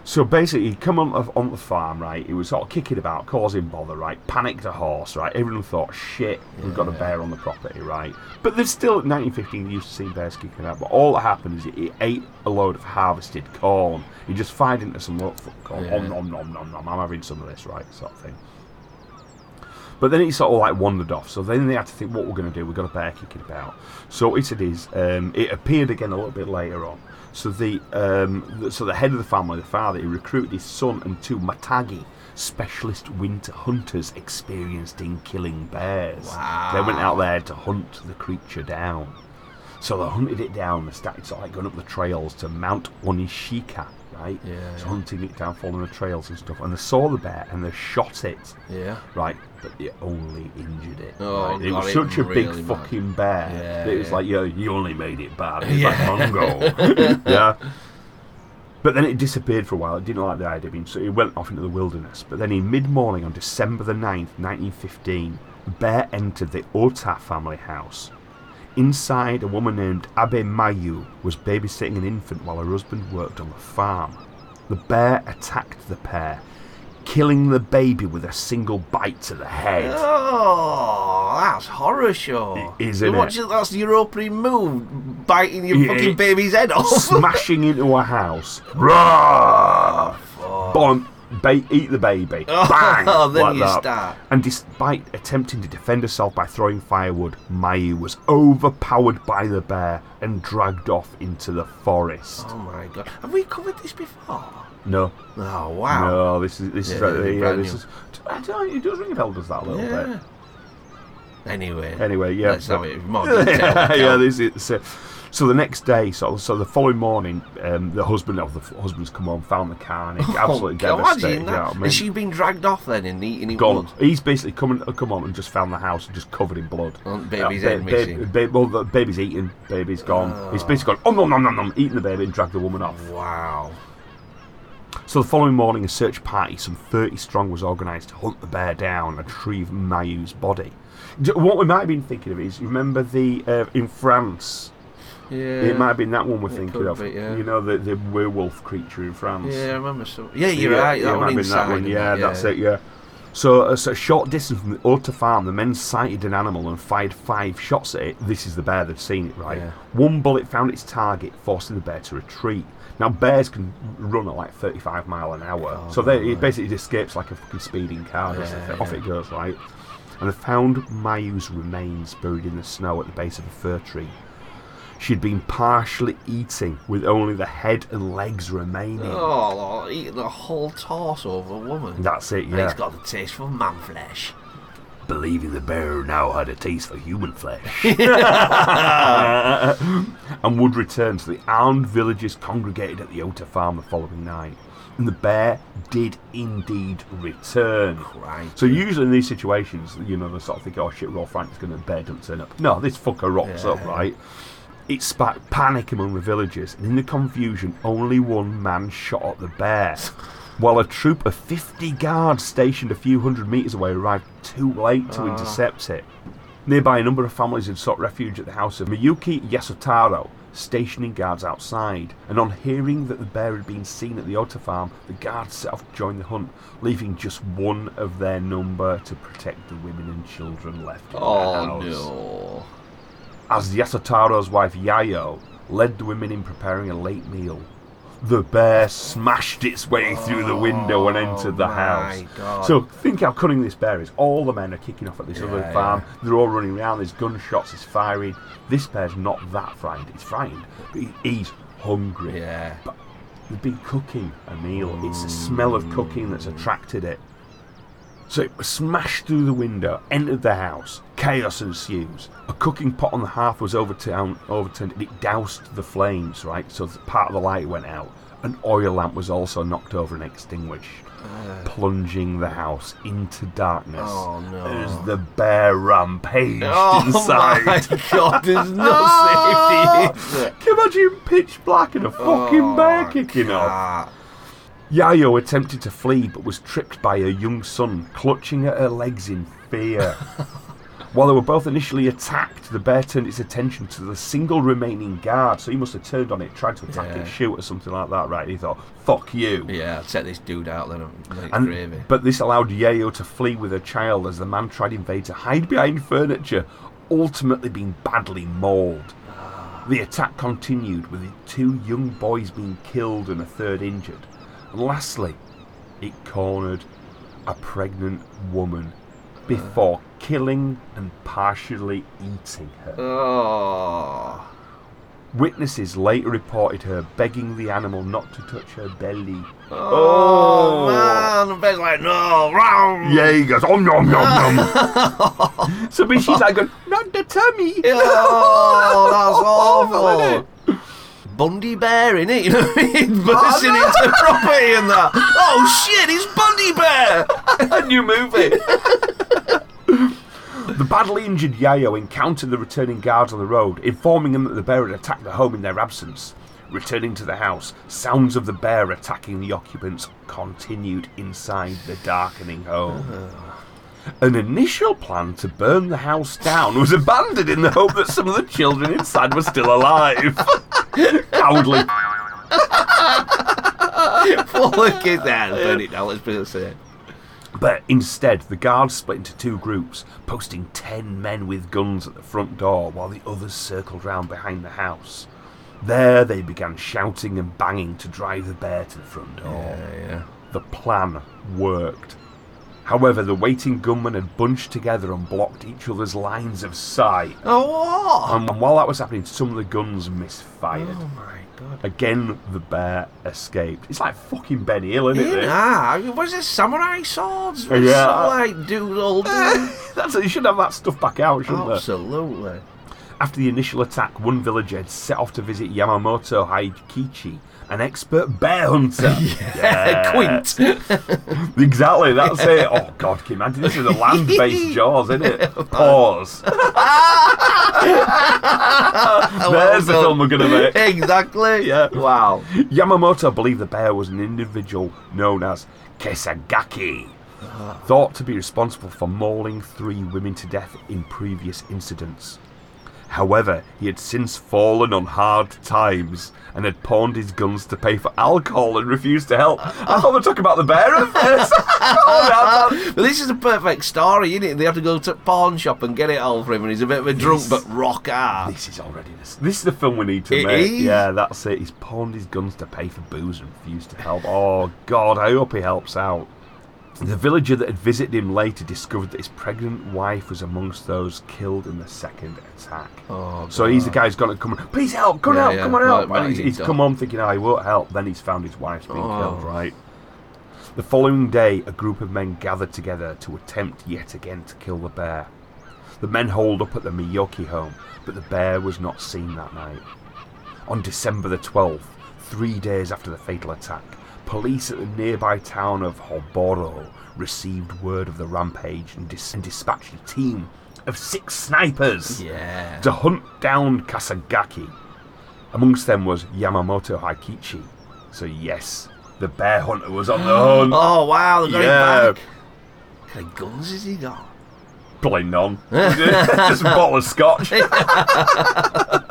[SPEAKER 2] so basically, he'd come on, on the farm, right? He was sort of kicking about, causing bother, right? Panicked a horse, right? Everyone thought, shit, we've got a bear on the property, right? But there's still 1915. They used to see bears kicking about, but all that happened is he ate a load of harvested corn. He just fired into some look corn.
[SPEAKER 3] Yeah.
[SPEAKER 2] Om nom nom nom nom. I'm having some of this, right? Sort of thing. But then it sort of like wandered off. So then they had to think, what we're going to do? We've got a bear kicking about. So what it is, um, it appeared again a little bit later on. So the um, th- so the head of the family, the father, he recruited his son and two Matagi specialist winter hunters experienced in killing bears.
[SPEAKER 3] Wow.
[SPEAKER 2] They went out there to hunt the creature down. So they hunted it down and started sort of like going up the trails to Mount Onishika, right?
[SPEAKER 3] Yeah,
[SPEAKER 2] So
[SPEAKER 3] yeah.
[SPEAKER 2] hunting it down, following the trails and stuff. And they saw the bear and they shot it
[SPEAKER 3] yeah.
[SPEAKER 2] right? But it only injured it.
[SPEAKER 3] Oh,
[SPEAKER 2] right? It
[SPEAKER 3] God,
[SPEAKER 2] was
[SPEAKER 3] it
[SPEAKER 2] such a
[SPEAKER 3] really
[SPEAKER 2] big
[SPEAKER 3] mad.
[SPEAKER 2] fucking bear.
[SPEAKER 3] Yeah,
[SPEAKER 2] that it was
[SPEAKER 3] yeah.
[SPEAKER 2] like, yeah, you only made it bad. It's
[SPEAKER 3] Yeah.
[SPEAKER 2] like Mongo. yeah. But then it disappeared for a while. It didn't like the idea of him, so it went off into the wilderness. But then in mid morning on December the 9th, 1915, the bear entered the Ota family house. Inside, a woman named Abe Mayu was babysitting an infant while her husband worked on the farm. The bear attacked the pair, killing the baby with a single bite to the head.
[SPEAKER 3] Oh, that's horror show.
[SPEAKER 2] It is,
[SPEAKER 3] you
[SPEAKER 2] innit?
[SPEAKER 3] watch it. That's your opening move, biting your
[SPEAKER 2] Yeah,
[SPEAKER 3] fucking
[SPEAKER 2] it-
[SPEAKER 3] baby's head off.
[SPEAKER 2] smashing into a house. Roar! Bonk. Ba- eat the baby.
[SPEAKER 3] Oh,
[SPEAKER 2] Bang!
[SPEAKER 3] then
[SPEAKER 2] like
[SPEAKER 3] you
[SPEAKER 2] that.
[SPEAKER 3] start.
[SPEAKER 2] And despite attempting to defend herself by throwing firewood, Mayu was overpowered by the bear and dragged off into the forest.
[SPEAKER 3] Oh my god, have we covered this before?
[SPEAKER 2] No,
[SPEAKER 3] Oh wow.
[SPEAKER 2] no, this is this is
[SPEAKER 3] Yeah,
[SPEAKER 2] uh, yeah,
[SPEAKER 3] brand
[SPEAKER 2] this
[SPEAKER 3] new.
[SPEAKER 2] is. I don't know, it does ring a bell, does that a little
[SPEAKER 3] yeah.
[SPEAKER 2] bit?
[SPEAKER 3] Anyway.
[SPEAKER 2] Anyway, yeah.
[SPEAKER 3] Let's have
[SPEAKER 2] but-
[SPEAKER 3] it in more detail.
[SPEAKER 2] yeah, this is. So, So the next day, so so the following morning, um, the husband of the f- husband's come home, found the carnage, absolutely
[SPEAKER 3] Oh, God,
[SPEAKER 2] devastated.
[SPEAKER 3] imagine
[SPEAKER 2] you know
[SPEAKER 3] that.
[SPEAKER 2] what I mean?
[SPEAKER 3] Has she been dragged off then and eating in
[SPEAKER 2] gone.
[SPEAKER 3] blood?
[SPEAKER 2] He's basically come uh, come on and just found the house and just covered in blood. Uh,
[SPEAKER 3] And Oh, baby's head missing.
[SPEAKER 2] ba- well, the baby's eaten. Baby's gone. He's basically gone. Oh no no no no! Eating the baby and dragged the woman off.
[SPEAKER 3] Wow.
[SPEAKER 2] So the following morning, a search party, some 30 strong, was organised to hunt the bear down and retrieve Mayu's body. D- What we might have been thinking of is, you remember the uh, in France?
[SPEAKER 3] Yeah.
[SPEAKER 2] It might have been that one we're thinking
[SPEAKER 3] could
[SPEAKER 2] of.
[SPEAKER 3] be, yeah.
[SPEAKER 2] You know, the, the werewolf creature in France.
[SPEAKER 3] Yeah, I remember so. Yeah, you're
[SPEAKER 2] Yeah,
[SPEAKER 3] right.
[SPEAKER 2] yeah,
[SPEAKER 3] That
[SPEAKER 2] it might
[SPEAKER 3] one
[SPEAKER 2] have been
[SPEAKER 3] inside.
[SPEAKER 2] that one.
[SPEAKER 3] isn't
[SPEAKER 2] Yeah, that's it. Yeah. So, uh, so a short distance from the Ota farm, the men sighted an animal and fired five shots at it. This is the bear they've seen it, right?
[SPEAKER 3] Yeah.
[SPEAKER 2] One bullet found its target, forcing the bear to retreat. Now bears can run at like 35 mile an hour, so they, it basically escapes like a fucking speeding car. doesn't it?
[SPEAKER 3] Oh, Yeah,
[SPEAKER 2] Off it goes, right? And they found Mayu's remains buried in the snow at the base of a fir tree. She'd been partially eating, with only the head and legs remaining.
[SPEAKER 3] Oh, Lord, eating the whole torso of a woman.
[SPEAKER 2] That's it,
[SPEAKER 3] And
[SPEAKER 2] yeah.
[SPEAKER 3] he's got the taste for man flesh.
[SPEAKER 2] believing the bear now had a taste for human flesh. and would return to the armed villagers congregated at the Ota farm the following night. And the bear did indeed return.
[SPEAKER 3] Right.
[SPEAKER 2] So usually in these situations, you know, they sort of think, oh shit, Rolf Frank's going to bear don't turn up. No, this fucker rocks up,
[SPEAKER 3] Yeah.
[SPEAKER 2] right? It sparked panic among the villagers, and in the confusion, only one man shot at the bear. While a troop of 50 guards stationed a few hundred metres away arrived too late to intercept it. Nearby, a number of families had sought refuge at the house of Miyuki Yasutaro, stationing guards outside. And on hearing that the bear had been seen at the otter farm, the guards set off to join the hunt, leaving just one of their number to protect the women and children left in the
[SPEAKER 3] Oh
[SPEAKER 2] house.
[SPEAKER 3] no.
[SPEAKER 2] As Yasutaro's wife Yayo led the women in preparing a late meal, the bear smashed its way through the window and entered the
[SPEAKER 3] Oh my
[SPEAKER 2] house.
[SPEAKER 3] God.
[SPEAKER 2] So think how cunning this bear is. All the men are kicking off at this other
[SPEAKER 3] Yeah,
[SPEAKER 2] farm. They're all running around. There's gunshots. It's firing. This bear's not that frightened. It's frightened. but he- He's hungry.
[SPEAKER 3] Yeah.
[SPEAKER 2] They've been cooking a meal. It's the smell of cooking that's attracted it. So it smashed through the window, entered the house. Chaos ensues. A cooking pot on the hearth was overturned, overturned and it doused the flames, right? So th- part of the light went out. An oil lamp was also knocked over and extinguished, plunging the house into darkness
[SPEAKER 3] Oh, no.
[SPEAKER 2] as the bear rampaged
[SPEAKER 3] Oh
[SPEAKER 2] inside.
[SPEAKER 3] my god, there's no safety. Oh, in it.
[SPEAKER 2] Can you imagine pitch black and a fucking bear kicking off?
[SPEAKER 3] Ah,
[SPEAKER 2] Yayo attempted to flee but was tripped by her young son, clutching at her legs in fear. While they were both initially attacked, the bear turned its attention to the single remaining guard, so he must have turned on it, tried to attack
[SPEAKER 3] Yeah.
[SPEAKER 2] it, shoot, or something like that, right? And he thought, fuck you.
[SPEAKER 3] yeah, I'll take this dude out then. I'm like
[SPEAKER 2] And-
[SPEAKER 3] gravy.
[SPEAKER 2] but this allowed Yayo to flee with her child as the man tried to invade to hide behind furniture, ultimately being badly mauled. The attack continued, with the two young boys being killed and a third injured. And lastly, it cornered a pregnant woman before killing and partially eating her.
[SPEAKER 3] Oh.
[SPEAKER 2] Witnesses later reported her begging the animal not to touch her belly. Oh.
[SPEAKER 3] Oh, man, the bear's like, no, round.
[SPEAKER 2] Yeah, he goes, om nom nom nom. so but she's like, going, not the tummy.
[SPEAKER 3] Oh, that's
[SPEAKER 2] Awful,
[SPEAKER 3] awful. Bundy Bear, innit? You know what I
[SPEAKER 2] Oh,
[SPEAKER 3] mean? Bursting into property and that. Oh shit, it's Bundy Bear!
[SPEAKER 2] A new movie. the badly injured Yayo encountered the returning guards on the road, informing them that the bear had attacked the home in their absence. Returning to the house, sounds of the bear attacking the occupants continued inside the darkening home. An initial plan to burn the house down was abandoned in the hope that some of the children inside were still alive. Cowardly
[SPEAKER 3] Full of kids there. Burn it down, let's put it say.
[SPEAKER 2] But instead, the guards split into two groups, posting ten men with guns at the front door while the others circled round behind the house. There they began shouting and banging to drive the bear to the front door.
[SPEAKER 3] yeah.
[SPEAKER 2] The plan worked. However, the waiting gunmen had bunched together and blocked each other's lines of sight.
[SPEAKER 3] Oh,
[SPEAKER 2] And while that was happening, some of the guns misfired.
[SPEAKER 3] what? Oh my god.
[SPEAKER 2] Again, the bear escaped. It's like fucking Ben Hill, isn't it? this?
[SPEAKER 3] Yeah, was it samurai swords? It's
[SPEAKER 2] Yeah.
[SPEAKER 3] Like, dude, old dude. Oh,
[SPEAKER 2] That's, you should have that stuff back out, shouldn't they?
[SPEAKER 3] Absolutely.
[SPEAKER 2] After the initial attack, one villager had set off to visit Yamamoto Haikichi, an expert bear hunter. Uh,
[SPEAKER 3] Yeah, Quint.
[SPEAKER 2] Exactly, that's it. Oh God, can you imagine? This is a land-based Jaws, isn't it? Pause. There's the film we're gonna make.
[SPEAKER 3] exactly.
[SPEAKER 2] Yeah.
[SPEAKER 3] Wow.
[SPEAKER 2] Yamamoto believed the bear was an individual known as Kesagaki, thought to be responsible for mauling three women to death in previous incidents. However, he had since fallen on hard times and had pawned his guns to pay for alcohol and refused to help. I thought we were talking about the bear at first. Oh, no, no.
[SPEAKER 3] But this is a perfect story, isn't it? They have to go to a pawn shop and get it all for him, and he's a bit of a drunk, but rock hard.
[SPEAKER 2] This is already this. This is the film we need to
[SPEAKER 3] Ah. It
[SPEAKER 2] make.
[SPEAKER 3] is?
[SPEAKER 2] Yeah, that's it. He's pawned his guns to pay for booze and refused to help. Oh God, I hope he helps out. The villager that had visited him later discovered that his pregnant wife was amongst those killed in the second attack.
[SPEAKER 3] Oh,
[SPEAKER 2] so he's the guy who's gone to come. Please help! Come
[SPEAKER 3] Yeah,
[SPEAKER 2] help!
[SPEAKER 3] yeah.
[SPEAKER 2] Come on
[SPEAKER 3] Right,
[SPEAKER 2] help!
[SPEAKER 3] right,
[SPEAKER 2] and he's,
[SPEAKER 3] he
[SPEAKER 2] he's
[SPEAKER 3] don't.
[SPEAKER 2] come home thinking, "Oh, "I won't help." Then he's found his wife's been
[SPEAKER 3] Oh.
[SPEAKER 2] killed. Right. The following day, a group of men gathered together to attempt yet again to kill the bear. The men holed up at the Miyoki home, but the bear was not seen that night. On December the 12th, three days after the fatal attack, police at the nearby town of Hoboro received word of the rampage and, dis- and dispatched a team of six snipers
[SPEAKER 3] Yeah.
[SPEAKER 2] to hunt down Kasagaki. Amongst them was Yamamoto Haikichi. So, yes, the bear hunter was on the hunt.
[SPEAKER 3] Oh wow, they got
[SPEAKER 2] Yeah.
[SPEAKER 3] him back. What kind of guns has he got?
[SPEAKER 2] Probably none. Just a bottle of scotch.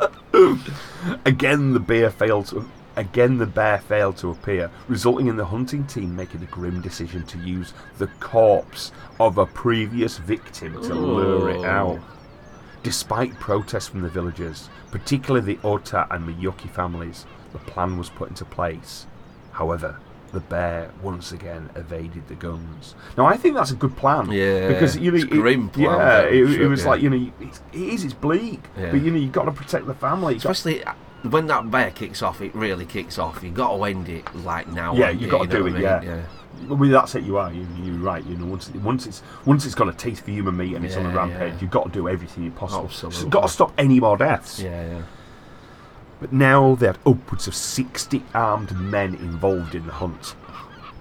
[SPEAKER 2] again, the bear failed to. Again, the bear failed to appear, resulting in the hunting team making the grim decision to use the corpse of a previous victim to lure it
[SPEAKER 3] Ooh.
[SPEAKER 2] out. Despite protests from the villagers, particularly the Ota and Miyoki families, the plan was put into place. However, the bear once again evaded the guns. Now, I think that's a good plan.
[SPEAKER 3] Yeah,
[SPEAKER 2] because you know,
[SPEAKER 3] it's a grim plan,
[SPEAKER 2] yeah,
[SPEAKER 3] that
[SPEAKER 2] it,
[SPEAKER 3] shit,
[SPEAKER 2] it was
[SPEAKER 3] yeah.
[SPEAKER 2] like you know, it's, it is. It's bleak,
[SPEAKER 3] Yeah.
[SPEAKER 2] but you know, you got to protect the family. You got-
[SPEAKER 3] Especially uh, when that bear kicks off, it really kicks off. You got to end it like now.
[SPEAKER 2] yeah,
[SPEAKER 3] end
[SPEAKER 2] you
[SPEAKER 3] it,
[SPEAKER 2] got to
[SPEAKER 3] know
[SPEAKER 2] do
[SPEAKER 3] what
[SPEAKER 2] it.
[SPEAKER 3] I mean?
[SPEAKER 2] yeah. I mean, that's it. You are. You, you're right. You know, once it, once it's once it's got a taste for human meat and it's on a
[SPEAKER 3] Yeah,
[SPEAKER 2] rampage,
[SPEAKER 3] yeah.
[SPEAKER 2] you've got to do everything you possible.
[SPEAKER 3] Absolutely.
[SPEAKER 2] got to stop any more deaths.
[SPEAKER 3] yeah, yeah.
[SPEAKER 2] But now they had upwards of 60 armed men involved in the hunt.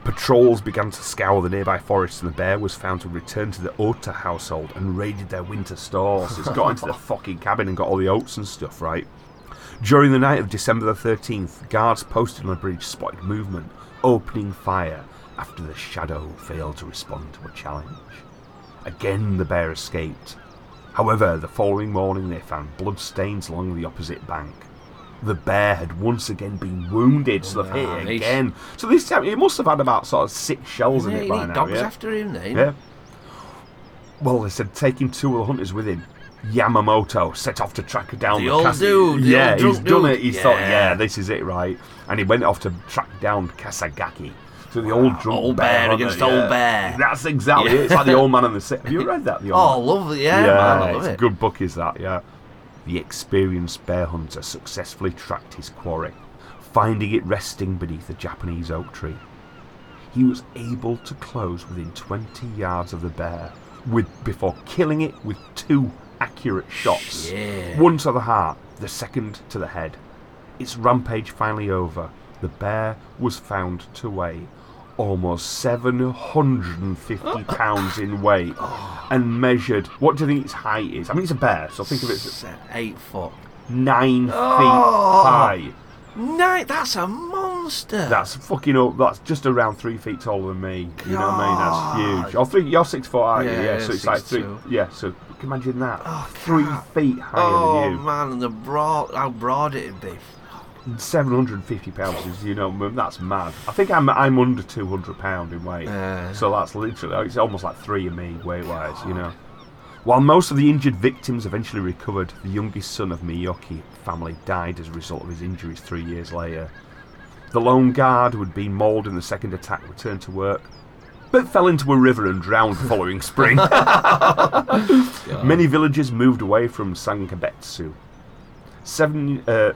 [SPEAKER 2] Patrols began to scour the nearby forests, and the bear was found to return to the Ota household and raided their winter stores. It's got into the fucking cabin and got all the oats and stuff, right? During the night of December the 13th, guards posted on a bridge spotted movement, opening fire after the shadow failed to respond to a challenge. Again, the bear escaped. However, the following morning they found bloodstains along the opposite bank. The bear had once again been wounded, so they've hit it
[SPEAKER 3] Nice.
[SPEAKER 2] again. So this time it must have had about sort of six shells in
[SPEAKER 3] yeah
[SPEAKER 2] it
[SPEAKER 3] you
[SPEAKER 2] by
[SPEAKER 3] need
[SPEAKER 2] now.
[SPEAKER 3] dogs
[SPEAKER 2] yeah?
[SPEAKER 3] after him, then.
[SPEAKER 2] Yeah. Well, they said taking two of the hunters with him. Yamamoto set off to track down
[SPEAKER 3] The
[SPEAKER 2] the,
[SPEAKER 3] old
[SPEAKER 2] Kas-
[SPEAKER 3] dude, the
[SPEAKER 2] yeah,
[SPEAKER 3] old
[SPEAKER 2] he's
[SPEAKER 3] drunk
[SPEAKER 2] done
[SPEAKER 3] dude.
[SPEAKER 2] it. He thought,
[SPEAKER 3] Yeah.
[SPEAKER 2] yeah, this is it, right? And he went off to track down Kasagaki. So the old drunk
[SPEAKER 3] old bear
[SPEAKER 2] hunter,
[SPEAKER 3] against old bear.
[SPEAKER 2] That's exactly it. It's like the old man and the sea. Have you read that? The old
[SPEAKER 3] Oh, lovely. Yeah, man, I love
[SPEAKER 2] it's a
[SPEAKER 3] it.
[SPEAKER 2] good book, is that? Yeah. The experienced bear hunter successfully tracked his quarry, finding it resting beneath a Japanese oak tree. He was able to close within 20 yards of the bear with before killing it with two accurate shots.
[SPEAKER 3] Shit.
[SPEAKER 2] One to the heart, the second to the head. Its rampage finally over, the bear was found to weigh almost 750 pounds in weight and measured. What do you think its height is? I mean, it's a bear, so think of it as
[SPEAKER 3] Se- Eight foot.
[SPEAKER 2] nine feet
[SPEAKER 3] Oh.
[SPEAKER 2] high.
[SPEAKER 3] No, that's a monster.
[SPEAKER 2] That's fucking up. That's just around three feet taller than me. You know what I mean? That's
[SPEAKER 3] God.
[SPEAKER 2] huge. Oh, three, you're six foot, aren't
[SPEAKER 3] Yeah,
[SPEAKER 2] you? Yeah,
[SPEAKER 3] yeah,
[SPEAKER 2] so it's like
[SPEAKER 3] six
[SPEAKER 2] three.
[SPEAKER 3] two.
[SPEAKER 2] Yeah, so can you imagine that.
[SPEAKER 3] Oh,
[SPEAKER 2] three
[SPEAKER 3] God.
[SPEAKER 2] feet higher
[SPEAKER 3] Oh
[SPEAKER 2] than you.
[SPEAKER 3] man, and the broad, how broad it'd be.
[SPEAKER 2] 750 pounds is, you know, mm, that's mad. I think I'm I'm under 200 pound in weight.
[SPEAKER 3] Yeah.
[SPEAKER 2] So that's literally, it's almost like three of me weight wise, you know. While most of the injured victims eventually recovered, the youngest son of Miyoki family died as a result of his injuries three years later. The lone guard who had been mauled in the second attack returned to work, but fell into a river and drowned the following spring. Many villagers moved away from Sankabetsu. Seven, uh,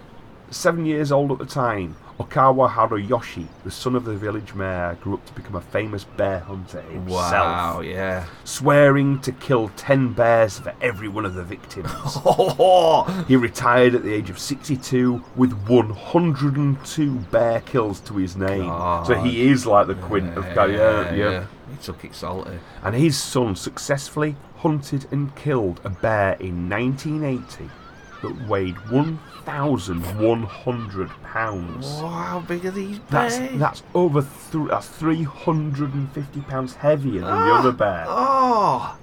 [SPEAKER 2] seven years old at the time, Okawa Haruyoshi, the son of the village mayor, grew up to become a famous bear hunter himself,
[SPEAKER 3] Wow, yeah.
[SPEAKER 2] swearing to kill 10 bears for every one of the victims.
[SPEAKER 3] Oh,
[SPEAKER 2] he retired at the age of 62 with 102 bear kills to his name. So he is like the Quint of
[SPEAKER 3] Yeah,
[SPEAKER 2] Coyote. yeah.
[SPEAKER 3] He took it salty.
[SPEAKER 2] And his son successfully hunted and killed a bear in 1980 that weighed 1,100 pounds.
[SPEAKER 3] Wow, Oh, how big are these
[SPEAKER 2] That's
[SPEAKER 3] bears?
[SPEAKER 2] that's over th- that's 350 pounds heavier than the other bear.
[SPEAKER 3] Oh,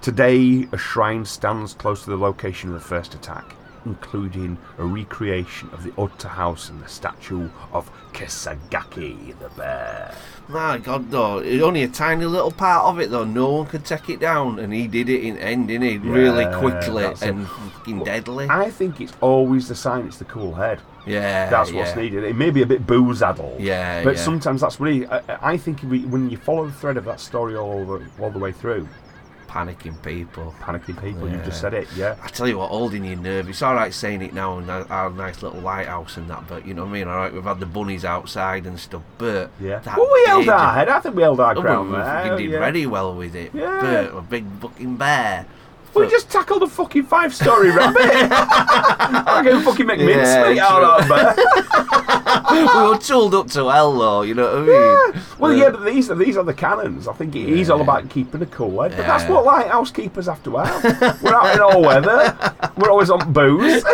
[SPEAKER 2] Today, a shrine stands close to the location of the first attack, including a recreation of the Otta House and the statue of Kesagaki the bear.
[SPEAKER 3] my God, though. It- Only a tiny little part of it, though. No one could take it down. And he did it in end, didn't he? really
[SPEAKER 2] Yeah,
[SPEAKER 3] quickly
[SPEAKER 2] that's it.
[SPEAKER 3] and fucking deadly.
[SPEAKER 2] I think it's always the sign it's the cool head.
[SPEAKER 3] yeah.
[SPEAKER 2] That's what's
[SPEAKER 3] yeah.
[SPEAKER 2] needed. It may be a bit booze addled.
[SPEAKER 3] Yeah,
[SPEAKER 2] But
[SPEAKER 3] yeah.
[SPEAKER 2] sometimes that's really. I, I think we- when you follow the thread of that story all the, all the way through,
[SPEAKER 3] Panicking people.
[SPEAKER 2] panicking people, you've just
[SPEAKER 3] Yeah.
[SPEAKER 2] said it, yeah.
[SPEAKER 3] I tell you what, holding your nerve. It's all right saying it now and our- our nice little lighthouse and that, but you know what I mean. All right, we've had the bunnies outside and stuff, but
[SPEAKER 2] Yeah.
[SPEAKER 3] that
[SPEAKER 2] Well, we held
[SPEAKER 3] big-
[SPEAKER 2] our head. I think we held our
[SPEAKER 3] Oh,
[SPEAKER 2] ground
[SPEAKER 3] we
[SPEAKER 2] there.
[SPEAKER 3] fucking did
[SPEAKER 2] yeah.
[SPEAKER 3] very well with it.
[SPEAKER 2] Yeah.
[SPEAKER 3] But a big fucking bear.
[SPEAKER 2] We
[SPEAKER 3] But-
[SPEAKER 2] just tackled a fucking five story rabbit. I can fucking make mincemeat
[SPEAKER 3] Yeah,
[SPEAKER 2] out of that.
[SPEAKER 3] we were tooled up to hell, though. You know what I mean?
[SPEAKER 2] Well, yeah, but these are these are the cannons. I think it is all about keeping a cool head. But that's
[SPEAKER 3] Yeah.
[SPEAKER 2] what lighthouse keepers have to have. We're out in all weather. We're always on booze.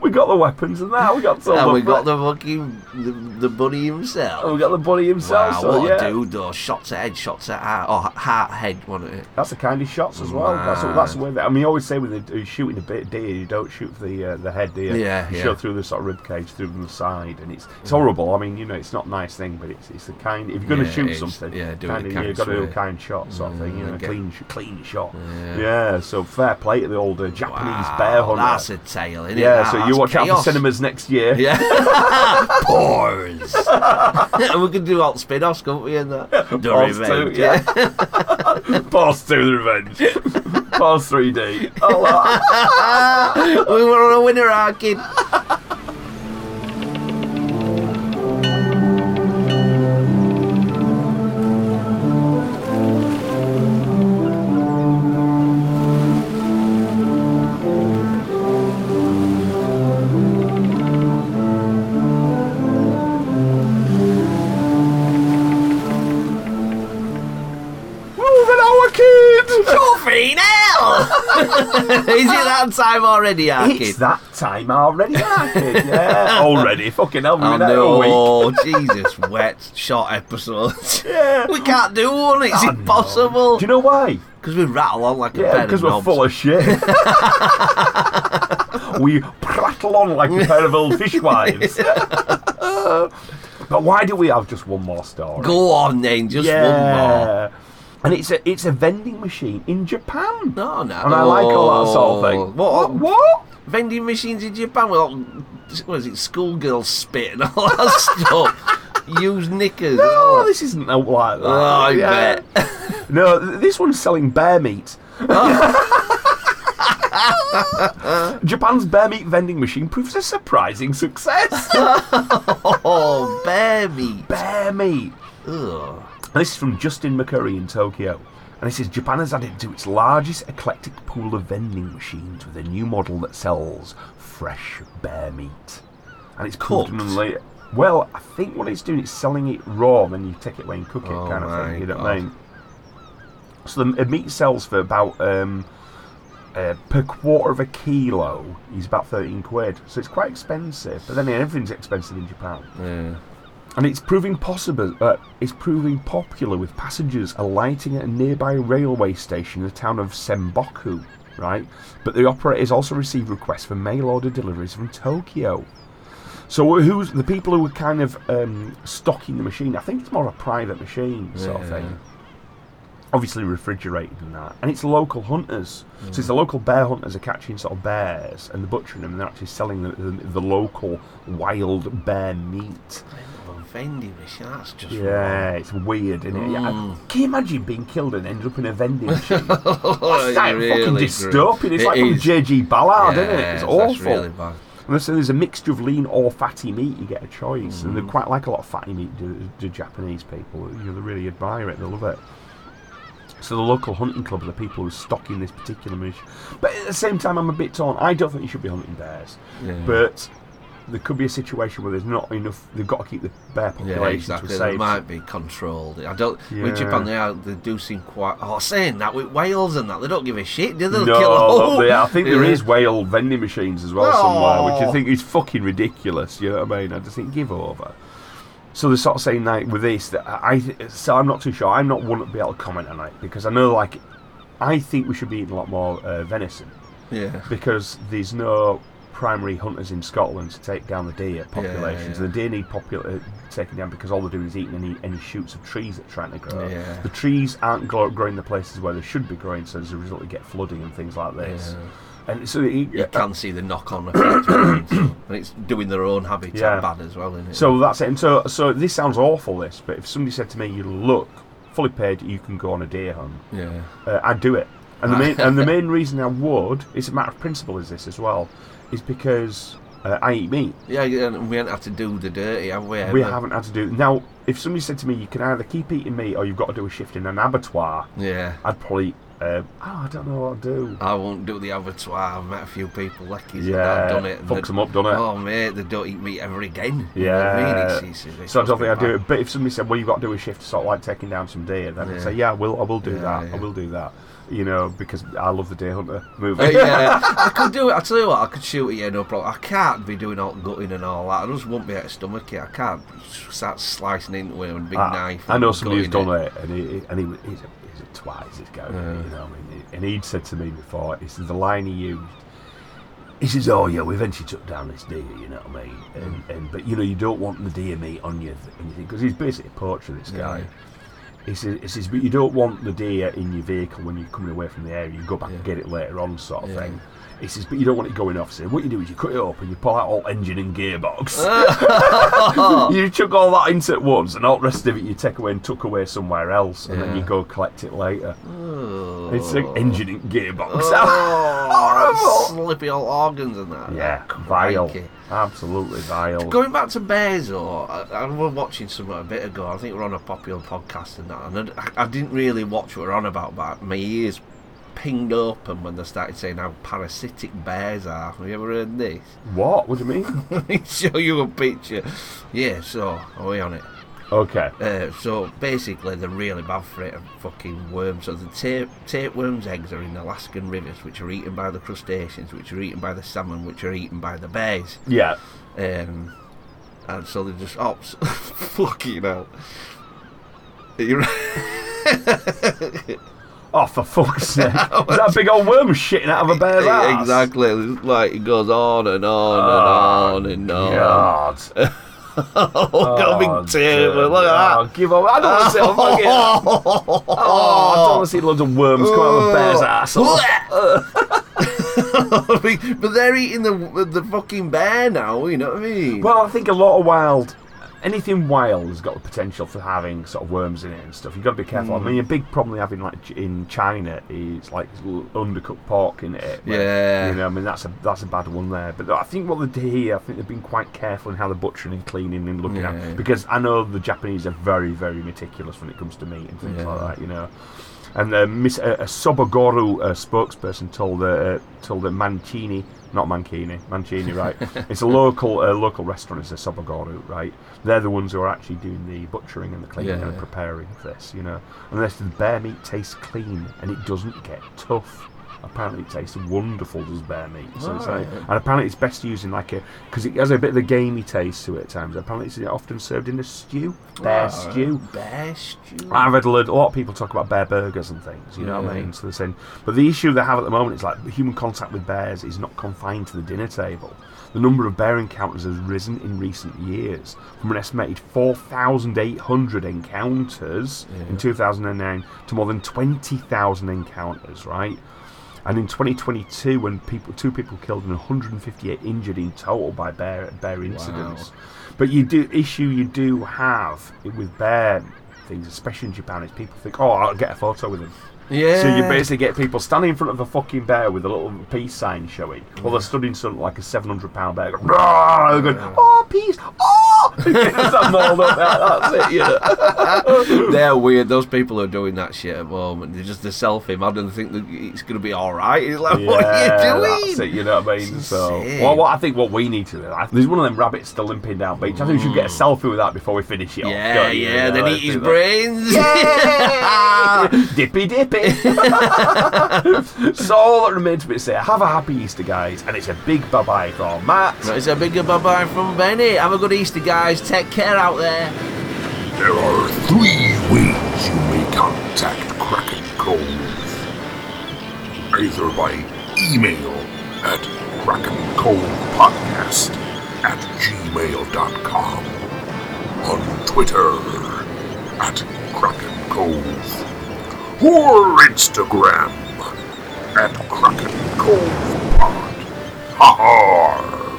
[SPEAKER 2] we got the weapons and that. We got some.
[SPEAKER 3] And we got the fucking the, the bunny himself.
[SPEAKER 2] We got the bunny himself.
[SPEAKER 3] wow,
[SPEAKER 2] so,
[SPEAKER 3] what
[SPEAKER 2] Oh, yeah.
[SPEAKER 3] a dude, though. Shots at head, shots at heart. Oh, heart head, wasn't it?
[SPEAKER 2] That's the kind of shots as well. That's
[SPEAKER 3] Wow.
[SPEAKER 2] that's the way. That, I mean, you always say when you're shooting a bit of deer, you don't shoot for the uh, the head, do you?
[SPEAKER 3] Yeah,
[SPEAKER 2] you
[SPEAKER 3] yeah.
[SPEAKER 2] Shoot through the sort of rib cage, through the side, and it's it's horrible. I mean, you know, it's not a nice thing, but it's it's the kind. If you're going to
[SPEAKER 3] Yeah, it
[SPEAKER 2] shoot
[SPEAKER 3] is.
[SPEAKER 2] something,
[SPEAKER 3] Yeah, do it
[SPEAKER 2] kind
[SPEAKER 3] the
[SPEAKER 2] of, you've
[SPEAKER 3] kindest
[SPEAKER 2] got to do a
[SPEAKER 3] way.
[SPEAKER 2] kind shot sort of thing. You know,
[SPEAKER 3] okay.
[SPEAKER 2] clean sh- clean shot.
[SPEAKER 3] Yeah.
[SPEAKER 2] So fair play to the old uh, Japanese
[SPEAKER 3] Wow,
[SPEAKER 2] bear hunter.
[SPEAKER 3] That's a tale, innit?
[SPEAKER 2] yeah.
[SPEAKER 3] That-
[SPEAKER 2] so you
[SPEAKER 3] that's
[SPEAKER 2] watch out for
[SPEAKER 3] chaos.
[SPEAKER 2] cinemas next year.
[SPEAKER 3] Yeah. Pores. we could do alt spin offs, couldn't we? And that. The
[SPEAKER 2] Pause two, yeah.
[SPEAKER 3] revenge.
[SPEAKER 2] Pause two, the revenge. Pause three D. Oh, wow.
[SPEAKER 3] we were on a winner, our kid.
[SPEAKER 2] Moving our kid.
[SPEAKER 3] Coffee now! Is it that time already, our
[SPEAKER 2] It's
[SPEAKER 3] kid?
[SPEAKER 2] that time already, Arcade. yeah, already. Fucking hell, we've
[SPEAKER 3] Oh
[SPEAKER 2] been out all week.
[SPEAKER 3] no, Jesus, wet, short episodes.
[SPEAKER 2] Yeah.
[SPEAKER 3] We can't do one, it's
[SPEAKER 2] Oh, no.
[SPEAKER 3] impossible.
[SPEAKER 2] Do you know why?
[SPEAKER 3] Because we rattle on like a
[SPEAKER 2] Yeah,
[SPEAKER 3] pair
[SPEAKER 2] because
[SPEAKER 3] of
[SPEAKER 2] we're
[SPEAKER 3] knobs.
[SPEAKER 2] full of shit. we prattle on like a pair of old fishwives. but why do we have just one more story?
[SPEAKER 3] Go on then, just one
[SPEAKER 2] yeah.
[SPEAKER 3] more.
[SPEAKER 2] And it's a it's a vending machine in Japan.
[SPEAKER 3] No, no.
[SPEAKER 2] And I like all that sort of thing.
[SPEAKER 3] What?
[SPEAKER 2] What? what?
[SPEAKER 3] Vending machines in Japan with all, what is it, schoolgirl spit and all that stuff. Used knickers. and all
[SPEAKER 2] Oh,
[SPEAKER 3] that.
[SPEAKER 2] this isn't out like that.
[SPEAKER 3] Oh, I
[SPEAKER 2] Yeah.
[SPEAKER 3] bet.
[SPEAKER 2] No, th- this one's selling bear meat. Japan's bear meat vending machine proves a surprising success.
[SPEAKER 3] Oh, bear meat.
[SPEAKER 2] bear meat.
[SPEAKER 3] Ugh.
[SPEAKER 2] And this is from Justin McCurry in Tokyo. And it says Japan has added to its largest eclectic pool of vending machines with a new model that sells fresh bear meat. And it's cooked.
[SPEAKER 3] Cooked?
[SPEAKER 2] predominantly- Well, I think what it's doing is selling it raw, then you take it away and cook it,
[SPEAKER 3] Oh
[SPEAKER 2] kind of
[SPEAKER 3] my
[SPEAKER 2] thing. You know what I
[SPEAKER 3] God.
[SPEAKER 2] mean? So the the meat sells for about um, uh, per quarter of a kilo is about thirteen quid. So it's quite expensive. But then everything's expensive in Japan
[SPEAKER 3] Yeah.
[SPEAKER 2] and it's proving possible. Uh, it's proving popular with passengers alighting at a nearby railway station in the town of Semboku, right? But the operators also receive requests for mail order deliveries from Tokyo. So who's the people who are kind of um, stocking the machine? I think it's more a private machine sort of
[SPEAKER 3] Yeah.
[SPEAKER 2] thing. Obviously refrigerated and that, and it's local hunters. So it's the local bear hunters are catching sort of bears and they're butchering them, and they're actually selling the, the, the local wild bear meat.
[SPEAKER 3] Well, vending machine, that's just
[SPEAKER 2] Yeah, it's weird, isn't it? Yeah,
[SPEAKER 3] Mm.
[SPEAKER 2] I- Can you imagine being killed and ending up in a vending machine?
[SPEAKER 3] Oh,
[SPEAKER 2] That's
[SPEAKER 3] it's
[SPEAKER 2] fucking
[SPEAKER 3] really
[SPEAKER 2] dystopian. It's
[SPEAKER 3] grim.
[SPEAKER 2] like
[SPEAKER 3] It
[SPEAKER 2] from
[SPEAKER 3] is.
[SPEAKER 2] J.G. Ballard, isn't it?
[SPEAKER 3] Yeah,
[SPEAKER 2] It's
[SPEAKER 3] that's
[SPEAKER 2] awful.
[SPEAKER 3] really bad.
[SPEAKER 2] And And they're saying there's a mixture of lean or fatty meat. You get a choice, and
[SPEAKER 3] Mm.
[SPEAKER 2] they quite like a lot of fatty meat. The, the Japanese people, you know, they really admire it. They love it. So the local hunting club are the people who are stocking this particular meat. But at the same time, I'm a bit torn. I don't think you should be hunting bears,
[SPEAKER 3] Yeah.
[SPEAKER 2] but there could be a situation where there's not enough. They've got to keep the bear population
[SPEAKER 3] Yeah, exactly.
[SPEAKER 2] to a
[SPEAKER 3] They
[SPEAKER 2] safe.
[SPEAKER 3] might be controlled. I don't.
[SPEAKER 2] Yeah.
[SPEAKER 3] With Japan, they are. They do seem quite. Oh, saying that with Wales and that, they don't give a shit. Do they?
[SPEAKER 2] no,
[SPEAKER 3] They'll kill all.
[SPEAKER 2] look, yeah, I think there
[SPEAKER 3] Yeah.
[SPEAKER 2] is whale vending machines as well somewhere, which I
[SPEAKER 3] Oh.
[SPEAKER 2] think is fucking ridiculous. You know what I mean? I just think give over. So they're sort of saying like with this that I I- so I'm not too sure. I'm not one to be able to comment on it because I know like I think we should be eating a lot more uh, venison.
[SPEAKER 3] Yeah.
[SPEAKER 2] because there's no primary hunters in Scotland to take down the deer populations.
[SPEAKER 3] yeah.
[SPEAKER 2] The deer need popul- uh, taken down because all they're doing is eating any, any shoots of trees that are trying to grow.
[SPEAKER 3] Yeah.
[SPEAKER 2] The trees aren't grow- growing the places where they should be growing, so as a result, they get flooding and things like this. And so, it,
[SPEAKER 3] You can see the knock-on effect, of it, and it's doing their own habitat
[SPEAKER 2] Yeah.
[SPEAKER 3] bad as well, isn't it?
[SPEAKER 2] so that's it. And so, so this sounds awful, this, but if somebody said to me, "You look fully paid, you can go on a deer hunt,"
[SPEAKER 3] yeah,
[SPEAKER 2] uh, I'd do it. And the main and the main reason I would, it's a matter of principle, is this as well, is because uh, I eat meat.
[SPEAKER 3] yeah, yeah, and we ain't had to do the dirty, have we?
[SPEAKER 2] We
[SPEAKER 3] ever?
[SPEAKER 2] haven't had to do now. If somebody said to me, "You can either keep eating meat or you've got to do a shift in an abattoir,"
[SPEAKER 3] Yeah.
[SPEAKER 2] I'd probably, um, oh, I don't know what to do.
[SPEAKER 3] I won't do the abattoir. I've met a few people like you.
[SPEAKER 2] Yeah,
[SPEAKER 3] I've done it. and
[SPEAKER 2] fucks
[SPEAKER 3] they-
[SPEAKER 2] 'em up, don't it?
[SPEAKER 3] Oh mate, they don't eat meat ever again. You know what I mean?
[SPEAKER 2] Yeah.
[SPEAKER 3] It's- it's- it's
[SPEAKER 2] so I don't
[SPEAKER 3] fucking
[SPEAKER 2] think I'd do
[SPEAKER 3] bad.
[SPEAKER 2] it. But if somebody said, "Well, you've got to do a shift, sort of like taking down some deer," then I'd
[SPEAKER 3] Yeah.
[SPEAKER 2] say, "Yeah, I will. I will do
[SPEAKER 3] Yeah,
[SPEAKER 2] that. I
[SPEAKER 3] yeah.
[SPEAKER 2] will do that." You know, because I love the Deer Hunter movie.
[SPEAKER 3] Uh, yeah, I could do it. I tell you what, I could shoot it. Yeah, no problem. I can't be doing all gutting and all that. I just won't be at a stomach. Yeah, I can't start slicing into it with a big
[SPEAKER 2] I,
[SPEAKER 3] knife.
[SPEAKER 2] Ah, I know
[SPEAKER 3] and
[SPEAKER 2] somebody who's
[SPEAKER 3] gutting
[SPEAKER 2] done it, and he, he- and he, he's, a, he's a twat. He's this guy, you know. what I mean? And he'd said to me before, "This is the line he used." He says, "Oh yeah, we eventually took down this deer, you know what I mean?" And, and but you know, you don't want the deer meat on your th- anything because he's basically poaching this guy. He says, he says, but you don't want the deer in your vehicle when you're coming away from the area. You go back and get it later on, sort of
[SPEAKER 3] Yeah.
[SPEAKER 2] thing. He says, but you don't want it going off. So what you do is you cut it up and you pull out all engine and gearbox.
[SPEAKER 3] Oh.
[SPEAKER 2] you chuck all that into it once, and all the rest of it you take away and tuck away somewhere else, and then
[SPEAKER 3] Yeah.
[SPEAKER 2] you go collect it later.
[SPEAKER 3] Oh.
[SPEAKER 2] It's an engine and gearbox.
[SPEAKER 3] Oh, slippy old organs and that.
[SPEAKER 2] yeah,
[SPEAKER 3] Crikey.
[SPEAKER 2] vile, absolutely vile.
[SPEAKER 3] Going back to bears, though, I, I was watching something a bit ago. I think we we're on a popular podcast and that, and I, I didn't really watch what we we're on about, but my ears pinged open when they started saying how parasitic bears are. Have you ever heard this?
[SPEAKER 2] What? What do you mean?
[SPEAKER 3] Let me show you a picture. Yeah, so are we on it?
[SPEAKER 2] okay.
[SPEAKER 3] Uh, so basically, they're really bad for it. and Fucking worms. So the tape, tapeworms' eggs are in Alaskan rivers, which are eaten by the crustaceans, which are eaten by the salmon, which are eaten by the bears.
[SPEAKER 2] Yeah.
[SPEAKER 3] Um, and so they just ops. fucking hell. You're-
[SPEAKER 2] Oh, for fuck's sake! Is that a big old worm shitting out of a bear's ass?
[SPEAKER 3] E-, exactly. it's Like it goes on and
[SPEAKER 2] Oh,
[SPEAKER 3] on and on and on.
[SPEAKER 2] God.
[SPEAKER 3] oh, got a
[SPEAKER 2] Oh,
[SPEAKER 3] big tapeworm. Look at
[SPEAKER 2] Oh, give up. I don't want to see a fucking. Oh,
[SPEAKER 3] that.
[SPEAKER 2] I don't want to see loads of worms come out of a Oh, bear's asshole.
[SPEAKER 3] Blech. but they're eating the the fucking bear now. You know what I mean?
[SPEAKER 2] Well, I think a lot of wild, anything wild has got the potential for having sort of worms in it and stuff. You've got to be careful. I mean,
[SPEAKER 3] Hmm.
[SPEAKER 2] a big problem they have in like Ch- in China is like l- undercooked pork in it. where-
[SPEAKER 3] Yeah.
[SPEAKER 2] you know, I mean that's a that's a bad one there. But I think what they do here, I think they've been quite careful in how they're butchering and cleaning and looking
[SPEAKER 3] Yeah.
[SPEAKER 2] at because I know the Japanese are very very meticulous when it comes to meat and things
[SPEAKER 3] Yeah.
[SPEAKER 2] like that. You know. And uh, Miss uh, a Sobogoru uh, spokesperson told uh, told uh, Mancini, not Mancini, Mancini, right? it's a local uh, local restaurant. It's a Sobogoru, right? They're the ones who are actually doing the butchering and the cleaning
[SPEAKER 3] Yeah.
[SPEAKER 2] and preparing of this, you know. And they said the bear meat tastes clean and it doesn't get tough. Apparently, it tastes wonderful. Does bear meat? So it's like,
[SPEAKER 3] Right.
[SPEAKER 2] and apparently, it's best used in like a because it has a bit of a gamey taste to it at times. Apparently, it's often served in a stew, bear stew.
[SPEAKER 3] Bear stew.
[SPEAKER 2] I've had a lot, a lot of people talk about bear burgers and things, you know what I
[SPEAKER 3] Yeah.
[SPEAKER 2] mean? So they're saying, but the issue they have at the moment is like the human contact with bears is not confined to the dinner table. The number of bear encounters has risen in recent years from an estimated 4,800 encounters in 2009 to more than 20,000 encounters, right? And in 2022, when people, two people killed and 158 injured in total by bear bear incidents. But you do issue you do have with bear things, especially in Japan, is people think, oh, I'll get a photo with him.
[SPEAKER 3] Yeah.
[SPEAKER 2] So you basically get people standing in front of a fucking bear with a little peace sign showing. Well, they're stood in something like a 700 pound bear going, "Rah!" They're going, oh, peace, oh! It's all gnarled up, that- that's it, you know.
[SPEAKER 3] They're weird. Those people who are doing that shit at the moment. They're just the selfie mad and think that it's going to be all right. It's like, what
[SPEAKER 2] Yeah,
[SPEAKER 3] are you
[SPEAKER 2] that's
[SPEAKER 3] doing?
[SPEAKER 2] it, you know what I mean? So,
[SPEAKER 3] insane.
[SPEAKER 2] well, what I think what we need to do, I- there's one of them rabbits still limping down beach. I think we should get a selfie with that before we finish it off.
[SPEAKER 3] Hmm. Yeah,
[SPEAKER 2] don't you?
[SPEAKER 3] yeah.
[SPEAKER 2] You know,
[SPEAKER 3] Then
[SPEAKER 2] let's
[SPEAKER 3] eat his
[SPEAKER 2] do that.
[SPEAKER 3] brains.
[SPEAKER 2] dippy dippy. so all that remains for me to say, have a happy Easter, guys, and it's a big bye bye from Matt.
[SPEAKER 3] It's a bigger bye bye from Benny. Have a good Easter, guys. Take care out there.
[SPEAKER 1] There are three ways you may contact Kraken Cove. Either by email at krakencovepodcast at gmail.com, on Twitter at Kraken Cove, or Instagram at Kraken Cove Pod. Ha ha!